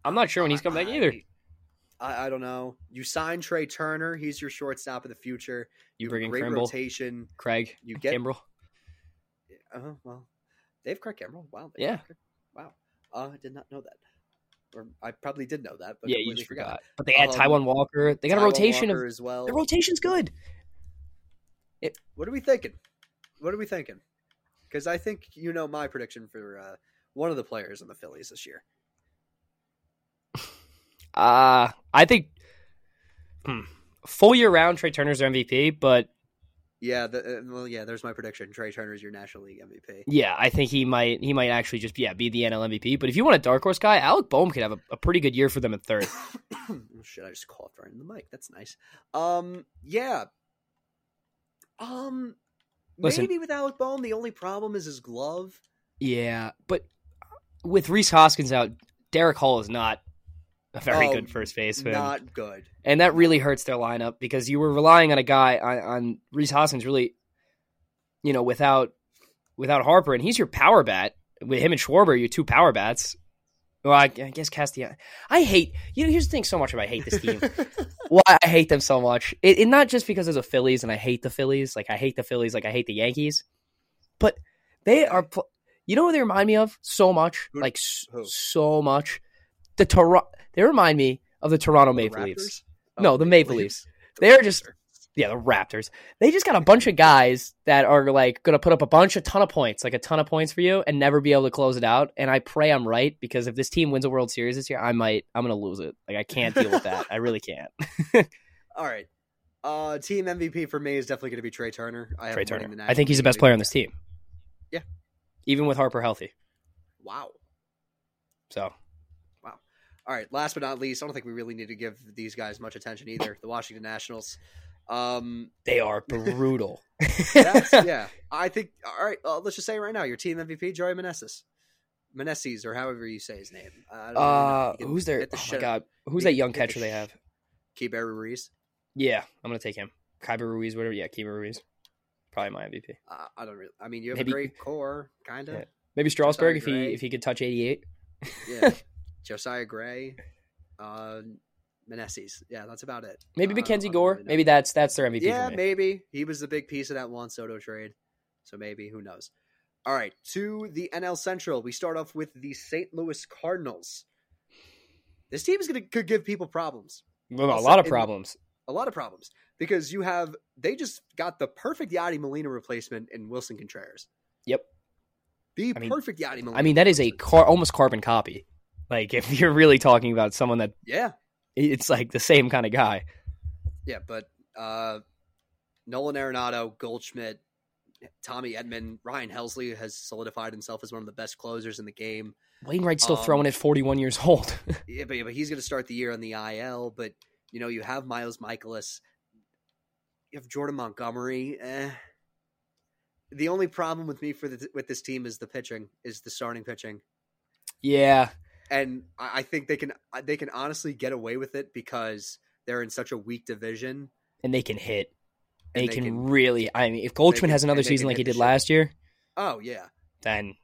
S2: I'm not sure when he's coming back either.
S1: I, I don't know. You sign Trey Turner. He's your shortstop of the future.
S2: You
S1: have
S2: bring in
S1: great
S2: Kimbrel,
S1: rotation.
S2: Craig,
S1: You get
S2: Kimbrel.
S1: Oh well, they've Craig Emerald. Wow. they
S2: Yeah.
S1: have Kirk- Wow. Uh, I did not know that, or I probably did know that, but
S2: Yeah, you
S1: completely
S2: just
S1: forgot.
S2: forgot. But they had
S1: Um,
S2: Taiwan Walker. They got a
S1: Taiwan
S2: rotation of
S1: Walker as well.
S2: The rotation's good.
S1: What are we thinking? What are we thinking? Because I think you know my prediction for uh, one of the players in the Phillies this year.
S2: Uh I think hmm, full year round Trey Turner's their MVP, but
S1: Yeah. The, uh, well, yeah. There's my prediction. Trey Turner is your National League MVP.
S2: yeah, I think he might he might actually just yeah be the NL MVP. But if you want a dark horse guy, Alec Boehm could have a, a pretty good year for them at third.
S1: oh, shit! I just coughed right in the mic. That's nice. Um. Yeah. Um.
S2: Listen.
S1: Maybe with Alec Boehm, the only problem is his glove.
S2: yeah, but with Reese Hoskins out, Derek Hall is not a very
S1: Oh,
S2: good first baseman,
S1: Not good.
S2: and that really hurts their lineup because you were relying on a guy on, on Reese Hoskins really, you know, without without Harper, and he's your power bat. With him and Schwarber, your two power bats. Well, I, I guess Castellanos. I hate you. know, Here's the thing: so much about I hate this team. Why I hate them so much? It, it not just because of the Phillies, and I hate the Phillies. Like I hate the Phillies. Like I hate the Yankees. But they are. Pl- you know what they remind me of so much?
S1: Who-
S2: Like s-
S1: who?
S2: so much. The Toronto. They remind me of the Toronto Maple
S1: Raptors?
S2: Leafs.
S1: Oh,
S2: No, the Maple Leafs. They're just yeah, the Raptors. They just got a bunch of guys that are like going to put up a bunch, a ton of points, like a ton of points for you, and never be able to close it out. And I pray I'm right because if this team wins a World Series this year, I might, I'm going to lose it. Like I can't deal with that. I really can't.
S1: All right. Uh, team MVP for me is definitely going to be Trey Turner. I have
S2: Trey
S1: him winning
S2: Turner.
S1: the
S2: I think he's the
S1: National
S2: best player on this team.
S1: Yeah.
S2: even with Harper healthy.
S1: League. Wow.
S2: So
S1: All right. Last but not least, I don't think we really need to give these guys much attention either. The Washington Nationals. Um,
S2: they are brutal.
S1: that's, yeah, I think. All right, uh, let's just say right now, your team MVP, Joey Meneses, Meneses, or however you say his name. I don't really know.
S2: Uh,
S1: He can
S2: who's their?
S1: hit the
S2: oh my
S1: shit out
S2: god,
S1: He
S2: who's that young
S1: hit the
S2: catcher they
S1: sh-
S2: have?
S1: of Keibert Ruiz.
S2: Yeah, I'm gonna take him. Kyber Ruiz, whatever. Yeah, Kyber Ruiz, probably my MVP.
S1: Uh, I don't really. I mean, you have
S2: Maybe-
S1: a great core, kind of.
S2: Maybe Strasburg
S1: Josiah
S2: if he
S1: Gray.
S2: if he could touch 88.
S1: Yeah. Josiah Gray, uh, Meneses. Yeah, that's about it. Uh,
S2: Maybe
S1: I don't- I
S2: Mackenzie
S1: don't
S2: Gore.
S1: really know.
S2: Maybe that's that's their MVP.
S1: Yeah,
S2: for me.
S1: maybe he was the big piece of that Juan Soto trade. So maybe who knows? All right, to the NL Central. We start off with the St. Louis Cardinals. This team is gonna could give people problems,
S2: Well, a
S1: Also,
S2: lot of
S1: in-
S2: problems.
S1: a lot of problems, because you have they just got the perfect Yadi Molina replacement in Wilson Contreras.
S2: Yep.
S1: The
S2: I mean-
S1: perfect Yadi Molina.
S2: I mean, that is a
S1: replacement.
S2: car almost carbon copy. Like if you're really talking about someone that
S1: yeah,
S2: it's like the same kind of guy.
S1: yeah. But uh, Nolan Arenado, Goldschmidt, Tommy Edmond, Ryan Helsley has solidified hhimself as one of the best closers in the game.
S2: Wainwright's still
S1: Um,
S2: throwing at 41 years old.
S1: Yeah, but, but he's going to start the year on the IL. But you know, you have Miles Michaelis, you have Jordan Montgomery. Eh. The only problem with me for the, with this team is the pitching, is the starting pitching,
S2: yeah,
S1: and I, I think they can they can honestly get away with it because they're in such a weak division.
S2: and they can hit. They,
S1: And
S2: can, really. I mean, if Goldschmidt
S1: can-
S2: has another
S1: and they
S2: season
S1: can
S2: like he
S1: hit the
S2: did
S1: shit.
S2: last year,
S1: Oh yeah,
S2: then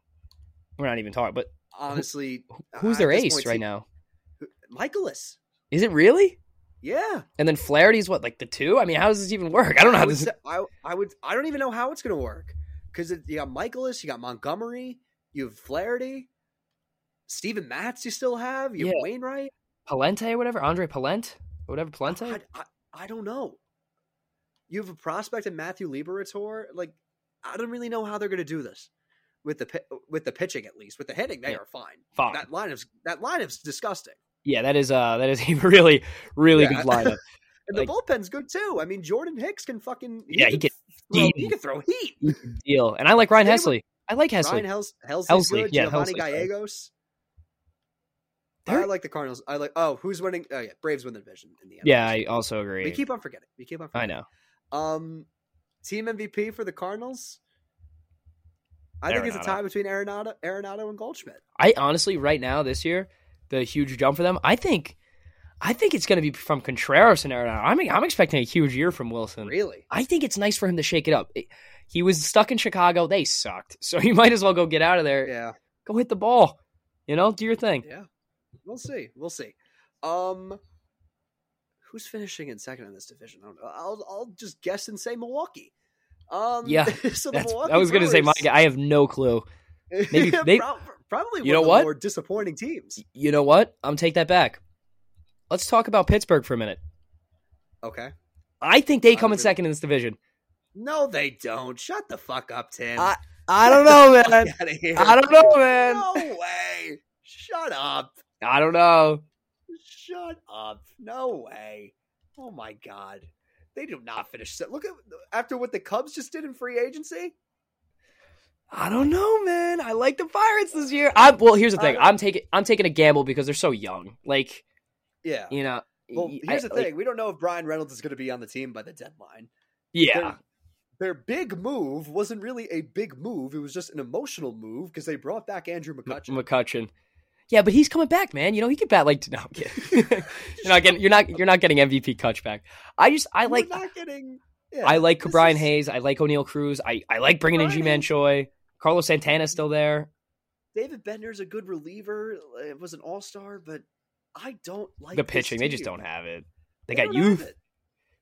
S2: we're not even talking. But
S1: honestly,
S2: who's
S1: at
S2: their
S1: this
S2: ace
S1: point,
S2: right
S1: see-
S2: now?
S1: Michaelis.
S2: Is it really?
S1: Yeah,
S2: And then Flaherty's what like the two? I mean, how does this even work? I don't know
S1: I
S2: how
S1: would,
S2: this.
S1: say, I, I would. I don't even know how it's going to work because you got Michaelis, you got Montgomery, you have Flaherty, Stephen Matz. You still have you have
S2: Yeah.
S1: Wainwright.
S2: Palente or whatever, Andre Palente, or whatever Palente.
S1: I, I, I don't know. You have a prospect in Matthew Liberator. Like I don't really know how they're going to do this with the pi- with the pitching at least. With the hitting, they
S2: Yeah.
S1: are fine.
S2: Fine.
S1: That lineup's that lineup's disgusting,
S2: yeah, that is uh that is a really really
S1: Yeah.
S2: good lineup.
S1: and
S2: Like-
S1: the bullpen's good too. I mean, Jordan Hicks can fucking
S2: Yeah, he can
S1: throw, he
S2: eat.
S1: can throw heat.
S2: Deal. And I like Ryan
S1: They were-
S2: Hesley. I like Hesley.
S1: Ryan Hels- Helsley's
S2: Helsley,
S1: good.
S2: yeah,
S1: Giovanni
S2: Helsley, sorry.
S1: Gallegos.
S2: They're-
S1: I like the Cardinals. I like. Oh, who's winning? Oh, yeah, Braves win the division in the end.
S2: yeah, I also agree.
S1: we keep on forgetting. We keep on.
S2: I
S1: Forgetting.
S2: know.
S1: Um, team MVP for the Cardinals. I think it's
S2: Arenado.
S1: a tie between Arenado, Arenado and Goldschmidt.
S2: I honestly right now this year, the huge jump for them. I think I think it's going to be from Contreras and Arenado. I'm I'm expecting a huge year from Wilson.
S1: Really?
S2: I think it's nice for him to shake it up. It- he was stuck in Chicago. They sucked. So he might as well go get out of there.
S1: Yeah.
S2: Go hit the ball. You know, do your thing.
S1: Yeah. We'll see. We'll see. Um, who's finishing in second in this division? I don't know. I'll I'll just guess and say Milwaukee. Um,
S2: Yeah,
S1: so the
S2: That's-
S1: Milwaukee
S2: I was going to say,
S1: Brewers-
S2: Mike, I have no clue. Maybe
S1: Yeah,
S2: they-
S1: prob- probably
S2: You
S1: one
S2: know
S1: of the
S2: what?
S1: more disappointing teams.
S2: You know what? I'm take that back. Let's talk about Pittsburgh for a minute.
S1: Okay.
S2: I think they come in
S1: Honestly.
S2: second in this division.
S1: No, they don't. Shut the fuck up, Tim.
S2: I- I don't know, man.
S1: Outta here.
S2: I don't know, man.
S1: No way. Shut up.
S2: I don't know.
S1: Shut up. No way. Oh my god. They do not finish. se- Look at after what the Cubs just did in free agency.
S2: I don't know, man. I like the Pirates this year. I well, here's the
S1: I
S2: thing.
S1: don't-
S2: I'm taking I'm taking a gamble because they're so young. Like
S1: Yeah.
S2: you know.
S1: Well,
S2: y-
S1: here's
S2: I-
S1: the
S2: like,
S1: thing. We don't know if Brian Reynolds is going to be on the team by the deadline.
S2: yeah,
S1: Their big move wasn't really a big move. It was just an emotional move because they brought back Andrew McCutcheon.
S2: McCutcheon. Yeah, but he's coming back, man. You know he could bat like no. I'm kidding. you're not getting you're not you're not getting MVP Kutch back. I just I
S1: We're
S2: like
S1: not getting. yeah,
S2: I like
S1: this
S2: Brian
S1: is-
S2: Hayes. I like O'Neill Cruz. I, I like bringing in
S1: Brian
S2: G Man
S1: Hayes-
S2: Choi. Carlos Santana's still there.
S1: David Bender's a good reliever. It was an all star, but I don't like
S2: the
S1: this
S2: pitching, they just
S1: team.
S2: don't have it. They, got
S1: don't have
S2: youth.
S1: it.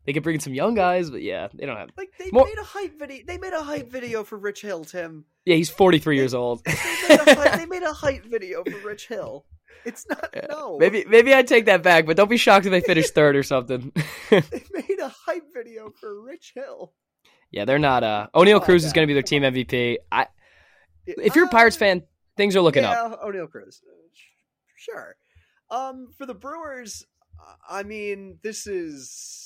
S2: They could bring in some young guys, but yeah, they don't have.
S1: Like they
S2: More-
S1: made a hype video. They made a hype video for Rich Hill, Tim.
S2: Yeah, he's 43 years old.
S1: They made a hype, they made a hype video for Rich Hill. It's not
S2: Yeah,
S1: no.
S2: Maybe maybe I take that back, but don't be shocked if they finish third or something.
S1: they made a hype video for Rich Hill.
S2: yeah, they're not. Uh, O'Neill
S1: Come on,
S2: Cruz is
S1: Dak,
S2: going to be their team MVP. I if you're a Pirates
S1: Uh,
S2: fan, things are looking
S1: yeah,
S2: up.
S1: O'Neill Cruz, Uh, sh- sure. Um, for the Brewers, uh, I mean, this is.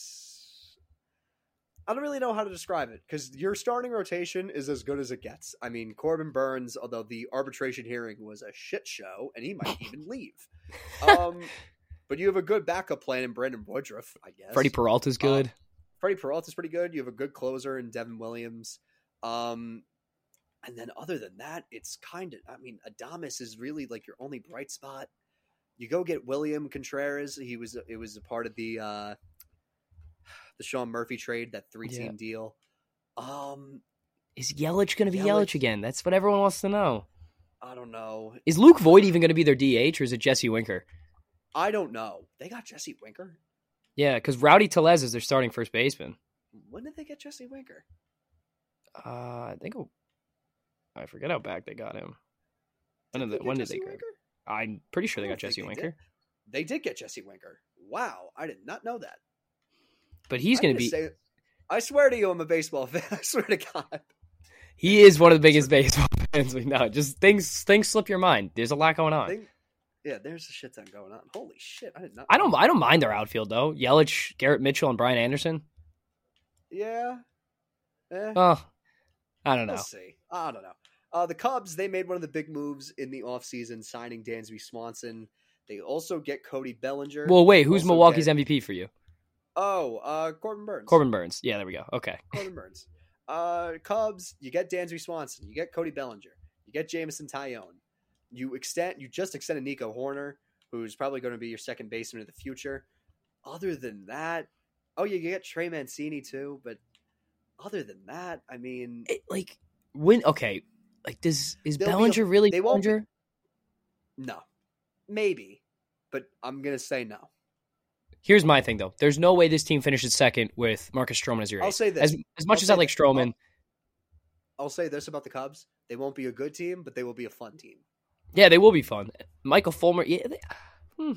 S1: I don't really know how to describe it because your starting rotation is as good as it gets. I mean, Corbin Burns, although the arbitration hearing was a shit show, and he might even leave. Um, but you have a good backup plan in Brandon Woodruff, I guess.
S2: Freddie Peralta's good.
S1: Uh, Freddie Peralta's pretty good. You have a good closer in Devin Williams. Um, and then other than that, it's kind of, I mean, Adamas is really like your only bright spot. You go get William Contreras. He was, it was a part of the, uh, the Sean Murphy trade, that three team
S2: Yeah.
S1: deal. Um,
S2: is Yelich going to be Yelich.
S1: Yelich.
S2: again? That's what everyone wants to know.
S1: I don't know.
S2: Is Luke Voigt even going to be their DH or is it Jesse Winker?
S1: I don't know. They got Jesse Winker.
S2: Yeah, because Rowdy Telez is their starting first baseman.
S1: When did they get Jesse Winker?
S2: Uh, I think I forget how back they got him. When
S1: They
S2: did they,
S1: get
S2: when did
S1: Jesse
S2: they grab?
S1: Winker?
S2: I'm pretty
S1: I
S2: sure they got
S1: don't think
S2: Jesse
S1: they
S2: Winker,
S1: did. They did get Jesse Winker. Wow. I did not know that.
S2: but he's
S1: I'm
S2: going to
S1: gonna
S2: be.
S1: say- I swear to you, I'm a baseball fan. I swear to God.
S2: He is one of the biggest baseball fans we know. Just things things slip your mind. There's a lot going on.
S1: They- yeah, there's a shit ton going on. Holy shit! I did not.
S2: I don't I don't mind their outfield though. Yelich, Garrett Mitchell, and Brian Anderson.
S1: Yeah. Eh,
S2: Oh, I don't
S1: we'll
S2: know.
S1: see. I don't know. Uh, the Cubs they made one of the big moves in the offseason, signing Dansby Swanson. They also get Cody Bellinger.
S2: Well, wait, who's
S1: Also
S2: Milwaukee's
S1: dead.
S2: MVP for you?
S1: oh, uh, Corbin Burns.
S2: Corbin Burns. Yeah, there we go. Okay.
S1: Corbin Burns. Uh, Cubs, you get Dansby Swanson, you get Cody Bellinger, you get Jamison Tyone. You extend, you just extended Nico Horner, who's probably going to be your second baseman in the future. Other than that, oh, you get Trey Mancini too, but other than that, I mean,
S2: It- like when okay, like does is
S1: They'll be-
S2: Bellinger really
S1: they won't be-
S2: Bellinger?
S1: no, maybe, but I'm gonna say no.
S2: Here's my thing though. There's no way this team finishes second with Marcus Stroman as your
S1: I'll
S2: ace.
S1: say this.
S2: As as much
S1: I'll
S2: as I
S1: say
S2: like
S1: this.
S2: Stroman,
S1: I'll say this about the Cubs: they won't be a good team, but they will be a fun team.
S2: yeah, they will be fun. Michael Fulmer, yeah. They, hmm.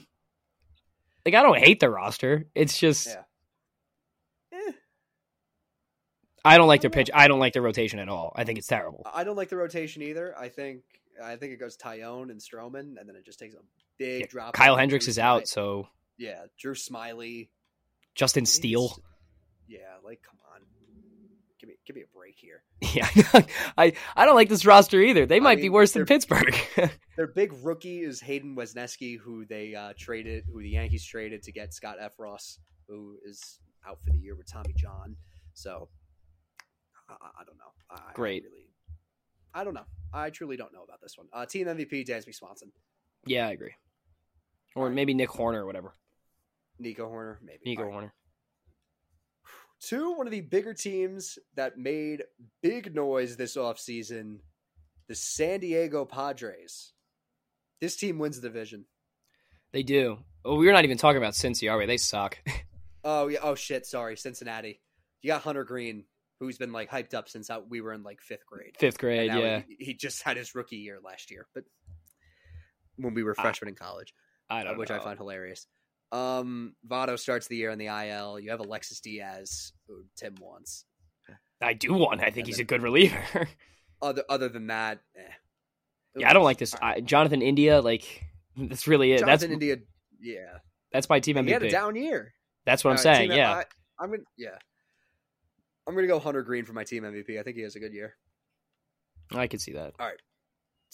S2: Like I don't hate their roster. It's just
S1: Yeah. Eh,
S2: I don't like
S1: I
S2: their
S1: don't know.
S2: pitch. I don't like their rotation at all. I think it's terrible.
S1: I don't like the rotation either. I think I think it goes Tyone and Stroman, and then it just takes a big
S2: Yeah,
S1: drop.
S2: Kyle
S1: off.
S2: Hendricks
S1: Drew
S2: is out,
S1: Smi-
S2: so
S1: yeah, Drew Smiley,
S2: Justin Steele.
S1: Yeah, like come on, give me give me a break here.
S2: Yeah, I I don't like this roster either. They
S1: I
S2: might be
S1: mean,
S2: worse than
S1: they're-
S2: Pittsburgh.
S1: Their big rookie is Hayden Wesneski, who they uh, traded, who the Yankees traded to get Scott Efros, who is out for the year with Tommy John. So I, I- I don't know. I, I
S2: Great.
S1: really, I don't know. I truly don't know about this one. Uh, team MVP Dansby Swanson,
S2: yeah, I agree. Or maybe Nick Horner or whatever.
S1: Nico Horner, maybe
S2: Nico
S1: All right.
S2: Horner.
S1: to one of the bigger teams that made big noise this offseason, the San Diego Padres. This team wins the division.
S2: They do. Oh, we're not even talking about Cincy, are we? They suck.
S1: Oh yeah. Oh shit. Sorry, Cincinnati. You got Hunter Green, who's been like hyped up since I, we were in like fifth grade.
S2: Fifth
S1: And
S2: grade,
S1: now
S2: yeah.
S1: He, he just had his rookie year last year, but when we were
S2: Ah,
S1: freshmen in college, uh,
S2: I don't
S1: which
S2: know.
S1: I find hilarious. Um, Votto starts the year on the IL. You have Alexis Diaz, who Tim wants.
S2: I do want. I think
S1: And
S2: he's a
S1: then-
S2: good reliever.
S1: Other other than that, eh.
S2: yeah, I don't like this. I, Jonathan India, like that's really it.
S1: Jonathan
S2: that's
S1: India. Yeah,
S2: that's my team
S1: he had a
S2: MVP.
S1: down year.
S2: that's what I'm
S1: Uh,
S2: saying.
S1: team-
S2: yeah.
S1: I, am gonna yeah. I'm gonna go Hunter Green for my team MVP. I think he has a good year.
S2: I could see that.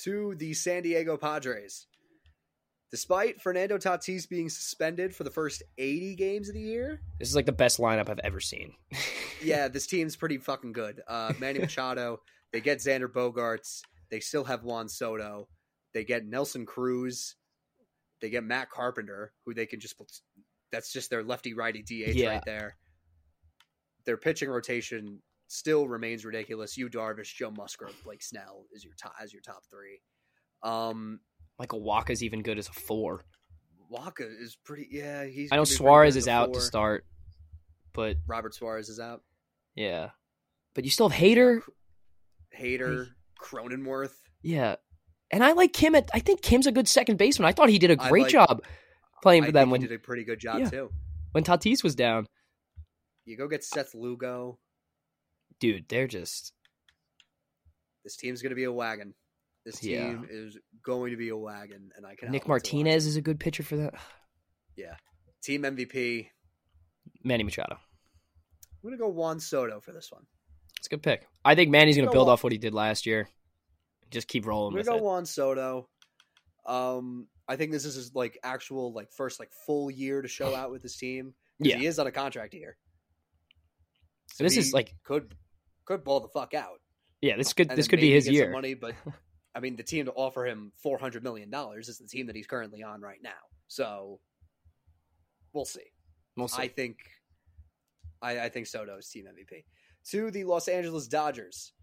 S1: To the San Diego Padres. Despite Fernando Tatis being suspended for the first 80 games of the year,
S2: This is like the best lineup I've ever seen.
S1: yeah, this team's pretty fucking good. Uh, Manny Machado, they get Xander Bogarts, they still have Juan Soto, they get Nelson Cruz, they get Matt Carpenter, who they can just that's just their lefty righty DH
S2: Yeah.
S1: right there. Their pitching rotation still remains ridiculous. You Darvish, Joe Musgrove, Blake Snell is your top as your top three. Um,
S2: Michael Walker's even good as a four.
S1: Waka is pretty. Yeah, he's.
S2: I know
S1: gonna be pretty
S2: Suarez
S1: good
S2: is out to
S1: before.
S2: start, but
S1: Robert Suarez is out.
S2: yeah, but you still have Hater.
S1: Hater, Cronenworth.
S2: Yeah, and I like Kim. At I think Kim's a good second baseman. I thought he did a
S1: I
S2: great
S1: like-
S2: job playing
S1: I
S2: for
S1: think
S2: them
S1: he
S2: when
S1: did a pretty good job
S2: Yeah.
S1: too.
S2: when Tatis was down.
S1: You go get Seth Lugo.
S2: Dude, they're just
S1: This team's gonna be a wagon. This
S2: Yeah.
S1: team is going to be a wagon, and I can.
S2: Nick Martinez is a good pitcher for that.
S1: team MVP. I'm
S2: Manny Machado.
S1: gonna go Juan Soto for this one.
S2: It's a good pick. I think Manny's going to
S1: Go
S2: build
S1: on.
S2: off what he did last year. Just keep rolling
S1: We're
S2: with
S1: gonna
S2: it.
S1: go Juan Soto. Um, I think this is his like actual like first like full year to show out with this team. 'Cause
S2: Yeah.
S1: he is on a contract year. So
S2: This
S1: he
S2: is like,
S1: could could ball the fuck out.
S2: yeah, this could
S1: and
S2: this
S1: then
S2: could be
S1: maybe
S2: his
S1: get some
S2: year.
S1: Money, but I mean, the team to offer him four hundred million dollars is the team that he's currently on right now. So we'll see.
S2: We'll see.
S1: I think I, I think Soto is team MVP. To the Los Angeles Dodgers.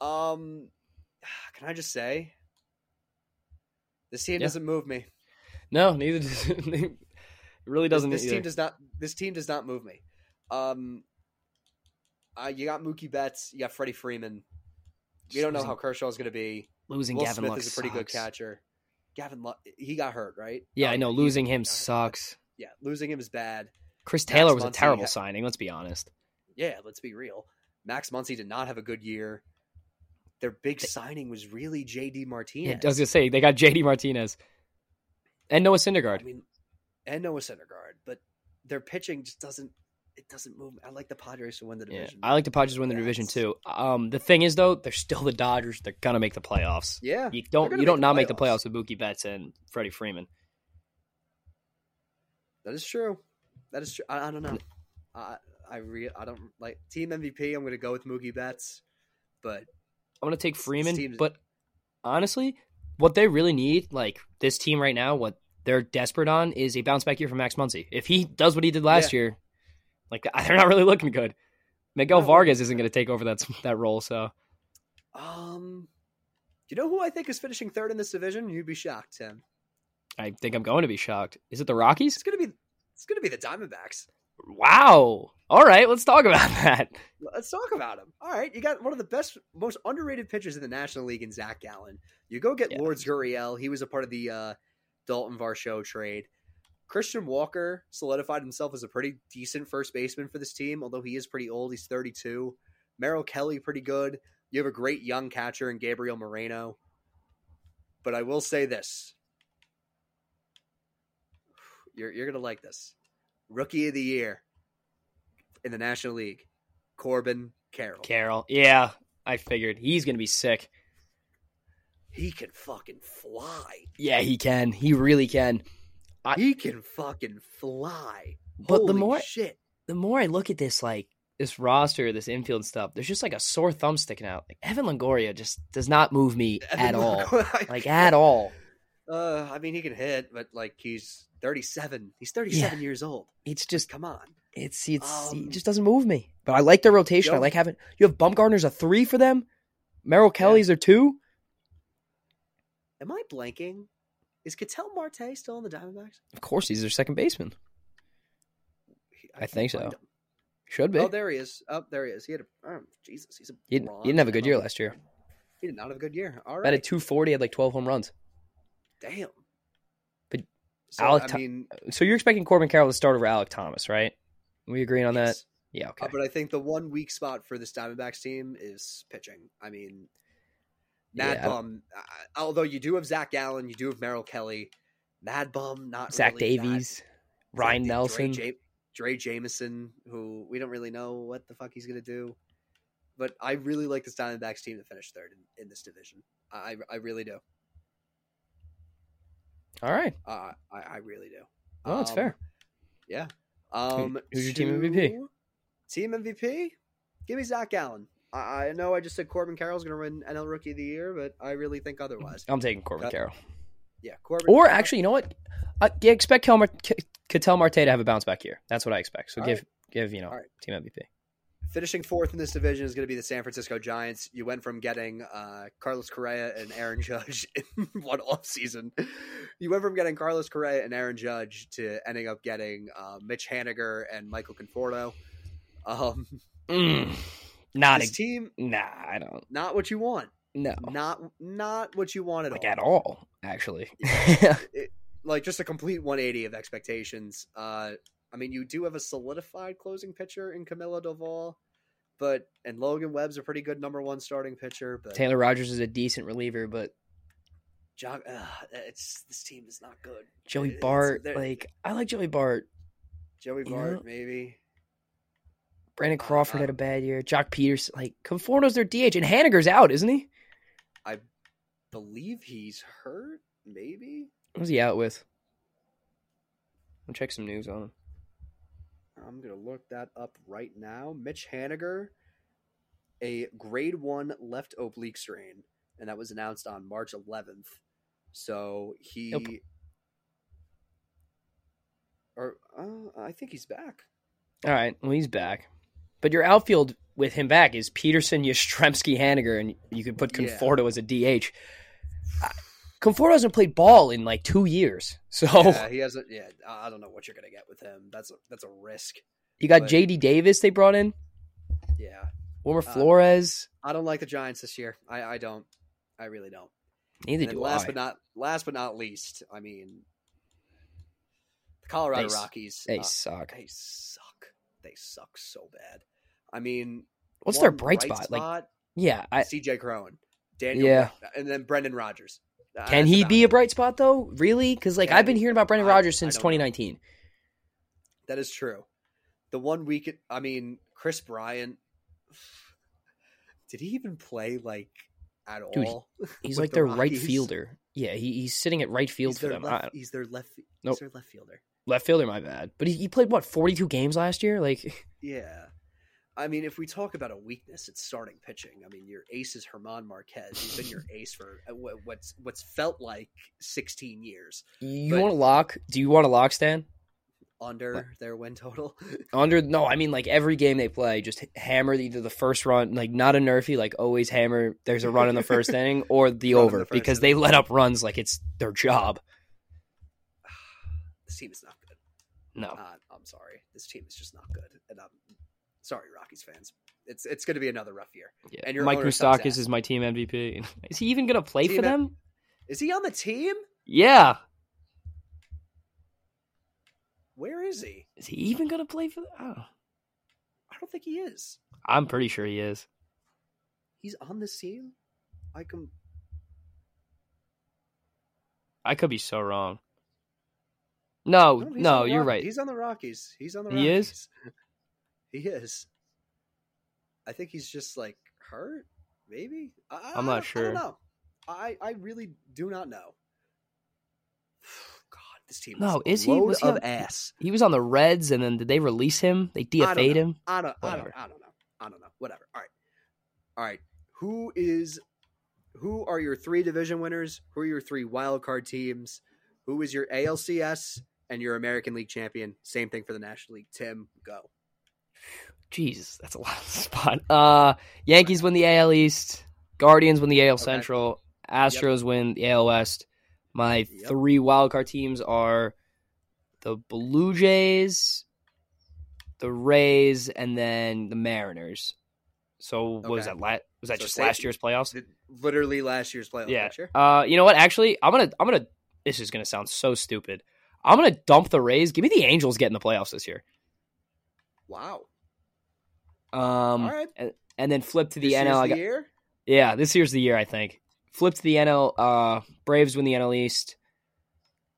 S1: Um can I just say this team
S2: Yeah.
S1: doesn't move me.
S2: no, neither does it. Really doesn't.
S1: this, this
S2: either.
S1: team does not this team does not move me. Um uh, you got Mookie Betts, you got Freddie Freeman. We
S2: Just
S1: don't know
S2: losing-
S1: how Kershaw's gonna be.
S2: losing
S1: Will
S2: Gavin
S1: Smith
S2: Lux
S1: is a pretty good
S2: sucks.
S1: catcher. Gavin Lux, he got hurt, right?
S2: Yeah,
S1: Oh,
S2: I know.
S1: he-
S2: Losing him
S1: got hurt.
S2: sucks.
S1: Yeah, losing him is bad.
S2: Chris
S1: Max
S2: Taylor was a
S1: Muncy
S2: terrible
S1: ha-
S2: signing. Let's be honest.
S1: yeah, let's be real. Max Muncy did not have a good year. Their big signing was really JD
S2: Yeah,
S1: Martinez.
S2: I was gonna say they got JD Martinez and Noah
S1: I
S2: Syndergaard.
S1: mean, and Noah Syndergaard, but their pitching just doesn't. It doesn't move. I like the Padres to win the
S2: Yeah,
S1: division.
S2: I like the Padres win the division
S1: That's-
S2: too. Um, the thing is though, they're still the Dodgers. They're gonna make the playoffs.
S1: Yeah,
S2: You don't
S1: gonna
S2: you don't
S1: make the
S2: not make the
S1: playoffs.
S2: playoffs with Mookie Betts and Freddie Freeman.
S1: that is true. That is true. I, I don't know. I I re, I don't like team MVP. I'm going to go with Mookie Betts, but
S2: I'm gonna take Freeman,
S1: team's-
S2: but honestly, what they really need, like this team right now, what they're desperate on is a bounce back year for Max Muncy. If he does what he did last year, like they're not really looking good. Miguel
S1: Not really
S2: Vargas isn't gonna take over that that role, so
S1: um, you know who I think is finishing third in this division? You'd be shocked, Tim.
S2: I think I'm going to be shocked. Is it the Rockies?
S1: It's going to be it's going to be the Diamondbacks.
S2: Wow. All right, let's talk about that.
S1: Let's talk about him. All right, you got one of the best, most underrated pitchers in the National League in Zach Gallen. You go get
S2: Yeah.
S1: Lourdes Gurriel. He was a part of the uh, Dalton Varsho trade. Christian Walker solidified himself as a pretty decent first baseman for this team, although he is pretty old. He's 32. Merrill Kelly, pretty good. You have a great young catcher in Gabriel Moreno. But I will say this you're, you're going to like this. Rookie of the year in the National League, Corbin Carroll.
S2: Carroll. Yeah, I figured he's going to be sick.
S1: he can fucking fly.
S2: Yeah, he can. He really can. I-
S1: he can fucking fly.
S2: But
S1: Holy
S2: the more
S1: shit.
S2: the more I look at this like this roster, this infield stuff, there's just like a sore thumb sticking out. Like Evan Longoria just does not move me at all. Like at all.
S1: Uh, I mean, he can hit, but like he's 37. He's 37 years old.
S2: It's just
S1: Come on.
S2: it's it's
S1: Um,
S2: it just doesn't move me. But I like their rotation. I
S1: Yo.
S2: like having you have Bumgarner's a three for them. Merrill Kelly's a two.
S1: Am I blanking? Is Cattell Marte still in the Diamondbacks?
S2: Of course, he's their second baseman.
S1: He-
S2: I
S1: can't
S2: think so.
S1: find him.
S2: Should be.
S1: Oh, there he is. Oh, there he is. He had a oh, Jesus. He's a.
S2: he, didn't,
S1: bronze
S2: he didn't have a good year
S1: medal.
S2: last year.
S1: He did not have a good year. All
S2: Batted
S1: right.
S2: two forty, had like twelve home runs.
S1: Damn.
S2: But
S1: so,
S2: Alec
S1: I
S2: Tho-
S1: mean,
S2: So you're expecting Corbin Carroll to start over Alec Thomas, right? We agreeing on that?
S1: yes.
S2: Yeah.
S1: Uh,
S2: Okay.
S1: but I think the one weak spot for this Diamondbacks team is pitching. I mean, Mad
S2: Yeah, I don't-
S1: Bum. Uh, although you do have Zach Allen, you do have Merrill Kelly, Mad Bum, not
S2: Zach
S1: really that-
S2: Davies,
S1: Zach
S2: Ryan
S1: Davies,
S2: Nelson.
S1: Dre, ja- Dre Jameson, who we don't really know what the fuck he's gonna do. But I really like this Diamondbacks team to finish third in, in this division. I I really do.
S2: All right.
S1: Uh, I I really do.
S2: Well, it's
S1: Um,
S2: fair.
S1: Yeah. Um,
S2: who's your team MVP?
S1: to- Team MVP? Give me Zach Allen. I, I know I just said Corbin Carroll's going to win NL Rookie of the Year, but I really think otherwise.
S2: I'm taking Corbin
S1: Cut.
S2: Carroll.
S1: Yeah, Corbin.
S2: Um, Or
S1: Carroll.
S2: actually, you know what? I yeah, expect Kelmer, K- Cattell Marte to have a bounce back here. That's what I expect. So
S1: All
S2: give give you know
S1: All right.
S2: team MVP.
S1: Finishing fourth in this division is going to be the San Francisco Giants. You went from getting uh, Carlos Correa and Aaron Judge in one offseason. You went from getting Carlos Correa and Aaron Judge to ending up getting uh, Mitch Haniger and Michael Conforto. Um,
S2: Mm, not
S1: this
S2: a,
S1: team,
S2: nah. I don't.
S1: not what you want.
S2: No,
S1: Not not what you want at
S2: Oh. like
S1: all.
S2: at all. Actually,
S1: like just a complete 180 of expectations. Uh, I mean, you do have a solidified closing pitcher in Camilo Doval, but and Logan Webb's a pretty good number one starting pitcher. But
S2: Taylor Rogers is a decent reliever, but
S1: John, it's this team is not good.
S2: Joey
S1: It's-
S2: Bart,
S1: they're-
S2: like I like Joey Bart.
S1: Joey
S2: you
S1: Bart,
S2: know-
S1: maybe.
S2: Brandon
S1: I-
S2: Crawford
S1: I-
S2: had a bad year. Jock Peters, like Conforto's their DH, and Haniger's out, isn't he?
S1: Believe he's hurt, maybe.
S2: Who's he out with? I'll check some news on him.
S1: I'm gonna look that up right now. Mitch Haniger, a grade one left oblique strain, and that was announced on March 11th. So he,
S2: Nope.
S1: or uh, I think he's back.
S2: All right, well he's back, but your outfield with him back is Peterson, Yastrzemski, Haniger, and you could put
S1: Yeah.
S2: Conforto as a DH. I- Conforto hasn't played ball in like two years, so
S1: Yeah, he hasn't. Yeah, I I don't know what you're gonna get with him. That's a, that's a risk.
S2: you got
S1: but-
S2: J.D. Davis they brought in,
S1: Yeah,
S2: Wilmer
S1: Uh,
S2: Flores.
S1: I don't like the Giants this year. I I don't. I really don't.
S2: Neither
S1: And
S2: do
S1: then last
S2: I.
S1: but not last but not least, I mean, the Colorado
S2: They s-
S1: Rockies.
S2: they
S1: uh,
S2: suck.
S1: They suck. They suck so bad. I mean,
S2: What's their
S1: one
S2: bright, spot? Like, yeah, I,
S1: CJ Crowan, Daniel,
S2: Yeah.
S1: Bre- and then Brendan Rodgers. Uh,
S2: can
S1: that's
S2: he
S1: about
S2: be
S1: it.
S2: a bright spot though? Really? Because like
S1: Can
S2: I've been
S1: he?
S2: hearing about Brendan
S1: I-
S2: Rodgers
S1: I
S2: since
S1: don't know.
S2: 2019.
S1: That is true. The one week, I mean, Chris Bryant. Did he even play like at
S2: Dude,
S1: all? With
S2: He's like
S1: the
S2: their right
S1: Rockies.
S2: fielder. Yeah, he, he's sitting at right field
S1: he's
S2: for
S1: their
S2: them. I-
S1: left.
S2: Left,
S1: He's their left. he's
S2: Nope.
S1: their left fielder.
S2: fielder, my bad. But he, he played what 42 games last year. Like,
S1: Yeah. I mean, if we talk about a weakness, it's starting pitching. I mean, your ace is Herman Marquez. He's been your ace for uh, wha- what's what's felt like 16 years
S2: you
S1: But-
S2: want to lock? Do you want to lock Stan
S1: under their win total.
S2: under? No, I mean like every game they play, just hammer either the first run, like not a nerfy, like always hammer. There's a run in the first inning or the
S1: Run in
S2: over
S1: the first
S2: because
S1: inning.
S2: they let up runs like it's their job.
S1: this team is not good.
S2: No,
S1: Uh, I'm sorry. This team is just not good. And I'm sorry, Rockies fans. It's it's going to be another rough year.
S2: yeah.
S1: and your
S2: Mike
S1: owner sucks
S2: Moustakis
S1: ass.
S2: is my team MVP. Is he even gonna play
S1: Team
S2: for
S1: M-
S2: them?
S1: Is he on the team?
S2: Yeah.
S1: Where is he?
S2: Is he even going to play for? Oh,
S1: I don't think he is.
S2: I'm pretty sure he is.
S1: He's on this team. I can.
S2: I could be so wrong. No,
S1: he's
S2: Oh, no,
S1: on the
S2: you're
S1: Rock-
S2: right.
S1: He's on the Rockies. He's on the Rockies.
S2: He is?
S1: He is. I think he's just like hurt, maybe. I, I
S2: I'm not
S1: don't- I
S2: sure.
S1: don't know. I I really do not know. God, this team.
S2: No,
S1: is,
S2: is he-
S1: loads
S2: was he on-
S1: of ass?
S2: He was on the Reds, and then did they release him? They
S1: don't
S2: DFA'd
S1: know.
S2: him.
S1: I don't. I don't.
S2: Whatever.
S1: I don't know. I don't know. Whatever. All right. All right. Who is? Who are your three division winners? Who are your three wild card teams? Who is your ALCS and your American League champion? Same thing for the National League. Tim, go.
S2: Jesus, that's a lot of spot. Uh, Yankees win the AL East. Guardians win the AL
S1: Okay.
S2: Central. Astros win the AL West. My
S1: Yep.
S2: three wildcard teams are the Blue Jays, the Rays, and then the Mariners. So what was
S1: Okay.
S2: that la- was that
S1: So
S2: just
S1: say-
S2: last year's playoffs?
S1: The- Literally last year's playoff
S2: Yeah.
S1: picture.
S2: Uh, you know what? Actually, I'm gonna, I'm gonna. This is gonna sound so stupid. I'm gonna dump the Rays. Give me the Angels getting the playoffs this year.
S1: Wow.
S2: Um,
S1: All right.
S2: and then flip to the
S1: This
S2: NL.
S1: year's
S2: I
S1: the
S2: got-
S1: year?
S2: yeah, this year's the year. I think flip to the NL. Uh, Braves win the NL East.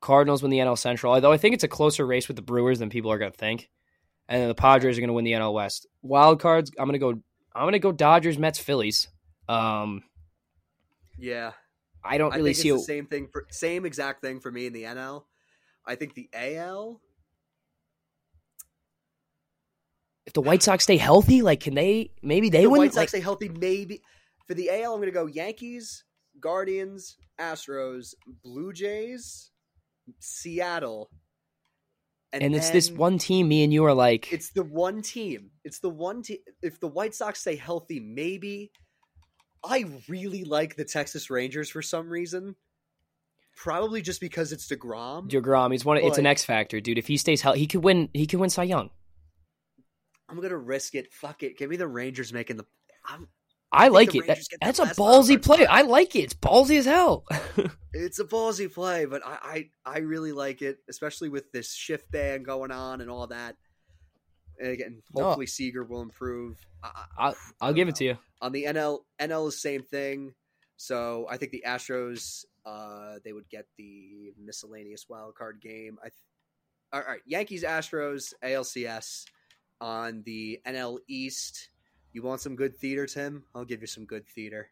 S2: Cardinals win the NL Central. Although I think it's a closer race with the Brewers than people are gonna think. And then the Padres are gonna win the NL West. Wild cards. I'm gonna go. I'm gonna go Dodgers, Mets, Phillies. Um,
S1: Yeah.
S2: I don't
S1: I
S2: really
S1: think
S2: see.
S1: it's
S2: a-
S1: the same thing for same exact thing for me in the NL. I think the AL.
S2: if the White Sox stay healthy, like can they? Maybe they
S1: the
S2: wouldn't.
S1: White Sox
S2: like,
S1: stay healthy. Maybe for the AL, I'm going to go Yankees, Guardians, Astros, Blue Jays, Seattle,
S2: And, it's this
S1: then-
S2: one team me and you are like
S1: It's the one team. It's the one team. If the White Sox stay healthy, maybe. I really like the Texas Rangers for some reason. Probably just because it's Degrom.
S2: DeGrom, he's one of- it's an
S1: Like-
S2: X factor, dude. If he stays healthy, he could win he could win Cy Young.
S1: I'm gonna risk it. Fuck it. Give me the Rangers making the. I'm,
S2: I,
S1: think
S2: like
S1: the
S2: it. That-
S1: Rangers get the
S2: that's a
S1: last wild
S2: ballsy
S1: card
S2: play.
S1: spot.
S2: I like it. It's ballsy as hell.
S1: it's a ballsy play, but I, I I really like it, especially with this shift ban going on and all that. And again,
S2: No.
S1: hopefully Seager will improve. I, I-
S2: I'll give it to you.
S1: on the NL NL is same thing. So I think the Astros uh, they would get the miscellaneous wild card game. I th- all right, Yankees Astros ALCS on the NL East. You want some good theater, Tim? I'll give you some good theater.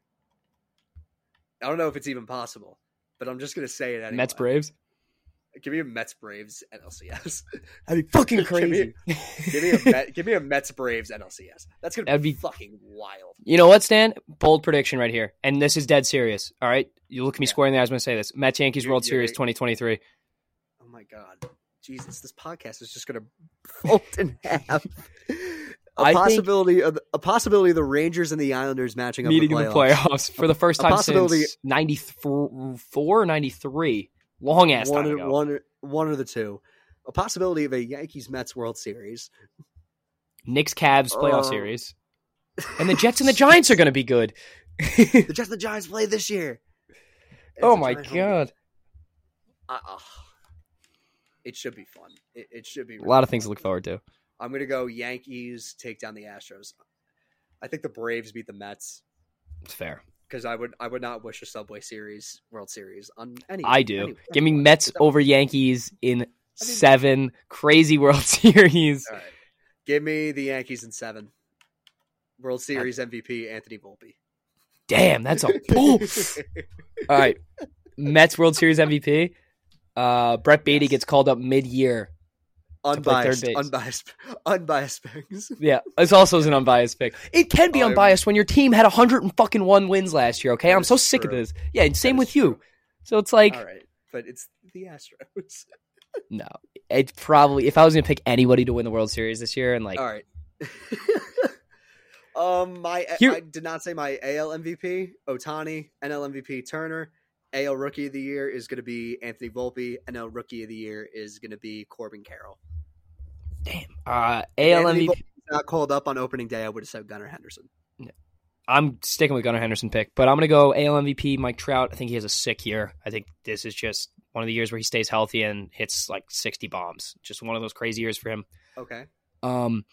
S1: I don't know if it's even possible, but I'm just gonna say it anyway.
S2: Mets Braves.
S1: Give me a Mets Braves NLCS.
S2: That'd be fucking
S1: Give me-
S2: crazy.
S1: give me a Met, give me a Mets Braves NLCS. That's gonna
S2: That'd
S1: be
S2: be-
S1: fucking wild.
S2: You know what, Stan? Bold prediction right here. And this is dead serious. All right. You look at me
S1: Yeah.
S2: square in the eyes when I say this. Mets Yankees
S1: Dude,
S2: World
S1: you're
S2: Series
S1: right.
S2: 2023.
S1: Oh my god. Jesus, this podcast is just gonna fold in half. A
S2: I think-
S1: possibility of a possibility of the Rangers and the Islanders matching up
S2: Meeting
S1: in
S2: in the playoffs for the first
S1: A
S2: time
S1: possibility-
S2: since 94, 93. Long ass time
S1: One, or-
S2: ago.
S1: one, or- one or the two. A possibility of a Yankees Mets World Series.
S2: Knicks Cavs playoff
S1: Oh.
S2: series. And the Jets and the Giants are going to be good.
S1: The Jets and the Giants play this year. It's
S2: oh
S1: a
S2: my
S1: giant home
S2: god.
S1: game. Uh, uh, it should be fun. It, it should be
S2: A lot of things to look forward to.
S1: I'm gonna go Yankees take down the Astros. I think the Braves beat the Mets
S2: It's fair.
S1: because I would I would not wish a Subway Series World Series on any.
S2: I do.
S1: any-
S2: Give me Mets over Yankees in seven crazy World Series.
S1: All right. Give me the Yankees in seven. World Series MVP Anthony Volpe.
S2: Damn, that's a bull. All right. Mets World Series MVP. Uh, Brett Beatty
S1: Yes.
S2: gets called up mid-year. play third
S1: unbiased,
S2: base.
S1: unbiased, unbiased things.
S2: Yeah, this also is an unbiased pick. It can be
S1: I-
S2: unbiased when your team had 101 wins last year. Okay,
S1: That
S2: I'm
S1: is
S2: so sick
S1: true.
S2: of this. Yeah, and same
S1: That
S2: with
S1: is
S2: you.
S1: true.
S2: So it's like,
S1: All right, but it's the Astros.
S2: no, it probably. If I was gonna pick anybody to win the World Series this year, and like,
S1: All right. um, my
S2: Here-
S1: I did not say my AL MVP. Otani, NL MVP Turner. AL Rookie of the Year is going to be Anthony Volpe. NL Rookie of the Year is going to be Corbin Carroll.
S2: damn, uh,
S1: If
S2: AL
S1: Anthony
S2: MVP.
S1: Volpe was not called up on opening day. I would have said Gunnar Henderson.
S2: I'm sticking with Gunnar Henderson pick, but I'm gonna go AL MVP Mike Trout. I think he has a sick year. I think this is just one of the years where he stays healthy and hits like 60 bombs. Just one of those crazy years for him.
S1: Okay.
S2: Um,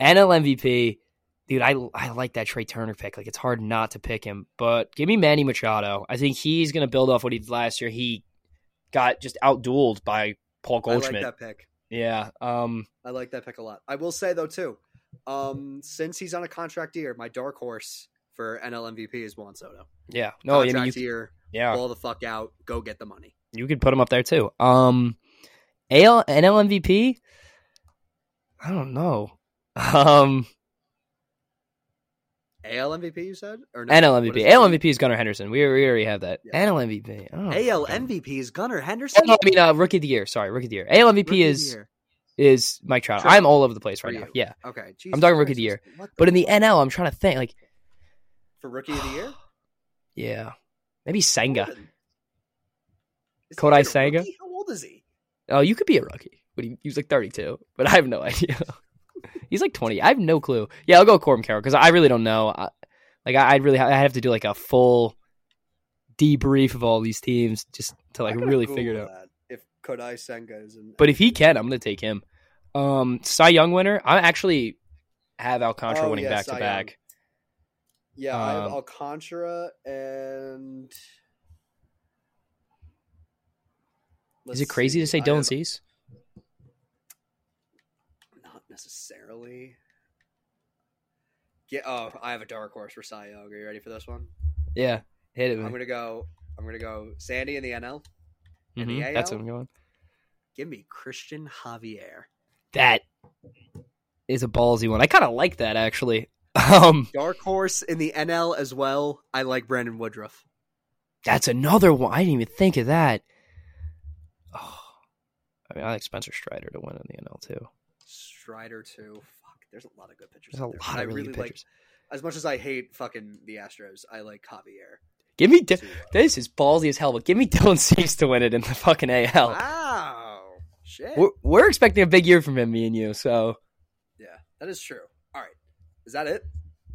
S2: NL MVP, dude, I I like that Trey Turner pick. Like it's hard not to pick him, but give me Manny Machado. I think he's gonna build off what he did last year. He got just outdueled by Paul Goldschmidt.
S1: I like that pick.
S2: yeah. Um.
S1: I like that pick a lot. I will say though too, um, since he's on a contract year, my dark horse for NL MVP is Juan Soto.
S2: Yeah. No. I
S1: contract
S2: mean, you,
S1: year,
S2: yeah.
S1: ball the fuck out, go get the money.
S2: You could put him up there too. Um, AL NL MVP. I don't know. Um,
S1: AL MVP, you said or no?
S2: NL
S1: What is
S2: MVP.
S1: it?
S2: AL MVP is Gunnar Henderson. We, we already have that.
S1: Yeah.
S2: NL MVP. I don't know.
S1: AL MVP is Gunnar
S2: Oh,
S1: Henderson.
S2: no, I mean, uh, rookie of the year. Sorry, rookie of the year. AL MVP
S1: Rookie of the
S2: is
S1: year.
S2: is Mike Trout.
S1: Trout.
S2: I'm all over the place
S1: For
S2: right
S1: you.
S2: now. Yeah,
S1: okay. Jesus
S2: I'm talking rookie
S1: Christ,
S2: of the year.
S1: what
S2: but in the
S1: fuck?
S2: NL, I'm trying to think. Like,
S1: for rookie of the year,
S2: yeah, maybe Senga.
S1: Is he
S2: Kodai
S1: even a
S2: Senga?
S1: rookie? How old is he?
S2: Oh, you could be a rookie. But he, he was like 32, but I have no idea. He's like 20. I have no clue. Yeah, I'll go Corbin Carroll because I really don't know. I, like, I, I'd really ha- I have to do like a full debrief of all these teams just to like
S1: I gotta
S2: really
S1: Google
S2: figure it out.
S1: that, If Kodai Senga is in,
S2: But if he can, I'm gonna take him. Um, Cy Young winner. I actually have Alcantara
S1: Oh,
S2: winning
S1: yeah,
S2: back
S1: Cy
S2: to back.
S1: Yeah, I have
S2: Um,
S1: Alcantara and.
S2: Is it crazy to say
S1: don't
S2: Dylan Cease?
S1: Not necessarily. Yeah. Oh, I have a dark horse for Cy Young. Are you ready for this one?
S2: Yeah, hit it.
S1: I'm
S2: Man.
S1: gonna go. I'm gonna go. Sandy in the NL. in the
S2: Mhm, That's
S1: AL?
S2: what I'm going.
S1: Give me Christian Javier.
S2: That is a ballsy one. I kind of like that actually. Um,
S1: Dark horse in the NL as well. I like Brandon Woodruff.
S2: that's another one. I didn't even think of that. Oh. I mean, I like Spencer Strider to win in the NL too.
S1: Strider too. Fuck, there's a lot of good pitchers.
S2: There's a
S1: out there,
S2: lot
S1: but
S2: of really, good
S1: like.
S2: pitchers.
S1: As much as I hate fucking the Astros, I like Javier.
S2: Give me Di-
S1: too.
S2: this is ballsy as hell, but give me Dylan Cease to win it in the fucking AL.
S1: Wow, shit.
S2: We're, we're expecting a big year from him, me and you. So
S1: Yeah, that is true. All right, is that it?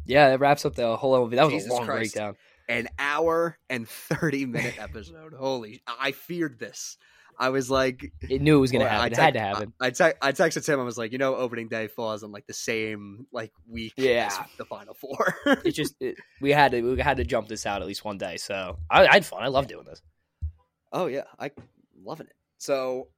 S2: yeah, that wraps up the whole MLB. That was
S1: Jesus
S2: a long
S1: Christ.
S2: breakdown.
S1: An hour and thirty minute episode. Holy, I feared this. I was like,
S2: It knew it was going to
S1: Well, I
S2: happen. It
S1: tec-
S2: had to happen.
S1: I, I, te- I texted Tim. I was like, you know, opening day falls on like the same like week.
S2: Yeah.
S1: as the final four.
S2: It just it, we had to we had to jump this out at least one day. So I, I had fun. I love doing this.
S1: oh yeah, I loving it. So,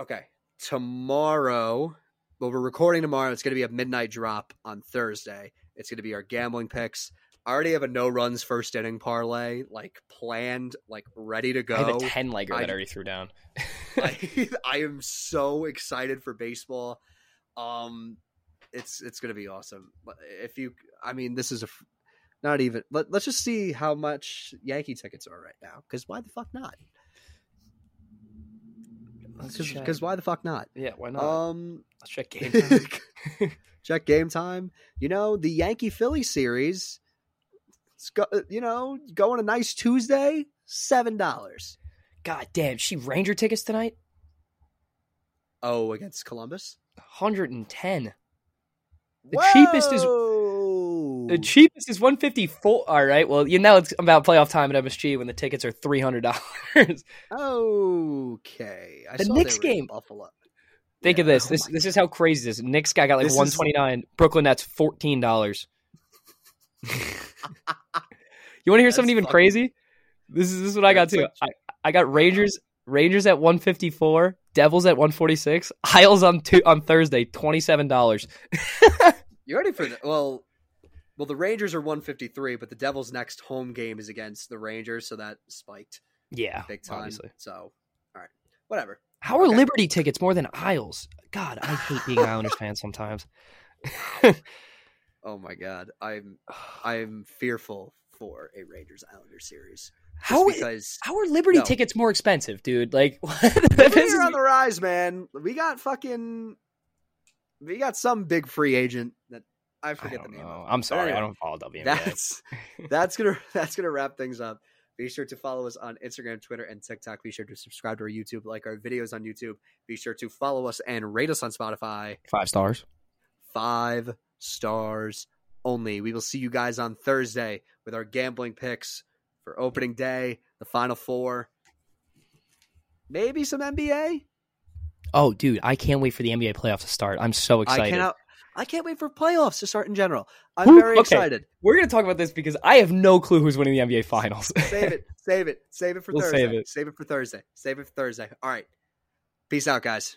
S1: okay, tomorrow. Well, we're recording tomorrow. It's going to be a midnight drop on Thursday. It's going to be our gambling picks. I already have a no runs first inning parlay like planned, like ready to go.
S2: I have a ten legger
S1: I-
S2: that I already threw down.
S1: I, I am so excited for baseball. Um, it's it's gonna be awesome. But If you, I mean, this is a f- not even. Let, let's just see how much Yankee tickets are right now. Because why the fuck not?
S2: Let's check.
S1: Because why the fuck not?
S2: Yeah, why not?
S1: Um,
S2: Let's check game. time.
S1: check game time. You know the Yankee Philly series. It's go, you know, going a nice Tuesday, seven dollars.
S2: God damn, she Ranger tickets tonight.
S1: Oh, against Columbus,
S2: Hundred and ten. The cheapest is- The
S1: Whoa!
S2: cheapest is one fifty four. All right. Well, you know it's about playoff time at MSG when the tickets are three hundred dollars.
S1: Okay. I
S2: The
S1: saw
S2: Knicks
S1: they were in
S2: game.
S1: Buffalo.
S2: Think of
S1: Yeah.
S2: this.
S1: Oh
S2: This
S1: my
S2: this is how crazy this. Is. Knicks guy got like
S1: This is-
S2: one twenty nine. Brooklyn Nets fourteen dollars. you want to hear
S1: That's
S2: something even
S1: fucking-
S2: crazy? This is this is what I got
S1: That's
S2: too. I,
S1: like-
S2: I got Rangers Rangers at one fifty four. Devils at one forty six. Isles on two on Thursday twenty seven dollars.
S1: You ready for that? Well, well, the Rangers are 153, but the Devils' next home game is against the Rangers, so that spiked
S2: Yeah,
S1: big time.
S2: Oh, obviously.
S1: So, all right, whatever.
S2: How are
S1: Okay.
S2: Liberty tickets more than Isles? God, I hate being an Islanders fan sometimes.
S1: Oh my God, I'm I'm fearful for a Rangers Islanders series. Just
S2: How i-
S1: because
S2: how are Liberty
S1: No.
S2: tickets more expensive, dude? Like
S1: we
S2: this
S1: are
S2: is-
S1: on the rise, man. We got fucking we got some big free agent that I
S2: I
S1: forget
S2: don't
S1: the name of.
S2: know. I'm sorry,
S1: anyway,
S2: I don't follow WNBA.
S1: that's that's gonna that's gonna wrap things up be sure to follow us on instagram twitter and tiktok be sure to subscribe to our youtube like our videos on youtube be sure to follow us and rate us on spotify
S2: Five stars.
S1: five stars only we will see you guys on thursday with our gambling picks for opening day the final four maybe some nba
S2: Oh, dude, I can't wait for the NBA playoffs to start. I'm so excited.
S1: i cannot i can't wait for playoffs to start in general i'm
S2: Who-
S1: very
S2: okay.
S1: excited
S2: We're gonna talk about this because I have no clue who's winning the NBA finals.
S1: save it, save it, save it for
S2: We'll
S1: Thursday.
S2: save
S1: Save
S2: it.
S1: it. for Thursday. Save it for Thursday. All right. Peace out, guys.